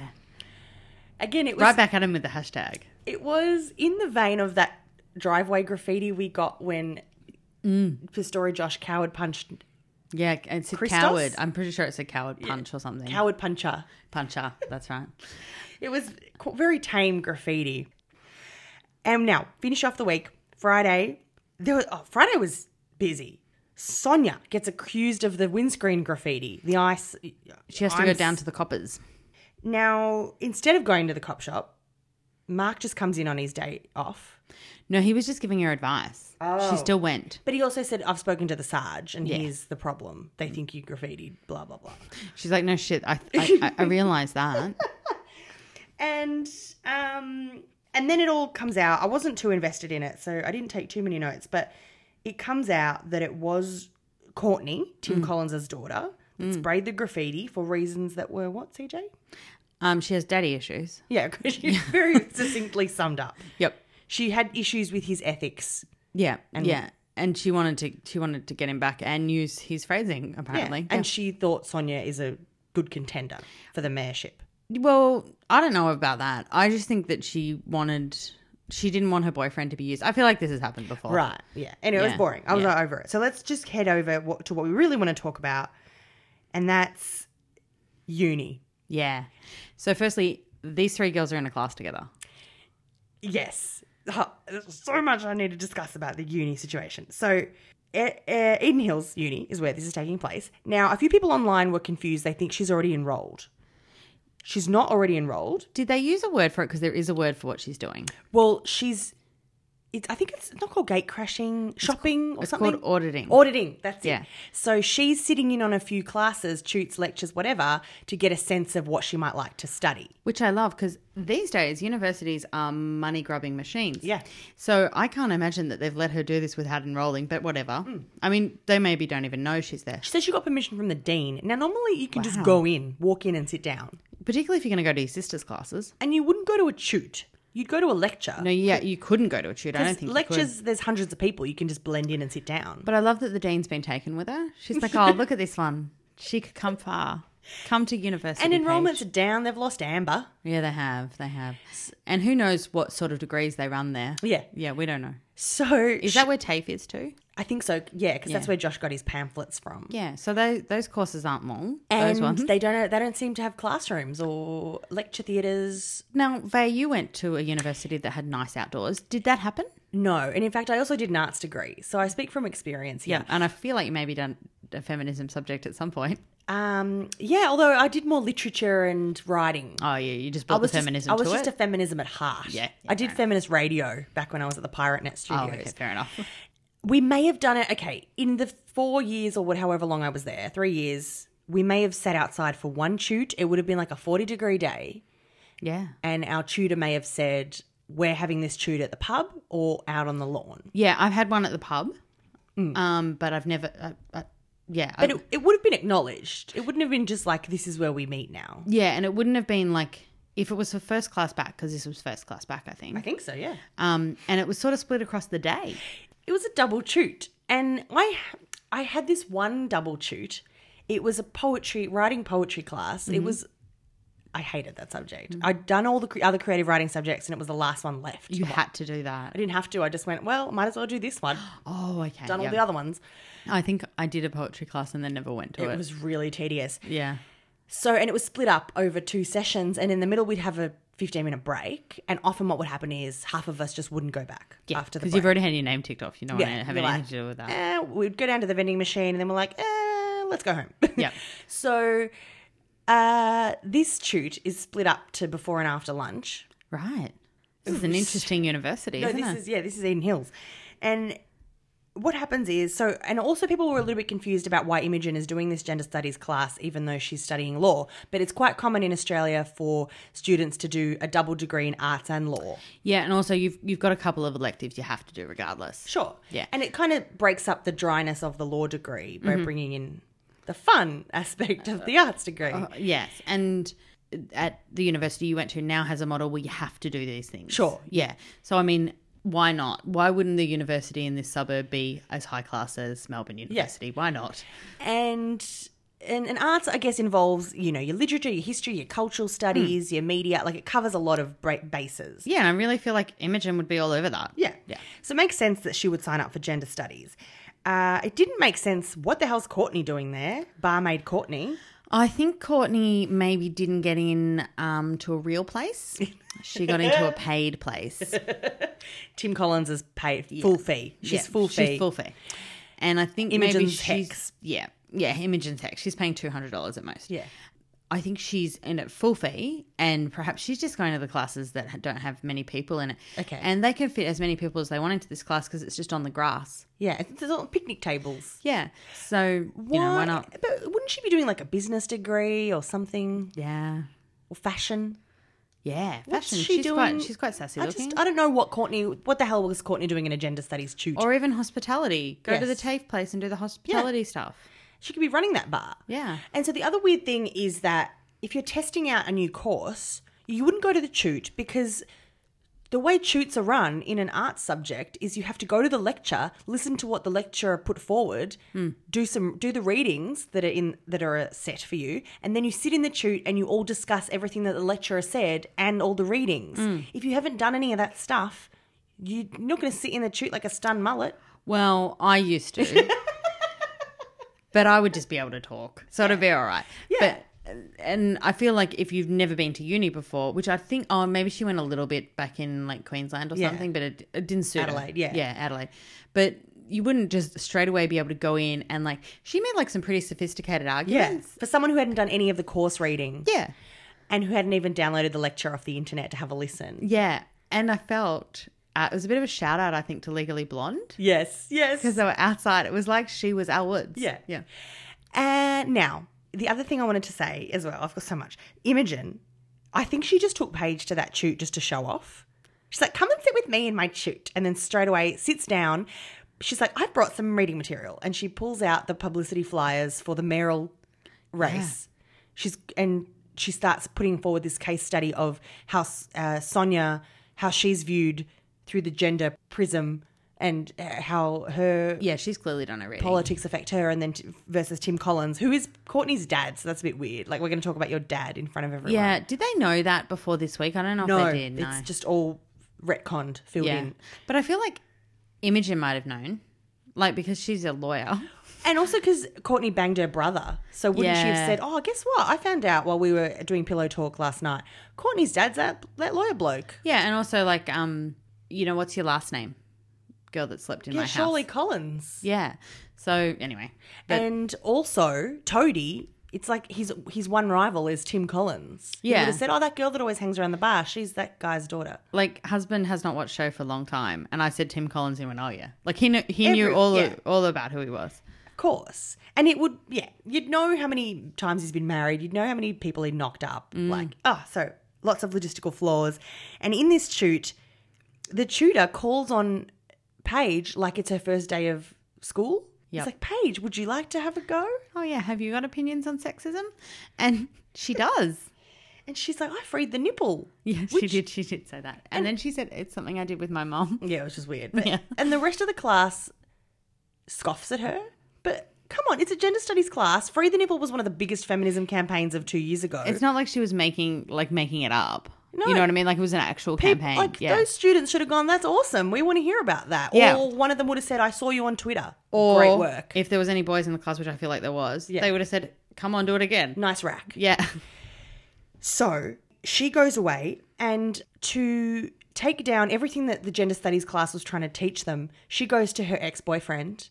[SPEAKER 2] Again, it was
[SPEAKER 3] right back at him with the hashtag
[SPEAKER 2] it was in the vein of that driveway graffiti we got when Pistori Josh Coward punched
[SPEAKER 3] Yeah, it's a
[SPEAKER 2] Christos?
[SPEAKER 3] coward. I'm pretty sure it's a coward punch or something.
[SPEAKER 2] Coward Puncher.
[SPEAKER 3] Puncher, that's right.
[SPEAKER 2] It was qu- very tame graffiti. And now, finish off the week. Friday, there was, oh, Friday was busy. Sonia gets accused of the windscreen graffiti, the ice.
[SPEAKER 3] She has to
[SPEAKER 2] I'm
[SPEAKER 3] go
[SPEAKER 2] s-
[SPEAKER 3] down to the coppers.
[SPEAKER 2] Now, instead of going to the cop shop, Mark just comes in on his day off.
[SPEAKER 3] No, he was just giving her advice. She still went.
[SPEAKER 2] But he also said, I've spoken to the Sarge and here's the problem. They think you graffitied, blah, blah, blah.
[SPEAKER 3] She's like, no shit, I I, I, I realized that.
[SPEAKER 2] And um and then it all comes out. I wasn't too invested in it, so I didn't take too Mm. many notes, but it comes out that it was Courtney, Tim Collins' daughter, Let's braid the graffiti for reasons that were what, CJ?
[SPEAKER 3] Um, she has daddy issues.
[SPEAKER 2] Yeah, 'cause she very succinctly summed up.
[SPEAKER 3] Yep.
[SPEAKER 2] She had issues with his ethics.
[SPEAKER 3] Yeah. yeah. And she wanted to she wanted to get him back and use his phrasing
[SPEAKER 2] Yeah,
[SPEAKER 3] apparently.
[SPEAKER 2] And she thought Sonia is a good contender for the mayorship.
[SPEAKER 3] Well, I don't know about that. I just think that she wanted she didn't want her boyfriend to be used. I feel like this has happened before.
[SPEAKER 2] Right. Yeah. Anyway, it was
[SPEAKER 3] Yeah,
[SPEAKER 2] boring. I was
[SPEAKER 3] yeah.
[SPEAKER 2] like, over it. So let's just head over what, to what we really want to talk about, and that's uni.
[SPEAKER 3] Yeah. So firstly, these three girls are in a class together.
[SPEAKER 2] Yes. Ha- There's so much I need to discuss about the uni situation. So, E- E- Eden Hills Uni is where this is taking place. Now, a few people online were confused. They think she's already enrolled. She's not already enrolled.
[SPEAKER 3] Did they use a word for it because there is a word for what she's doing?
[SPEAKER 2] Well, she's. It's, I think it's not called gate crashing, shopping, or
[SPEAKER 3] It's
[SPEAKER 2] something.
[SPEAKER 3] called auditing.
[SPEAKER 2] Auditing, that's
[SPEAKER 3] Yeah.
[SPEAKER 2] it. So she's sitting in on a few classes, shoots, lectures, whatever, to get a sense of what she might like to study.
[SPEAKER 3] Which I love because these days universities are money grubbing machines.
[SPEAKER 2] Yeah.
[SPEAKER 3] So I can't imagine that they've let her do this without enrolling, but whatever.
[SPEAKER 2] Mm.
[SPEAKER 3] I mean, they maybe don't even know she's there.
[SPEAKER 2] She says she got permission from the dean. Now, normally you can just go in, walk in, and sit down.
[SPEAKER 3] Particularly if you're going to go to your sister's classes.
[SPEAKER 2] And you wouldn't go to a tute, you'd go to a lecture.
[SPEAKER 3] No, yeah, you couldn't go to a tutor. I don't
[SPEAKER 2] 'Cause
[SPEAKER 3] think you could.
[SPEAKER 2] lectures, there's hundreds of people. You can just blend in and sit down.
[SPEAKER 3] But I love that the dean's been taken with her. She's like, oh, look at this one. She could come far. Come to university.
[SPEAKER 2] and
[SPEAKER 3] Paige."
[SPEAKER 2] enrollments are down. They've lost Amber.
[SPEAKER 3] Yeah, they have. They have. And who knows what sort of degrees they run there.
[SPEAKER 2] Yeah.
[SPEAKER 3] Yeah, we don't know.
[SPEAKER 2] So
[SPEAKER 3] Is that where TAFE is too?
[SPEAKER 2] I think so. Yeah, because that's
[SPEAKER 3] Yeah.
[SPEAKER 2] where Josh got his pamphlets from.
[SPEAKER 3] Yeah. So they, those courses aren't long.
[SPEAKER 2] And
[SPEAKER 3] those ones.
[SPEAKER 2] they don't they don't seem to have classrooms or lecture theatres
[SPEAKER 3] Now, Vay, you went to a university that had nice outdoors. Did that happen?
[SPEAKER 2] No, and in fact, I also did an arts degree, so I speak from experience here.
[SPEAKER 3] And I feel like you maybe done a feminism subject at some point.
[SPEAKER 2] Um, yeah. Although I did more literature and writing.
[SPEAKER 3] Oh, yeah. You just
[SPEAKER 2] I
[SPEAKER 3] brought the
[SPEAKER 2] was just-
[SPEAKER 3] feminism
[SPEAKER 2] I was
[SPEAKER 3] to
[SPEAKER 2] just
[SPEAKER 3] it.
[SPEAKER 2] a feminism at heart.
[SPEAKER 3] Yeah, yeah,
[SPEAKER 2] I did
[SPEAKER 3] fair
[SPEAKER 2] feminist radio back when I was at the PirateNet studios.
[SPEAKER 3] oh, okay. Fair enough.
[SPEAKER 2] We may have done it. Okay, in the four years or what, however long I was there, three years, we may have sat outside for one shoot. It would have been like a forty degree day,
[SPEAKER 3] Yeah.
[SPEAKER 2] and our tutor may have said, "We're having this shoot at the pub or out on the lawn."
[SPEAKER 3] Yeah, I've had one at the pub, um, but I've never. I, I, yeah,
[SPEAKER 2] Mm. But
[SPEAKER 3] I-
[SPEAKER 2] it, it would have been acknowledged. It wouldn't have been just like, "This is where we meet now."
[SPEAKER 3] yeah, and it wouldn't have been like if it was for first class back because this was first class back, I think.
[SPEAKER 2] I think so, yeah.
[SPEAKER 3] Um, and it was sort of split across the day.
[SPEAKER 2] It was a double toot. And I I had this one double toot. It was a poetry writing poetry class. It was I hated that subject. I'd done all the cre- other creative writing subjects and it was the last one left.
[SPEAKER 3] You had to do that.
[SPEAKER 2] I didn't have to. I just went, well, might as well do this one.
[SPEAKER 3] Oh, okay.
[SPEAKER 2] Done all
[SPEAKER 3] yeah.
[SPEAKER 2] the other ones.
[SPEAKER 3] I think I did a poetry class and then never went to it.
[SPEAKER 2] It was really tedious.
[SPEAKER 3] yeah.
[SPEAKER 2] So, and it was split up over two sessions. And in the middle, we'd have a 15 minute break. And often what would happen is half of us just wouldn't go back
[SPEAKER 3] Yeah,
[SPEAKER 2] after the
[SPEAKER 3] because
[SPEAKER 2] break.
[SPEAKER 3] you've already had your name ticked off. You don't
[SPEAKER 2] Yeah,
[SPEAKER 3] want to have
[SPEAKER 2] you're
[SPEAKER 3] anything
[SPEAKER 2] like,
[SPEAKER 3] to do with that.
[SPEAKER 2] eh, we'd go down to the vending machine and then we're like, eh, let's go home.
[SPEAKER 3] Yeah.
[SPEAKER 2] so uh, this shoot is split up to before and after lunch.
[SPEAKER 3] Right. This is an interesting university,
[SPEAKER 2] No,
[SPEAKER 3] isn't
[SPEAKER 2] this
[SPEAKER 3] it?
[SPEAKER 2] is yeah, this is Eden Hills. And what happens is so and also people were a little bit confused about why Imogen is doing this gender studies class even though she's studying law, but it's quite common in Australia for students to do a double degree in arts and law.
[SPEAKER 3] yeah, and also you've you've got a couple of electives you have to do regardless.
[SPEAKER 2] Sure.
[SPEAKER 3] Yeah. Mm-hmm.
[SPEAKER 2] And it kind of breaks up the dryness of the law degree by bringing in the fun aspect of the arts degree.
[SPEAKER 3] Yes, and at the university you went to now has a model where you have to do these things.
[SPEAKER 2] Sure.
[SPEAKER 3] Yeah. So I mean, why not? Why wouldn't the university in this suburb be as high class as Melbourne University? Why not?
[SPEAKER 2] and and, and arts, I guess, involves you know your literature, your history, your cultural studies, your media. Like it covers a lot of bra- bases.
[SPEAKER 3] Mm. Yeah, and I really feel like Imogen would be all over that.
[SPEAKER 2] Yeah.
[SPEAKER 3] Yeah.
[SPEAKER 2] So it makes sense that she would sign up for gender studies. Uh, it didn't make sense. What the hell's Courtney doing there? Barmaid Courtney.
[SPEAKER 3] I think Courtney maybe didn't get in um, to a real place. She got into a paid place.
[SPEAKER 2] Tim Collins is paid full fee. She's
[SPEAKER 3] Yeah,
[SPEAKER 2] full fee.
[SPEAKER 3] She's full fee. And I think maybe
[SPEAKER 2] Imogen's
[SPEAKER 3] she's
[SPEAKER 2] hex.
[SPEAKER 3] yeah yeah Imogen's hex. She's paying two hundred dollars at most.
[SPEAKER 2] Yeah.
[SPEAKER 3] I think she's in at full fee, and perhaps she's just going to the classes that ha- don't have many people in it.
[SPEAKER 2] Okay.
[SPEAKER 3] and they can fit as many people as they want into this class because it's just on the grass.
[SPEAKER 2] Yeah. It's, it's all picnic tables.
[SPEAKER 3] Yeah, so you know why not?
[SPEAKER 2] But wouldn't she be doing like a business degree or something
[SPEAKER 3] Yeah,
[SPEAKER 2] or fashion?
[SPEAKER 3] yeah. Fashion.
[SPEAKER 2] What's she
[SPEAKER 3] she's
[SPEAKER 2] doing?
[SPEAKER 3] Quite, she's quite sassy
[SPEAKER 2] I
[SPEAKER 3] looking.
[SPEAKER 2] just I don't know what Courtney what the hell was Courtney doing in a gender studies shoot?
[SPEAKER 3] or even hospitality. Go to the
[SPEAKER 2] Yes.
[SPEAKER 3] TAFE place and do the hospitality stuff.
[SPEAKER 2] she could be running that bar.
[SPEAKER 3] Yeah.
[SPEAKER 2] And so the other weird thing is that if you're testing out a new course, you wouldn't go to the toot because the way toots are run in an art subject is you have to go to the lecture, listen to what the lecturer put forward, do some do the readings that are in that are set for you, and then you sit in the toot and you all discuss everything that the lecturer said and all the readings. If you haven't done any of that stuff, you're not going to sit in the toot like a stunned mullet.
[SPEAKER 3] Well, I used to. but I would just be able to talk. So it'd be all right.
[SPEAKER 2] Yeah.
[SPEAKER 3] But, and I feel like if you've never been to uni before, which I think, oh, maybe she went a little bit back in like Queensland or
[SPEAKER 2] Yeah.
[SPEAKER 3] something, but it, it didn't suit her.
[SPEAKER 2] Adelaide, yeah.
[SPEAKER 3] Yeah, Adelaide. But you wouldn't just straight away be able to go in and like, she made like some pretty sophisticated arguments.
[SPEAKER 2] For someone who hadn't done any of the course reading
[SPEAKER 3] Yeah.
[SPEAKER 2] and who hadn't even downloaded the lecture off the internet to have a listen.
[SPEAKER 3] Yeah. And I felt uh, it was a bit of a shout out, I think, to Legally Blonde.
[SPEAKER 2] Yes, yes.
[SPEAKER 3] Because they were outside. It was like she was our woods.
[SPEAKER 2] Yeah.
[SPEAKER 3] Yeah.
[SPEAKER 2] And Uh, now, the other thing I wanted to say as well, I've got so much. Imogen, I think she just took Paige to that shoot just to show off. She's like, come and sit with me in my shoot. And then straight away sits down. She's like, I've brought some reading material. And she pulls out the publicity flyers for the Merrill race. She's and she starts putting forward this case study of how uh, Sonia, how she's viewed through the gender prism, and uh, how her
[SPEAKER 3] Yeah, she's clearly done her reading.
[SPEAKER 2] politics affect her and then t- versus Tim Collins, who is Courtney's dad. So that's a bit weird. Like we're going to talk about your dad in front of everyone.
[SPEAKER 3] Yeah, did they know that before this week? I don't know
[SPEAKER 2] no,
[SPEAKER 3] if they did. No,
[SPEAKER 2] it's just all retconned, filled
[SPEAKER 3] yeah,
[SPEAKER 2] in.
[SPEAKER 3] but I feel like Imogen might have known, like because she's a lawyer.
[SPEAKER 2] And also because Courtney banged her brother, so wouldn't she have
[SPEAKER 3] Yeah.
[SPEAKER 2] said, "Oh, guess what? I found out while we were doing pillow talk last night. Courtney's dad's that that lawyer bloke.
[SPEAKER 3] Yeah, and also like um, you know, what's your last name? Girl that slept in
[SPEAKER 2] Yeah,
[SPEAKER 3] my
[SPEAKER 2] Shirley
[SPEAKER 3] house.
[SPEAKER 2] Collins.
[SPEAKER 3] Yeah. So anyway, but
[SPEAKER 2] and also Toady." It's like his his one rival is Tim Collins. He
[SPEAKER 3] Yeah.
[SPEAKER 2] would have said, "Oh, that girl that always hangs around the bar, she's that guy's daughter."
[SPEAKER 3] like husband has not watched show for a long time, and I said Tim Collins, and he went, oh yeah, like he knew he knew
[SPEAKER 2] Every-
[SPEAKER 3] all
[SPEAKER 2] yeah.
[SPEAKER 3] all about who he was.
[SPEAKER 2] course. And it would, yeah, you'd know how many times he's been married, you'd know how many people he knocked up.
[SPEAKER 3] Mm.
[SPEAKER 2] Like, oh, so lots of logistical flaws. And in this shoot, the tutor calls on Paige like it's her first day of school.
[SPEAKER 3] Yep.
[SPEAKER 2] It's like, Paige, would you like to have a go?
[SPEAKER 3] Oh yeah, have you got opinions on sexism? And she does.
[SPEAKER 2] And she's like, I freed the nipple.
[SPEAKER 3] Yes, she
[SPEAKER 2] Which-
[SPEAKER 3] did. She did say that, and, then she said it's something I did with my mom.
[SPEAKER 2] Yeah, which is weird. But,
[SPEAKER 3] Yeah.
[SPEAKER 2] And the rest of the class scoffs at her. But come on, it's a gender studies class. Free the nipple was one of the biggest feminism campaigns of two years ago.
[SPEAKER 3] It's not like she was making like making it up.
[SPEAKER 2] No.
[SPEAKER 3] You know what I mean? Like it was an actual
[SPEAKER 2] Peop-
[SPEAKER 3] campaign.
[SPEAKER 2] Like
[SPEAKER 3] yeah.
[SPEAKER 2] those students should have gone. That's awesome. We want to hear about that.
[SPEAKER 3] Yeah.
[SPEAKER 2] Or one of them would have said, "I saw you on Twitter.
[SPEAKER 3] or
[SPEAKER 2] Great work.
[SPEAKER 3] If there was any boys in the class, which I feel like there was, they would have said, "Come on, do it again."
[SPEAKER 2] nice rack."
[SPEAKER 3] Yeah.
[SPEAKER 2] So she goes away and to take down everything that the gender studies class was trying to teach them, she goes to her ex boyfriend,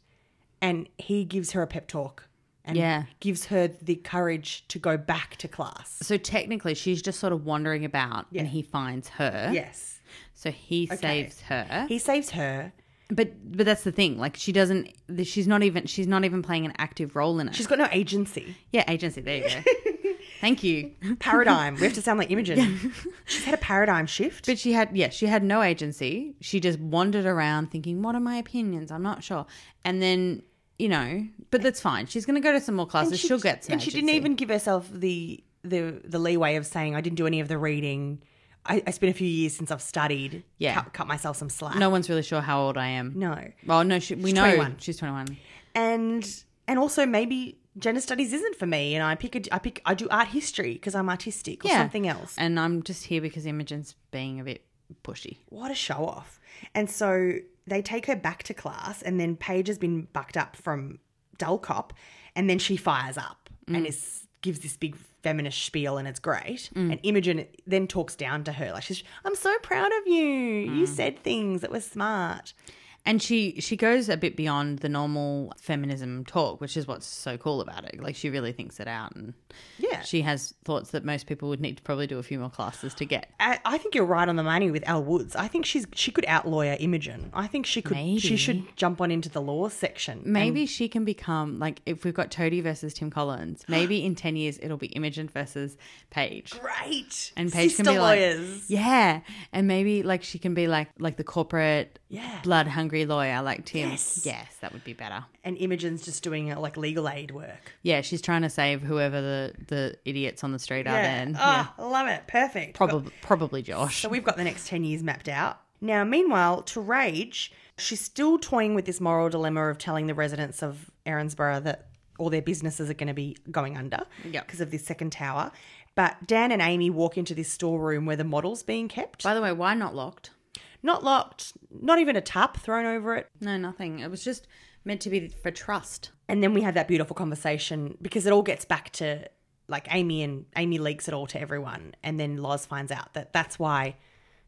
[SPEAKER 2] and he gives her a pep talk. And
[SPEAKER 3] Yeah.
[SPEAKER 2] gives her the courage to go back to class.
[SPEAKER 3] So technically, she's just sort of wandering about, and he finds her.
[SPEAKER 2] Yes.
[SPEAKER 3] So he saves her.
[SPEAKER 2] He saves her.
[SPEAKER 3] But but that's the thing. Like she doesn't. She's not even. She's not even playing an active role in it.
[SPEAKER 2] She's got no agency.
[SPEAKER 3] yeah, agency. There you go. Thank you.
[SPEAKER 2] Paradigm. we have to sound like Imogen. She's had a paradigm shift.
[SPEAKER 3] But she had, yeah, she had no agency. She just wandered around thinking, what are my opinions? I'm not sure. And then, you know, but that's fine. She's going to go to some more classes. She'll get some.
[SPEAKER 2] and she didn't
[SPEAKER 3] agency.
[SPEAKER 2] even give herself the the the leeway of saying I didn't do any of the reading. I, I spent a few years since I've studied.
[SPEAKER 3] Yeah.
[SPEAKER 2] cut, cut myself some slack.
[SPEAKER 3] No one's really sure how old I am.
[SPEAKER 2] no,
[SPEAKER 3] Well, no, she, we know
[SPEAKER 2] 21.
[SPEAKER 3] she's 21.
[SPEAKER 2] and and also maybe gender studies isn't for me, and I pick a, I pick I do art history because I'm artistic or
[SPEAKER 3] Yeah.
[SPEAKER 2] something else.
[SPEAKER 3] And I'm just here because Imogen's being a bit pushy.
[SPEAKER 2] What a show off. And so they take her back to class, and then Paige has been bucked up from Dull Cop, and then she fires up and
[SPEAKER 3] Mm.
[SPEAKER 2] is gives this big feminist spiel, and it's great.
[SPEAKER 3] Mm.
[SPEAKER 2] And Imogen then talks down to her. Like, she's, I'm so proud of you. You
[SPEAKER 3] Mm.
[SPEAKER 2] said things that were smart.
[SPEAKER 3] And she, she goes a bit beyond the normal feminism talk, which is what's so cool about it. Like, she really thinks it out. And
[SPEAKER 2] Yeah.
[SPEAKER 3] she has thoughts that most people would need to probably do a few more classes to get.
[SPEAKER 2] I I think you're right on the money with Al Woods. I think she's she could out lawyer Imogen. I think she could she
[SPEAKER 3] Maybe.
[SPEAKER 2] should jump on into the law section. and-
[SPEAKER 3] Maybe she can become like if we've got Toadie versus Tim Collins. Maybe in ten years it'll be Imogen versus Paige,
[SPEAKER 2] great.
[SPEAKER 3] and Paige
[SPEAKER 2] Sister
[SPEAKER 3] can be
[SPEAKER 2] lawyers.
[SPEAKER 3] like, yeah, and maybe like she can be like like the corporate
[SPEAKER 2] Yeah.
[SPEAKER 3] blood hungry lawyer like Tim.
[SPEAKER 2] Yes.
[SPEAKER 3] yes, that would be better.
[SPEAKER 2] And Imogen's just doing uh, like legal aid work.
[SPEAKER 3] Yeah, she's trying to save whoever the, the idiots on the street are.
[SPEAKER 2] Yeah.
[SPEAKER 3] Then,
[SPEAKER 2] Oh,
[SPEAKER 3] yeah.
[SPEAKER 2] I love it. Perfect.
[SPEAKER 3] probably probably Josh.
[SPEAKER 2] So we've got the next 10 years mapped out. Now, meanwhile, to Rage, she's still toying with this moral dilemma of telling the residents of Erinsborough that all their businesses are going to be going under
[SPEAKER 3] Yep.
[SPEAKER 2] because of this second tower. But Dan and Amy walk into this storeroom where the model's being kept.
[SPEAKER 3] By the way, why not locked?
[SPEAKER 2] Not locked, not even a tarp thrown over it.
[SPEAKER 3] No, nothing. It was just meant to be for trust.
[SPEAKER 2] And then we have that beautiful conversation because it all gets back to like Amy and Amy leaks it all to everyone. And then Loz finds out that that's why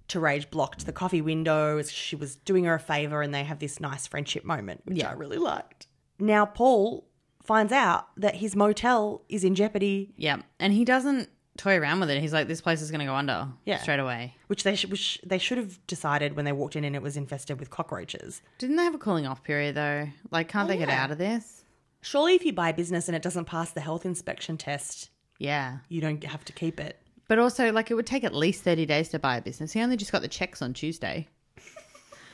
[SPEAKER 2] Terage blocked the coffee window. is She was doing her a favor and they have this nice friendship moment, which I really liked. Now, Paul finds out that his motel is in jeopardy,
[SPEAKER 3] Yeah, and he doesn't toy around with it. He's like, this place is going to go under.
[SPEAKER 2] Yeah.
[SPEAKER 3] straight away.
[SPEAKER 2] which they, sh- which they should have decided when they walked in and it was infested with cockroaches.
[SPEAKER 3] Didn't they have a cooling off period though? Like, can't they get out of this?
[SPEAKER 2] Surely, if you buy a business and it doesn't pass the health inspection test,
[SPEAKER 3] Yeah,
[SPEAKER 2] you don't have to keep it.
[SPEAKER 3] but also like it would take at least thirty days to buy a business. He only just got the checks on Tuesday.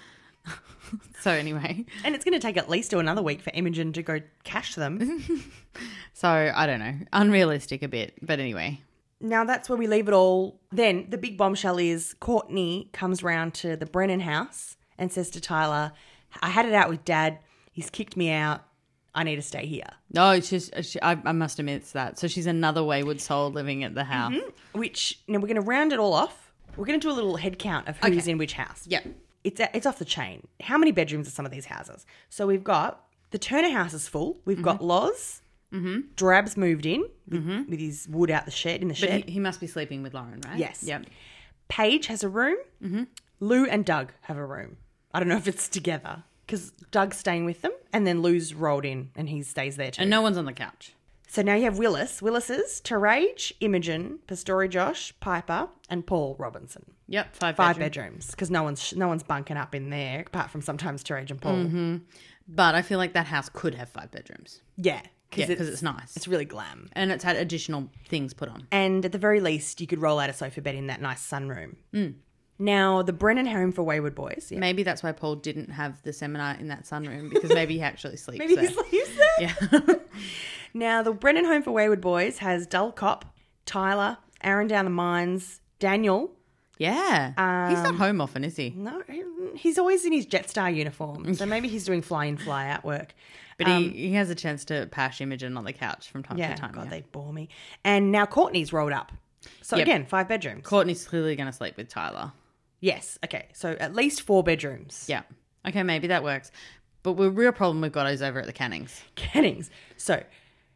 [SPEAKER 3] so anyway,
[SPEAKER 2] And it's going to take at least another week for Imogen to go cash
[SPEAKER 3] Mm-hmm.
[SPEAKER 2] them.
[SPEAKER 3] so I don't know, unrealistic a bit, but anyway,
[SPEAKER 2] now that's where we leave it all. Then the big bombshell is Courtney comes round to the Brennan house and says to Tyler, I had it out with dad. He's kicked me out. I need to stay here.
[SPEAKER 3] no, it's just she, I, I must have missed that. So she's another wayward soul living at the house.
[SPEAKER 2] Which, now we're going to round it all off. We're going to do a little head count of who's in which house.
[SPEAKER 3] Yeah,
[SPEAKER 2] it's it's off the chain. How many bedrooms are some of these houses? So we've got the Turner house is full. We've got Loz. Mm-hmm. Drab's moved in with, with his wood out the shed in the
[SPEAKER 3] Mm-hmm. but
[SPEAKER 2] shed.
[SPEAKER 3] he, he must be sleeping with Lauren, right?
[SPEAKER 2] Yes.
[SPEAKER 3] Yep.
[SPEAKER 2] Paige has a room. Mm-hmm. Lou and Doug have a room. I don't know if it's together because Doug's staying with them, and then Lou's rolled in and he stays there too.
[SPEAKER 3] And no one's on the couch.
[SPEAKER 2] So now you have Willis, Willis's, Terage, Imogen, Pastori, Josh, Piper, and Paul Robinson.
[SPEAKER 3] Yep, five
[SPEAKER 2] Five
[SPEAKER 3] bedroom.
[SPEAKER 2] bedrooms because no one's no one's bunking up in there apart from sometimes Terage and Paul.
[SPEAKER 3] Mm-hmm. But I feel like that house could have five bedrooms.
[SPEAKER 2] Yeah,
[SPEAKER 3] Yeah,
[SPEAKER 2] because
[SPEAKER 3] because it's, nice.
[SPEAKER 2] it's really glam.
[SPEAKER 3] and it's had additional things put on.
[SPEAKER 2] And at the very least, you could roll out a sofa bed in that nice sunroom.
[SPEAKER 3] Mm.
[SPEAKER 2] Now, the Brennan home for Wayward Boys. Yeah.
[SPEAKER 3] Maybe that's why Paul didn't have the seminar in that sunroom because maybe he actually sleeps
[SPEAKER 2] Maybe
[SPEAKER 3] there.
[SPEAKER 2] he sleeps there.
[SPEAKER 3] yeah.
[SPEAKER 2] Now, the Brennan home for Wayward Boys has Dull Cop, Tyler, Aaron Down the Mines, Daniel.
[SPEAKER 3] yeah. he's
[SPEAKER 2] um,
[SPEAKER 3] not home often, is he?
[SPEAKER 2] No, he's always in his Jetstar uniform, so maybe he's doing fly in, fly out work.
[SPEAKER 3] But he, he has a chance to pash Imogen on the couch from time
[SPEAKER 2] um, Yeah,
[SPEAKER 3] to time.
[SPEAKER 2] God,
[SPEAKER 3] yeah.
[SPEAKER 2] they bore me. And now Courtney's rolled up. So
[SPEAKER 3] Yep.
[SPEAKER 2] again, five bedrooms.
[SPEAKER 3] Courtney's clearly going to sleep with Tyler.
[SPEAKER 2] yes, okay. So at least four bedrooms.
[SPEAKER 3] Yeah. Okay, maybe that works. But the real problem we've got is over at the Cannings.
[SPEAKER 2] Kennings. So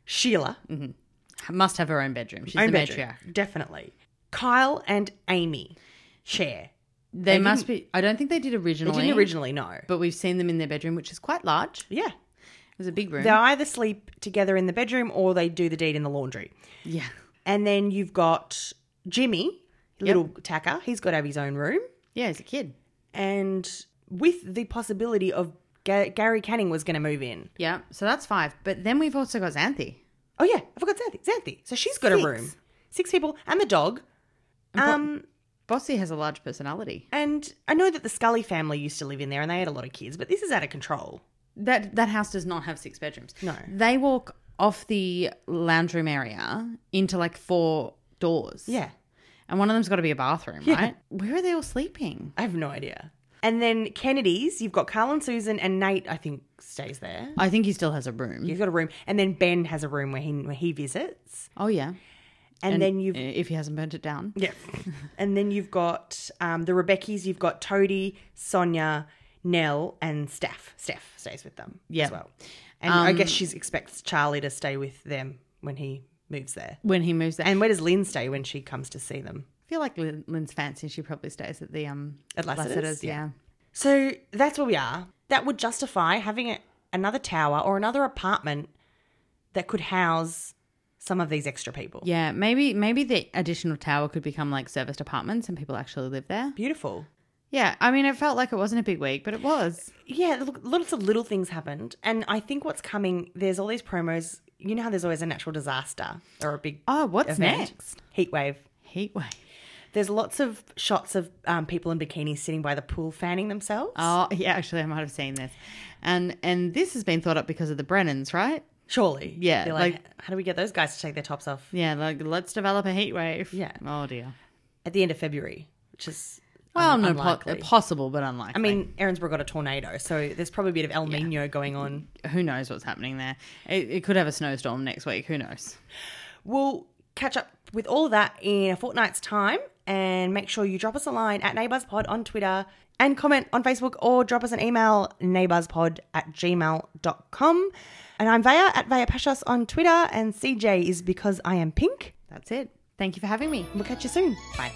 [SPEAKER 2] Sheila,
[SPEAKER 3] Must have her own bedroom. She's
[SPEAKER 2] own
[SPEAKER 3] the
[SPEAKER 2] bedroom,
[SPEAKER 3] matriarch.
[SPEAKER 2] definitely. Kyle and Amy share.
[SPEAKER 3] They, must be. I don't think they did
[SPEAKER 2] They
[SPEAKER 3] originally.
[SPEAKER 2] didn't originally know.
[SPEAKER 3] But we've seen them in their bedroom, which is quite large. It
[SPEAKER 2] Yeah.
[SPEAKER 3] was a big room.
[SPEAKER 2] They either sleep together in the bedroom or they do the deed in the laundry.
[SPEAKER 3] yeah.
[SPEAKER 2] And then you've got Jimmy, little tacker. He's got to have his own room.
[SPEAKER 3] Yeah, as a kid.
[SPEAKER 2] And with the possibility of Ga- Gary Canning was going to move in.
[SPEAKER 3] Yeah, so that's five. But then we've also got Xanthi.
[SPEAKER 2] Oh, yeah. I forgot Xanthi. Xanthi. So she's got
[SPEAKER 3] Six.
[SPEAKER 2] a room. Six people and the dog. Um,
[SPEAKER 3] Bossy has a large personality.
[SPEAKER 2] and I know that the Scully family used to live in there and they had a lot of kids, but this is out of control.
[SPEAKER 3] That that house does not have six bedrooms.
[SPEAKER 2] No.
[SPEAKER 3] They walk off the lounge room area into like four doors.
[SPEAKER 2] Yeah.
[SPEAKER 3] And one of them's got to be a bathroom, right? Where are they all sleeping?
[SPEAKER 2] I have no idea. And then Kennedy's, you've got Carl and Susan and Nate, I think, stays there.
[SPEAKER 3] I think he still has a room.
[SPEAKER 2] He's got a room. And then Ben has a room where he where he visits.
[SPEAKER 3] Oh yeah.
[SPEAKER 2] And, then you've
[SPEAKER 3] if he hasn't burnt it down.
[SPEAKER 2] Yeah. and then you've got um, the Rebeckies, you've got Toadie, Sonia, Nell, and Steph. Steph stays with them
[SPEAKER 3] Yeah.
[SPEAKER 2] as well. And I guess she expects Charlie to stay with them when he moves there.
[SPEAKER 3] When he moves there.
[SPEAKER 2] And where does Lynn stay when she comes to see them?
[SPEAKER 3] I feel like Lynn, Lynn's fancy. She probably stays at the um
[SPEAKER 2] At Lassiter's?
[SPEAKER 3] yeah.
[SPEAKER 2] So that's where we are. That would justify having a, another tower or another apartment that could house some of these extra people.
[SPEAKER 3] Yeah, maybe maybe the additional tower could become like serviced apartments and people actually live there.
[SPEAKER 2] Beautiful.
[SPEAKER 3] Yeah, I mean, it felt like it wasn't a big week, but it was.
[SPEAKER 2] Yeah, look, lots of little things happened. And I think what's coming, there's all these promos. You know how there's always a natural disaster or a big
[SPEAKER 3] Oh, what's
[SPEAKER 2] event?
[SPEAKER 3] next?
[SPEAKER 2] Heat wave.
[SPEAKER 3] Heat wave.
[SPEAKER 2] There's lots of shots of um, people in bikinis sitting by the pool fanning themselves.
[SPEAKER 3] Oh, yeah, actually, I might have seen this. And and this has been thought up because of the Brennans, right?
[SPEAKER 2] Surely.
[SPEAKER 3] Yeah,
[SPEAKER 2] They're like,
[SPEAKER 3] like-
[SPEAKER 2] how do we get those guys to take their tops off
[SPEAKER 3] Yeah, like let's develop a heat wave.
[SPEAKER 2] Yeah.
[SPEAKER 3] Oh dear.
[SPEAKER 2] at the end of February? Which is
[SPEAKER 3] Well,
[SPEAKER 2] un-
[SPEAKER 3] no, po-
[SPEAKER 2] unlikely.
[SPEAKER 3] possible, but unlikely.
[SPEAKER 2] I mean, Erinsborough got a tornado, so there's probably a bit of El Nino going on.
[SPEAKER 3] who knows what's happening there? It, it could have a snowstorm next week. Who knows?
[SPEAKER 2] We'll catch up with all of that in a fortnight's time and make sure you drop us a line at neighbourspod on Twitter and comment on Facebook or drop us an email neighbourspod at gmail.com. And I'm Vaya at Vaya Pashas on Twitter and CJ is because I am pink.
[SPEAKER 3] That's it. Thank you for having me.
[SPEAKER 2] We'll catch you soon. Bye.